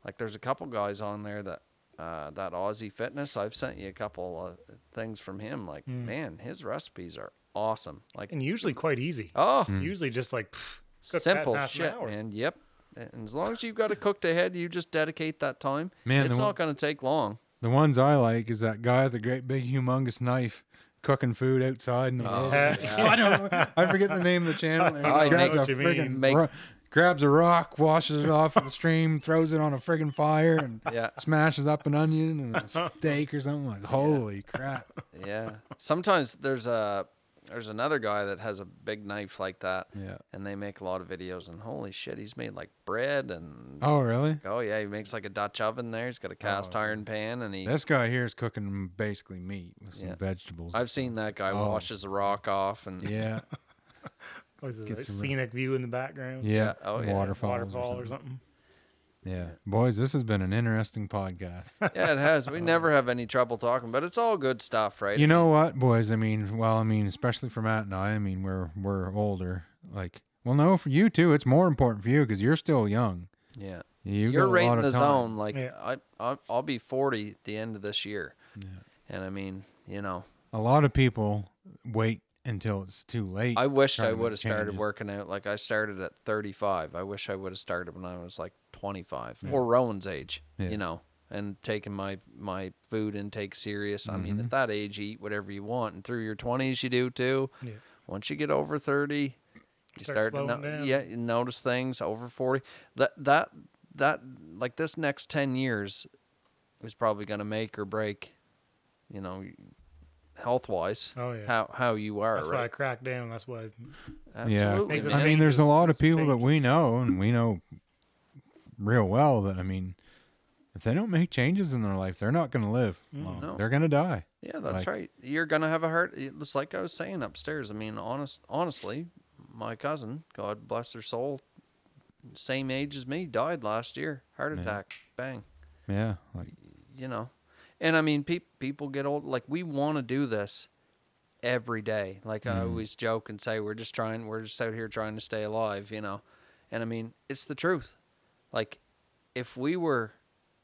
like there's a couple guys on there that uh, that Aussie Fitness. I've sent you a couple uh, things from him. Like Hmm. man, his recipes are awesome. Like and usually quite easy. oh, Hmm. mm-hmm. Usually just like pff, cook that in simple half an shit, hour. man. Yep. And as long as you've got it cooked ahead, you just dedicate that time. Man, it's the not going to take long. The ones I like is that guy with the great big humongous knife cooking food outside in the world. [laughs] I don't know. I forget the name of the channel. there. I grabs, know a what you mean. friggin' Makes- ro- grabs a rock, washes it off in the stream, throws it on a friggin' fire, and Yeah. smashes up an onion and a steak or something. Like, holy crap. Yeah. Sometimes there's a there's another guy that has a big knife like that. Yeah. And they make a lot of videos and holy shit, he's made like bread and Oh, really? oh yeah, he makes like a Dutch oven there. He's got a cast iron pan and he This guy here is cooking basically meat with some Yeah. vegetables. I've seen that guy Oh. washes a rock off and yeah. What is it, Get like some- scenic view in the background. Yeah. oh, yeah. Waterfalls. waterfall or or something. something. Yeah. Boys, this has been an interesting podcast. yeah, it has. [laughs] We never have any trouble talking, but it's all good stuff, right? Oh. You know what, boys? I mean, well, I mean, especially for Matt and I. I mean, we're we're older. Like, well, no, for you too. It's more important for you because you're still young. yeah. You You're got a right lot in of the time. zone. Like Yeah. I, I I'll be 40 at the end of this year. And I mean, you know, A lot of people wait until it's too late. I wished I trying to would make have started changes. working out. Like I started at 35. I wish I would have started when I was like 25 or Rowan's age, Yeah. you know, and taking my my food intake serious. I mean, Mm-hmm. at that age, you eat whatever you want, and through your 20s, you do too. Yeah. Once you get over 30, you start, Start to slowing no- down. yeah you notice things. Over 40, that that that like this next 10 years is probably going to make or break, you know. Health wise, Oh, yeah. how how you are, That's why I right? cracked down. That's why. Absolutely, Yeah, Make man. I mean, there's a changes, lot of make some people that we know and we know real well that I mean, if they don't make changes in their life, they're not going to live. Mm, long. No. They're going to die. Yeah, that's Like- right. You're gonna have a heart. It's like I was saying upstairs. I mean, honest, honestly, my cousin, God bless her soul, same age as me, died last year, heart attack, bang. Yeah, like You know, and I mean, pe- people get old. Like we want to do this every day. Like I Mm. always joke and say, we're just trying. We're just out here trying to stay alive. You know, and I mean, it's the truth. Like if we were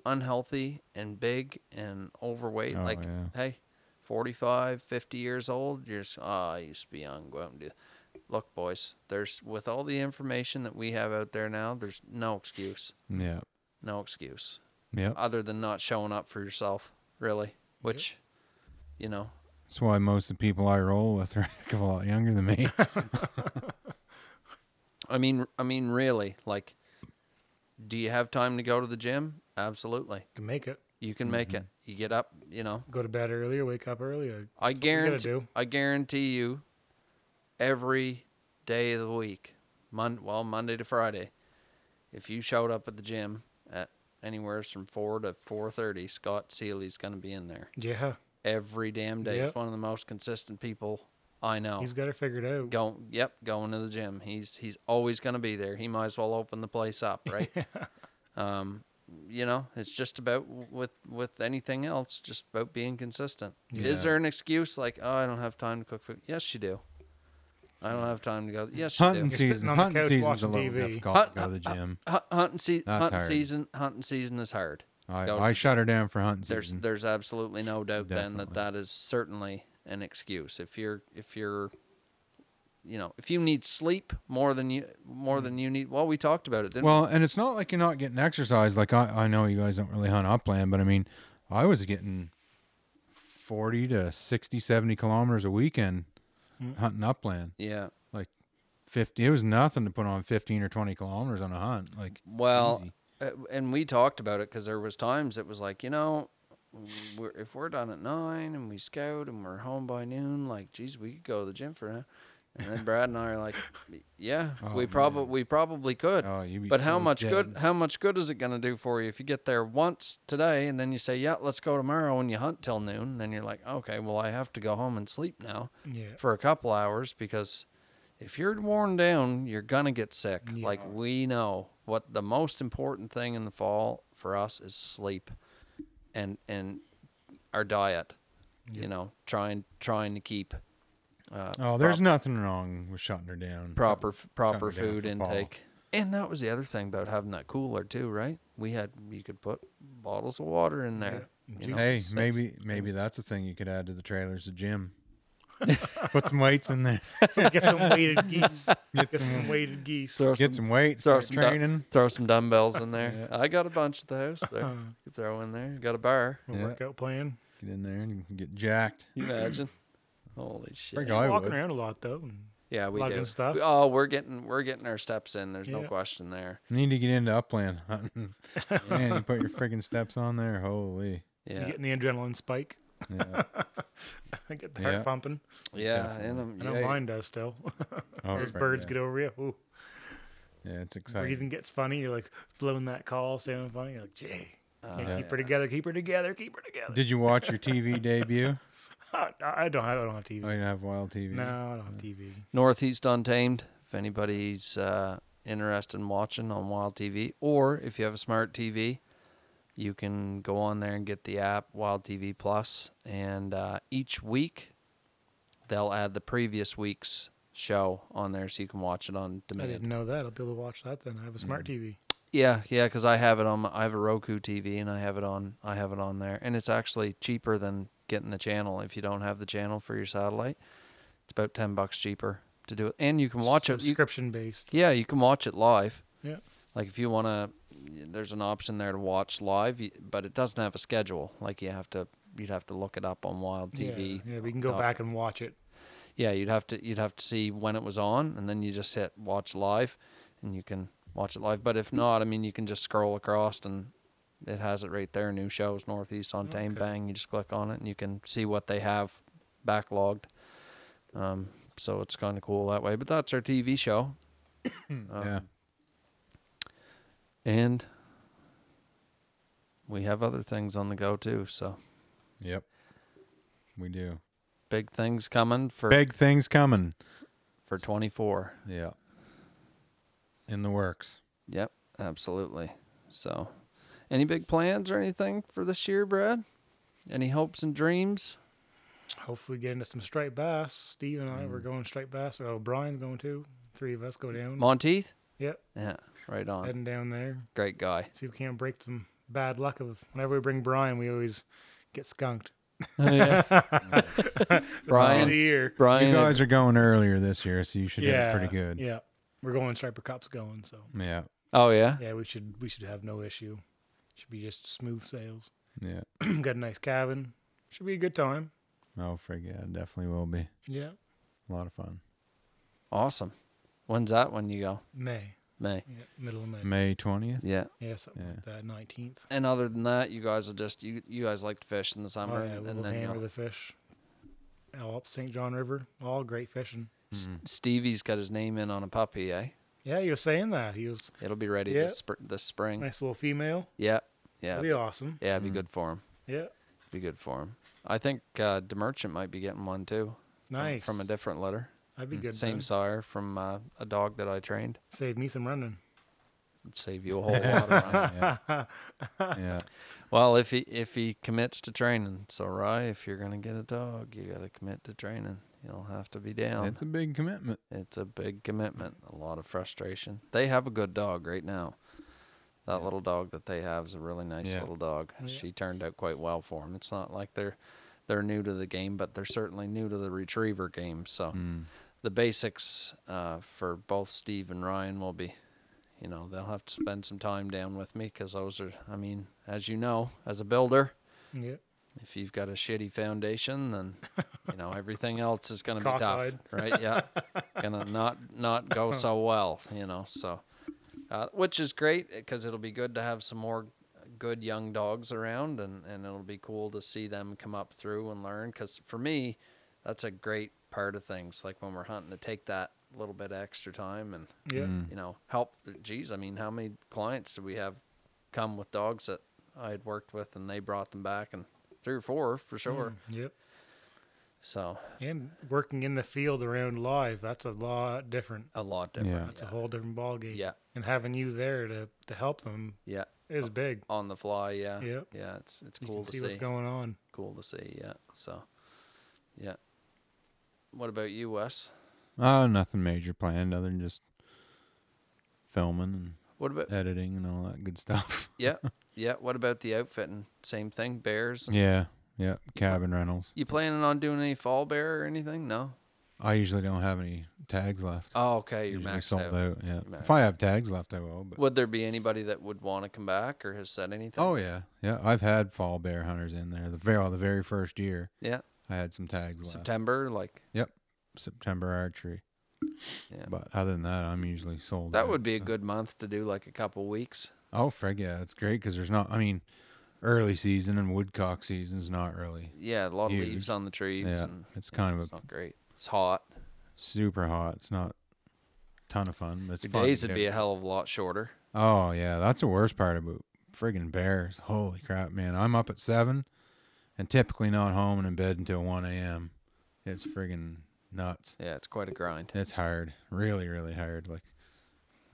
unhealthy and big and overweight. Oh, like, yeah. hey, 45, 50 years old, you're just, oh, I used to be young. Go out and do. Look, boys, there's with all the information that we have out there now, there's no excuse. Yeah. No excuse Yep. other than not showing up for yourself, really. Which, you know, That's why most of the people I roll with are a heck of a lot younger than me. I mean, I mean, really, like, do you have time to go to the gym? Absolutely, Can make it. you can make it. Mm-hmm. You get up, you know. Go to bed earlier. Wake up earlier. I guarantee, do. I guarantee you, every day of the week, Mon- well, Monday to Friday, if you showed up at the gym at anywhere from four to four thirty, Scott Seely's going to be in there Yeah, every damn day. He's Yep. one of the most consistent people I Oh. know. he's got it figured out. Going, yep, going to the gym. He's he's always going to be there. He might as well open the place up, [laughs] right? Um, you know, it's just about with with anything else, just about being consistent. Yeah. Is there an excuse like, oh, I don't have time to cook food? Yes, you do. I don't have time to go. Yes, you hunting do. You're sitting season. on the Hunting couch season's a watching little TV. difficult to go to the gym. Hunt, hunting se- That's hunting hard. season. Hunting season is hard. I, go to I the shut her down for hunting There's season. there's absolutely no doubt then that Mm-hmm. Definitely. that is certainly an excuse. If you're if you're you know, if you need sleep more than you more than you need, well, we talked about it, didn't Mm. Well, and it's not like you're not getting exercise. Like I, I know you guys don't really hunt upland, but I mean, I was getting 40 to 60, 70 kilometers a weekend Hmm. hunting upland. we? Yeah. 50, it was nothing to put on 15 or 20 kilometers on a hunt. Like, Well, Easy. uh, and we talked about it because there was times it was like, you know, we're, if we're done at nine and we scout and we're home by noon, like, geez, we could go to the gym for now. And then Brad and I are like, yeah, Oh, we man. probably we probably could. oh, you be But how so much dead. good how much good is it going to do for you if you get there once today and then you say, "Yeah, let's go tomorrow" and you hunt till noon, and then you're like, "Okay, well I have to go home and sleep now Yeah, for a couple hours because if you're worn down, you're going to get sick." Yeah. Like we know what the most important thing in the fall for us is sleep and and our diet. You know, trying trying to keep uh, Oh, there's nothing wrong with shutting her down. proper f- proper Shut me down food for fall. intake. And that was the other thing about having that cooler too, right? We had you could put bottles of water in there. You know, Hey, six- maybe maybe that's a thing you could add to the trailers. The [laughs] gym. Put some weights in there. [laughs] get some weighted geese. Get some weighted geese. throw Get some weights. throw Start some du- training. throw some dumbbells [laughs] in there. I got a bunch at the house there. You throw in there. Got a bar. A Yeah. workout plan. Get in there and get jacked. [clears throat] You imagine? Holy shit! Pretty good, I walking would. around a lot though. and- Yeah, we Lugging do. stuff. We- oh, we're getting we're getting our steps in. There's no Yeah. question there. Need to get into upland [laughs] hunting. Man, you put your freaking steps on there. Holy. Yeah, You're getting the adrenaline spike. [laughs] Yeah. get the heart Yeah. pumping. yeah. And um, I know yeah, mine does still. [laughs] Oh, Those right, birds yeah. get over you. Ooh, Yeah, it's exciting. breathing gets funny. You're like blowing that call, sounding funny. You're like, gee, can't yeah. keep her together, keep her together, keep her together. Did you watch your TV debut? [laughs] I I don't have. I don't have TV. Oh, you don't have wild TV. no, I don't have TV. Northeast Untamed. If anybody's uh, interested in watching on Wild TV, or if you have a smart TV, you can go on there and get the app Wild TV Plus, and uh, each week they'll add the previous week's show on there, so you can watch it on I didn't demand. know that. I'll be able to watch that then. I have a Mm. smart TV. Yeah, yeah, because I have it on. My, I have a Roku TV, and I have it on. I have it on there, and it's actually cheaper than getting the channel if you don't have the channel for your satellite. It's about ten bucks cheaper to do it, and you can watch it. You, Subscription based. yeah, you can watch it live. Yeah. Like if you want to, there's an option there to watch live, y- but it doesn't have a schedule. Like you have to, you'd have to look it up on Wild TV. Yeah, yeah, we can go Uh, back and watch it. Yeah, you'd have to, you'd have to see when it was on, and then you just hit watch live, and you can watch it live. But if not, I mean, you can just scroll across and it has it right there. New shows, Northeast on Tame, Okay. bang. You just click on it, and you can see what they have backlogged. Um, so it's kind of cool that way. But that's our TV show. Um, yeah. And we have other things on the go too. So Yep. We do. big things coming for Big things coming. for 24. Yeah. In the works. Yep, absolutely. So, any big plans or anything for this year, Brad? Any hopes and dreams? Hopefully, get into some striped bass. Mm. Steve and I, we're going striped bass. Oh, Brian's going too. Three of us go down. Monteith? Yep. Yeah. Right on. heading down there. Great [laughs] guy. See if we can't break some bad luck of whenever we bring Brian, we always get skunked. Oh, End of the [laughs] Brian. year. You Brian. guys are going earlier this year, so you should yeah, have it pretty good. Yeah, we're going striper cops going. So Yeah. oh yeah. yeah, we should we should have no issue. Should be just smooth sails. [clears throat] Yeah. Got a nice cabin. Should be a good time. Oh, frig yeah, it definitely will be. Yeah, A lot of fun. Awesome. When's that when you go? May. May. Yeah, middle of May. May 20th? Yeah. Yeah, something like that. Nineteenth. And other than that, you guys will just you you guys like to fish in the summer, Oh yeah, and we'll then hammer you'll, the fish. All up St. John River. All great fishing. S- Stevie's got his name in on a puppy, eh? Yeah, he was saying that. He was It'll be ready Yeah. this spr- this spring. nice little female. Yeah. Yeah. That'd be awesome. Yeah. It'd be good for him. Yeah. Be good for him. I think uh, DeMerchant might be getting one too. from- Nice. From a different litter. That'd be good. Same then. sire from uh, a dog that I trained. Save me some running. It'd save [laughs] you a whole lot of money. [laughs] Yeah. yeah. Well, if he if he commits to training, so Rye, if you're gonna get a dog, you gotta commit to training. You'll have to be down. It's a big commitment. It's a big commitment, a lot of frustration. They have a good dog right now. That little dog that they have is a really nice Yeah. little dog. yeah. She turned out quite well for them. It's not like they're they're new to the game, but they're certainly new to the retriever game. So Mm. the basics uh, for both Steve and Ryan will be, you know, they'll have to spend some time down with me because those are, I mean, as you know, as a builder, Yeah. if you've got a shitty foundation, then you know everything else is going to be tough, Cockeyed. right? Yeah, gonna not not go so well, you know. So, uh, which is great because it'll be good to have some more good young dogs around, and and it'll be cool to see them come up through and learn. Because for me, that's a great part of things. Like when we're hunting, to take that little bit of extra time and Yeah. you know, help. Geez, I mean, how many clients do we have come with dogs that I had worked with and they brought them back and three or four for sure. Yep. So And working in the field around live, that's a lot different. a lot different. Yeah. That's a whole different ballgame. Yeah. And having you there to, to help them Yeah. is big. On the fly. Yeah. Yep. Yeah. It's, it's You cool can to see see. what's going [laughs] on. Cool to see. Yeah. So, yeah. What about you, Wes? Oh, nothing major planned other than just filming What about, and editing and all that good stuff. [laughs] yeah. Yeah. What about the outfitting? Same thing. Bears. yeah. Yeah. Cabin rentals. You planning on doing any fall bear or anything? No. I usually don't have any tags left. Oh, okay. You're usually maxed sold out. Yeah. You're If I have tags left, I will. But Would there be anybody that would want to come back or has said anything? oh yeah, yeah. I've had fall bear hunters in there. The very well, the very first year, yeah. I had some tags left. September, like Yep. September archery. Yeah. But other than that, I'm usually sold. that out, would be a so. good month to do like a couple weeks. Oh, frig yeah, it's great because there's not. I mean, early season and woodcock season's not really. Yeah, a lot of Huge. leaves on the trees. Yeah, and it's kind of it's a not great. It's hot. super hot. It's not ton of fun. But it's Your fun to days would get- be a hell of a lot shorter. Oh yeah, that's the worst part about friggin' bears. Holy crap, man! I'm up at seven, and typically not home and in bed until one a.m. It's friggin' nuts. Yeah, it's quite a grind. It's hard, really, really hard. Like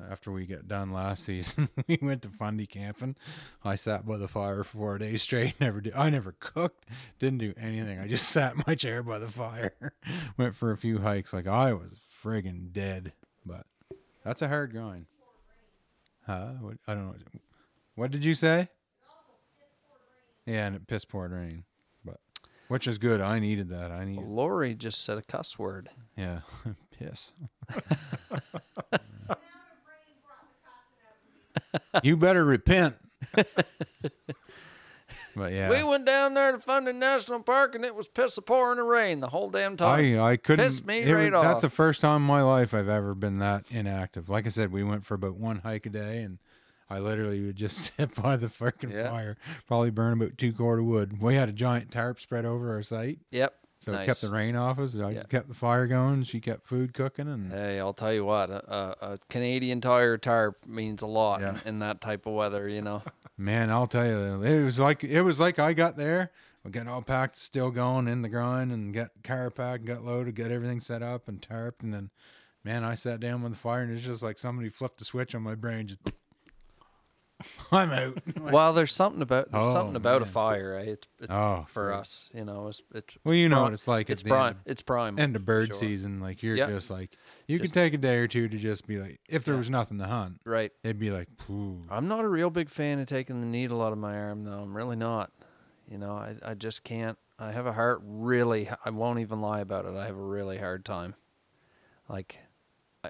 after we got done last season, [laughs] we went to Fundy camping. I sat by the fire for four days straight. [laughs] Never did. I never cooked. Didn't do anything. I just [laughs] sat in my chair by the fire. [laughs] went for a few hikes. Like I was friggin' dead. But that's a hard grind. Huh? What, I don't know. What did you say? Yeah, and it piss poured rain, but which is good. I needed that. I needed Lori just said a cuss word. yeah, [laughs] piss. you better repent. but yeah, We went down there to Fundy National Park and it was piss a pouring and rain the whole damn time. I I couldn't. Piss me it right was- That's off. the first time in my life I've ever been that inactive. Like I said, we went for about one hike a day, and I literally would just [laughs] sit by the fucking Yeah. fire, probably burn about two cord of wood. We had a giant tarp spread over our site, yep. so nice. it kept the rain off us. I Yeah. kept the fire going. She kept food cooking, and Hey, I'll tell you what, a, a, a Canadian tire tarp means a lot Yeah. in, in that type of weather, [laughs] you know. Man, I'll tell you, it was like it was like I got there, we got all packed, still going in the grind, and got car packed, got loaded, got everything set up and tarped, and then, man, I sat down with the fire, and it's just like somebody flipped a switch on my brain, just [laughs] I'm out. [laughs] Like, well, there's something about there's Oh, something about man. a fire, eh? It's, it's oh, for us, you know. It's it's Well, you know pri- what it's like. at It's the end prime. of- It's prime. end of bird sure. season, like you're Yep. just like you Just- could take a day or two to just be like, if there Yeah. was nothing to hunt, Right. it'd be like, poo. I'm not a real big fan of taking the needle out of my arm, though. I'm really not. You know, I, I just can't. I have a heart really. I won't even lie about it. I have a really hard time. Like, I,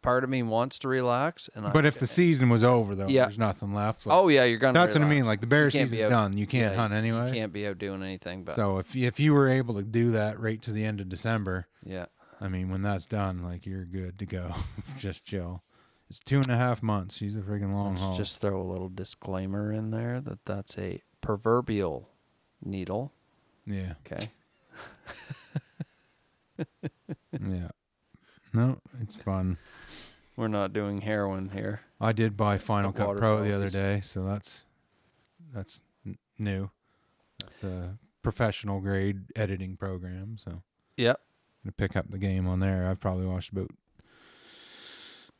part of me wants to relax, and I, But if the season was over, though, Yeah. there's nothing left. Like, oh yeah, you're gonna. that's what I relax. mean. Like the bear can't be season's out- done, you can't Yeah, hunt anyway. You can't be out doing anything, but so if if you were able to do that right to the end of December, yeah, I mean, when that's done, like you're good to go. [laughs] just chill. It's two and a half months. She's a freaking long let's haul. just throw a little disclaimer in there that that's a proverbial needle. [laughs] yeah, Okay. yeah. No, it's fun. We're not doing heroin here. I did buy Final Cut water Pro the other bottles. day, so that's that's n- new. That's a professional grade editing program, so Yep. gonna pick up the game on there. I've probably watched about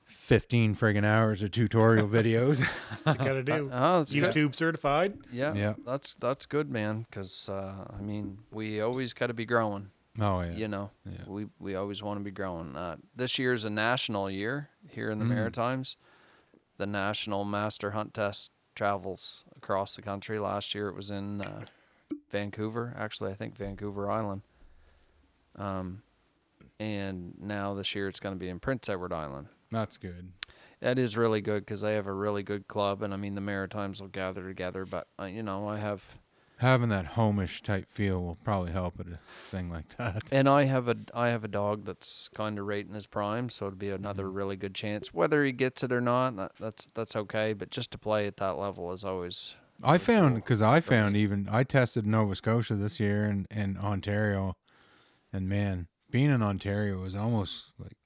fifteen friggin' hours of [laughs] tutorial videos. That's what you gotta Uh, do. oh, that's good. YouTube certified. Yeah, Yeah. that's that's good, man. Because uh, I mean, we always got to be growing. Oh yeah, You know, yeah. we we always want to be growing. Uh, this year's a national year here in the Mm. Maritimes. The national master hunt test travels across the country. Last year it was in uh, Vancouver. Actually, I think Vancouver Island. Um, and now this year it's going to be in Prince Edward Island. That's good. That is really good because they have a really good club, and I mean the Maritimes will gather together. But uh, you know, I have Having that homish type feel will probably help at a thing like [laughs] that. And I have a I have a dog that's kind of right in his prime, so it'd be another really good chance. Whether he gets it or not, that, that's that's okay. But just to play at that level is always I found because I found even I tested Nova Scotia this year and and Ontario, and man, being in Ontario is almost like,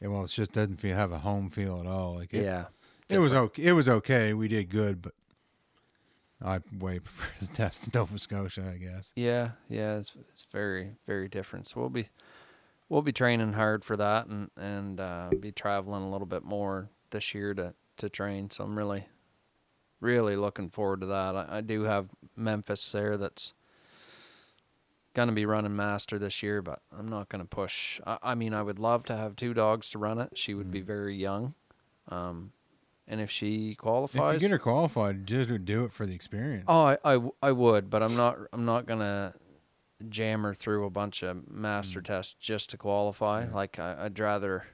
yeah, well, it just doesn't feel have a home feel at all. Like it, yeah. it was okay. It was okay. We did good, but I way [laughs] prefer to test in Nova Scotia, I guess. Yeah, yeah, it's it's very very different. So we'll be we'll be training hard for that, and and uh, be traveling a little bit more this year to to train. So I'm really really looking forward to that. I, I do have Memphis there that's gonna be running master this year, but I'm not gonna push. I, I mean, I would love to have two dogs to run it. She would be very young, um, and if she Mm-hmm. If qualifies, you get her qualified, just do it for the experience. Oh, I, I, w- I would, but I'm not I'm not gonna jam her through a bunch of master tests just to qualify. Like I, I'd rather.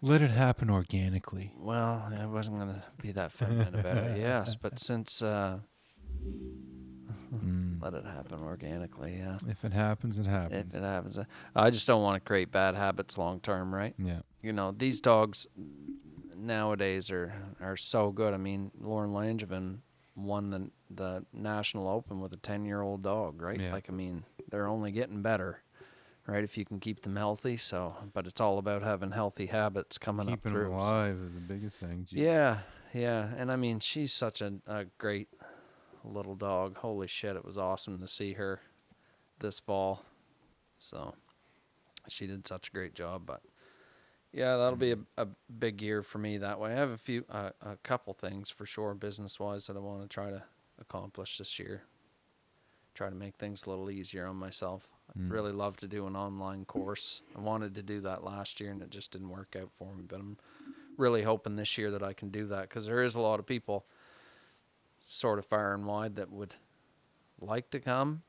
Let it happen organically. Well, I wasn't gonna be that feminine about it. Yes, but since uh, Mm. let it happen organically. Yeah, If it happens, it happens. Mm-hmm. if it happens, uh, I just don't want to create bad habits long term, right? yeah. you know these dogs nowadays are are so good. I mean, Lauren Langevin won the the national open with a ten year old dog, right? Yeah. Like, I mean, they're only getting better, right? If you can keep them healthy. So, but it's all about having healthy habits coming up Keeping through. them so- alive is the biggest thing. Gee. Yeah, yeah, and I mean, she's such a, a great little dog. Holy shit, it was awesome to see her this fall. So she did such a great job, but yeah, that'll be a, a big year for me that way. I have a few, uh, a couple things for sure, business wise, that I want to try to accomplish this year. Try to make things a little easier on myself. I'd Mm. really love to do an online course. I wanted to do that last year and it just didn't work out for me, but I'm really hoping this year that I can do that because there is a lot of people sort of far and wide that would like to come.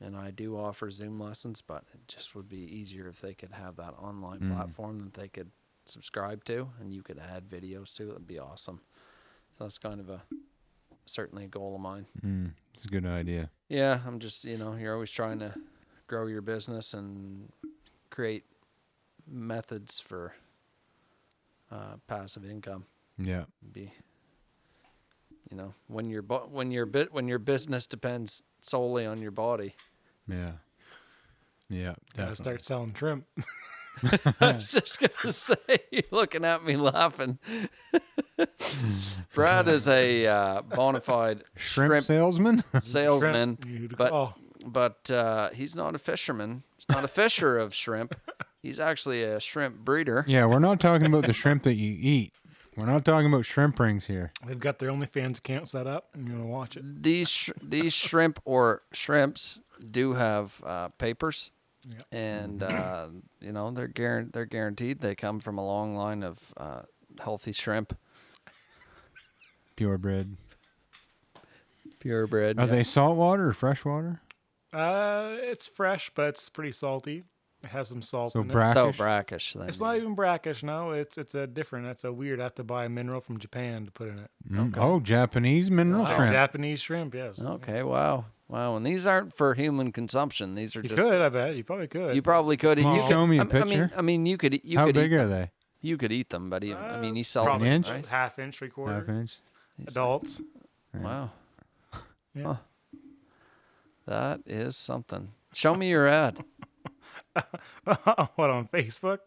And I do offer Zoom lessons, but it just would be easier if they could have that online Mm. platform that they could subscribe to and you could add videos to. It'd be awesome. So that's kind of a certainly a goal of mine. Mm. It's a good idea. Yeah, I'm just, you know, you're always trying to grow your business and create methods for uh, passive income Yeah. be you know when your bo- when your bit when your business depends solely on your body [laughs] Yeah. Yeah. Gotta definitely. start selling shrimp. i [laughs] was just gonna [laughs] say you're looking at me laughing brad is a uh, bona [laughs] fide Shrimp, shrimp, salesman? [laughs] salesman Shrimp, you'd but- call. but uh, he's not a fisherman he's not a fisher [laughs] of shrimp he's actually a shrimp breeder yeah, we're not talking about the shrimp that you eat. We're not talking about shrimp rings here. They've got their OnlyFans account set up. I'm gonna watch it. These sh- these shrimp or shrimps do have uh, papers, Yep. and uh, you know they're guaran- they're guaranteed. They come from a long line of uh, healthy shrimp, Purebred. purebred. Are yeah. they saltwater or freshwater? Uh, it's fresh, but it's pretty salty. It has some salt. So in it. brack- so brackish? brackish? Then It's not even brackish. No, it's it's a different. That's a weird. I have to buy a mineral from Japan to put in it. Mm. Oh, Japanese mineral Like shrimp. Oh, Japanese shrimp. Yes. Okay, wow, wow. And these aren't for human consumption. These are You just could. I bet you probably could. You probably could. and you Small. could- Show me a I, I mean, picture. I mean, you could. e, You How could big eat, are they? You could eat them, but he, I mean, he sells Probably An them, inch? right? half inch, three Half quarter. inch. Adults. Wow. Yeah. Huh. That is something. Show me your ad. [laughs] what on Facebook?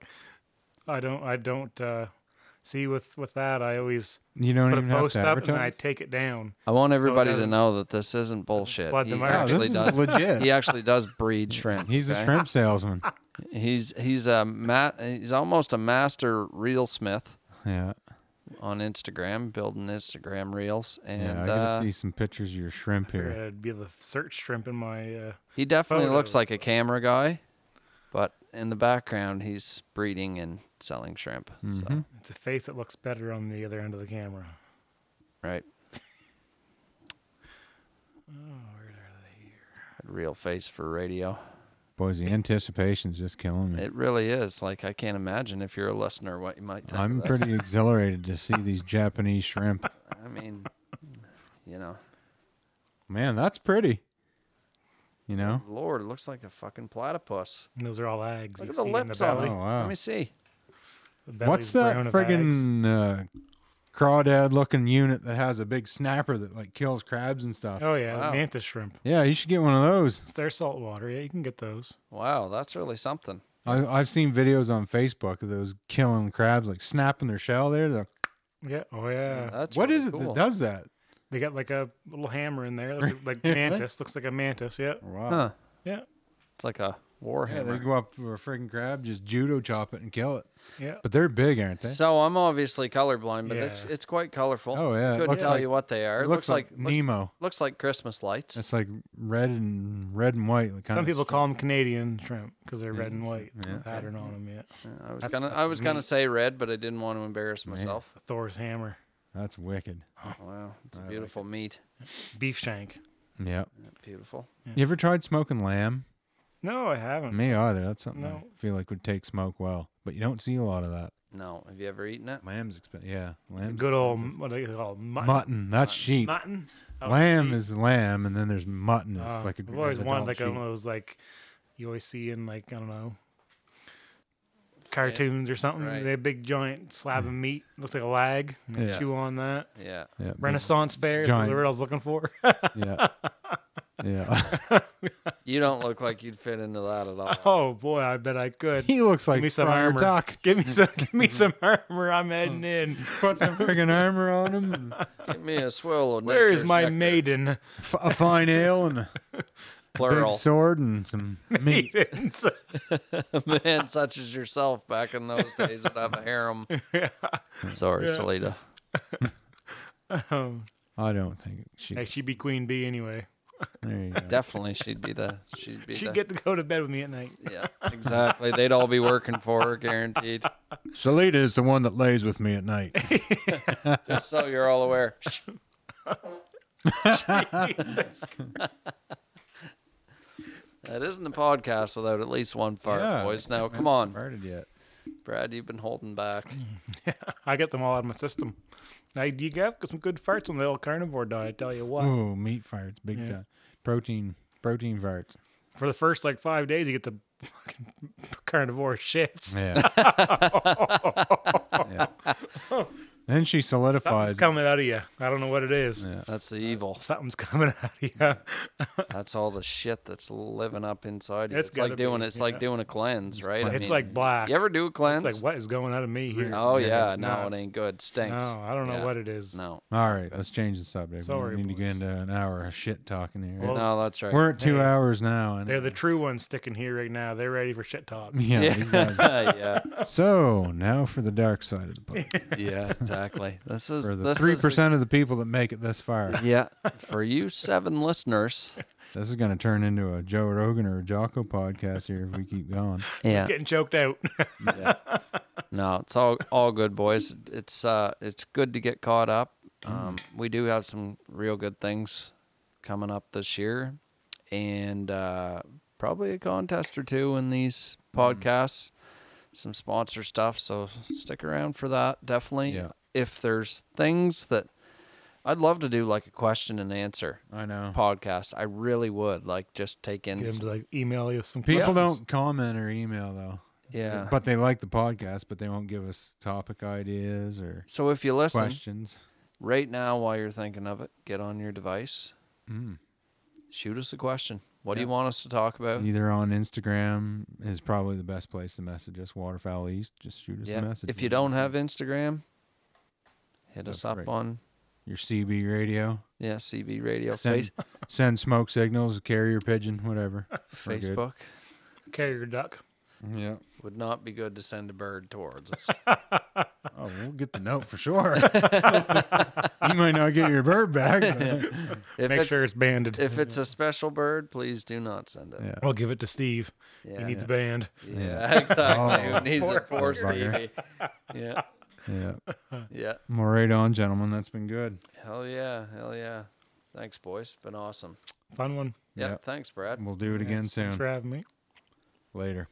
I don't. I don't. uh See with with that, I always You don't put a even have post to up and then I advertise. take it down. I want everybody to doesn't- know that this isn't bullshit. flood the He market. Wow, actually Oh, this is does. [laughs] He legit. actually does breed shrimp. He's a okay? shrimp salesman. He's he's a ma- He's almost a master reel smith Yeah. on Instagram, building Instagram reels, and Yeah, I uh, gotta see some pictures of your shrimp here. It'd be the search shrimp in my. Uh, He definitely looks photos, like a camera guy, but in the background, he's breeding and selling shrimp. Mm-hmm. So, it's a face that looks better on the other end of the camera. right. Real face for radio. Boys, the anticipation's just killing me. It really is. Like I can't imagine if you're a listener what you might think. I'm of this. pretty exhilarated to see these Japanese shrimp. I mean, you know, Man, that's pretty. You know? Lord, it looks like a fucking platypus. And those are all eggs. Look you at the see in lips the on belly. it. Oh, wow. Let me see. The What's belly's brown that of eggs. friggin' uh, crawdad looking unit that has a big snapper that like kills crabs and stuff? Oh yeah, Wow. mantis shrimp. Yeah, you should get one of those. It's their salt water. Yeah, you can get those. Wow, that's really something. I, I've seen videos on Facebook of those killing crabs, like snapping their shell there. They're, Yeah. Oh yeah. That's what really is it cool. that does that? They got like a little hammer in there. [laughs] Looks like mantis. Looks like a mantis. Yeah. Wow. Huh? Yeah. It's like a war Yeah, hammer. they go up to a friggin' crab, just judo chop it and kill it. Yeah. But they're big, aren't they? So I'm obviously colorblind, but it's Yeah. it's quite colorful. Oh, yeah, it couldn't looks tell like- you what they are. it looks like, looks, Nemo. looks like Christmas lights. It's like red and red and white. Like Some kinda people sh- call them Canadian shrimp because they're red and white with pattern on them. Yeah. I was that's- gonna I that's was gonna neat. say red, but I didn't want to embarrass myself. Thor's hammer. That's wicked. Wow, it's a beautiful meat. Beef shank. Yeah. Beautiful. You ever tried smoking lamb? No, I haven't. Me either. That's something No. I feel like would take smoke well, but you don't see a lot of that. No, have you ever eaten it? Lamb's expensive. Yeah, lamb's Good old what do you call it? mutton? mutton. That's sheep. Mutton. Oh, lamb sheep. is lamb, and then there's mutton. It's Uh, like a. I've always an wanted adult like a- sheep. one of those like you always see in like I don't know cartoons or something. Right. They have a big giant slab of meat looks like a lag. and they Yeah. Chew on that. Yeah. yeah, big- Renaissance fair. Giant. Giant. The word I was looking for. [laughs] Yeah. Yeah. [laughs] You don't look like you'd fit into that at [laughs] all. oh boy, I bet I could. he looks [laughs] like me some Friar armor. Tuck. give me some. [laughs] Give me some armor. I'm [laughs] heading in. Put some friggin' armor on him, [laughs] and f- Give me a swirl of Where is nature's my nectar. [laughs] maiden? [laughs] a fine ale, and a big plural sword, and [laughs] some meat. Maidens. [laughs] man such as yourself back in those days would have a [laughs] harem? Sorry, Salida. I don't think she. hey, she'd be queen bee anyway. There you go. Definitely, she'd be the she'd be She'd the, get to go to bed with me at night. [laughs] yeah exactly. They'd all be working for her, guaranteed. Salita is the one that lays with me at [laughs] night. Just so you're all aware. [laughs] That isn't a podcast without at least one fart, Yeah, boys. that's Now, come on, Started yet? Brad, you've been holding back. I get them all out of my system. Now you got some good farts on the old carnivore diet. I tell you what. Oh, meat farts, big Yeah. time. Protein, protein farts. for the first like five days, you get the fucking [laughs] carnivore shits. [laughs] Yeah. Yeah. Then she Something's solidifies. coming out of you. I don't know what it is. Yeah. That's the evil. Something's [laughs] coming out of you. That's all the shit that's living up inside you. It's It's, like gotta doing be, it's like yeah. doing a cleanse, right? I it's mean, like black. you ever do a cleanse? it's like what is going out of me here? oh yeah, It's no, it nuts. ain't good. Stinks. No, I don't know Yeah. what it is. No, All right, let's change the subject. Sorry, we don't need to boys. get into an hour of shit talking here. Well, no, that's right. We're at two hey, hours now, and They're the true ones sticking here right now. They're ready for shit talk. [laughs] yeah. [laughs] [laughs] yeah, [laughs] these guys- yeah, So now for the dark side of the podcast. yeah, exactly. This is For the this is three percent of the people that make it this far, Yeah, for you seven [laughs] listeners. this is going to turn into a Joe Rogan or a Jocko podcast here if we keep going. Yeah, Getting choked [laughs] out. yeah. No, it's all all good, boys. It's uh, it's good to get caught up. Um, we do have some real good things coming up this year, and uh, probably a contest or two in these Mm. podcasts, some sponsor stuff. So stick around for that, definitely. Yeah. If there's things that I'd love to do, like a question and answer I know. podcast, I really would like just take in. Get him to like email you some People questions. don't comment or email though. yeah. But they like the podcast, but they won't give us topic ideas or so if you listen, questions. right now while you're thinking of it, get on your device, Mm. shoot us a question. What do you want us to talk about? Either on Instagram is probably the best place to message us. Waterfowl East, just shoot us a Yeah. message. If you don't have Instagram, hit us That's up right. on your CB radio, yeah CB Radio face, send, send smoke signals, carrier pigeon, [laughs] whatever. We're good. Facebook. Carrier duck. Yeah. Would not be good to send a bird towards [laughs] us. Oh, we'll get the note for sure. [laughs] you might not get your bird back. but- If Make it's, sure it's [laughs] banded. if [laughs] it's a special bird, please do not send it. Yeah. I'll give it to Steve. Yeah, he needs a band. yeah, [laughs] exactly. Oh, Who needs it? Poor Stevie. bugger. [laughs] Yeah, yeah. yeah. Well, right on, gentlemen. That's been good. Hell yeah, hell yeah. Thanks, boys. Been awesome. Fun one. Yeah, Yep. thanks, Brad. We'll do it again Thanks for soon. having me. Later.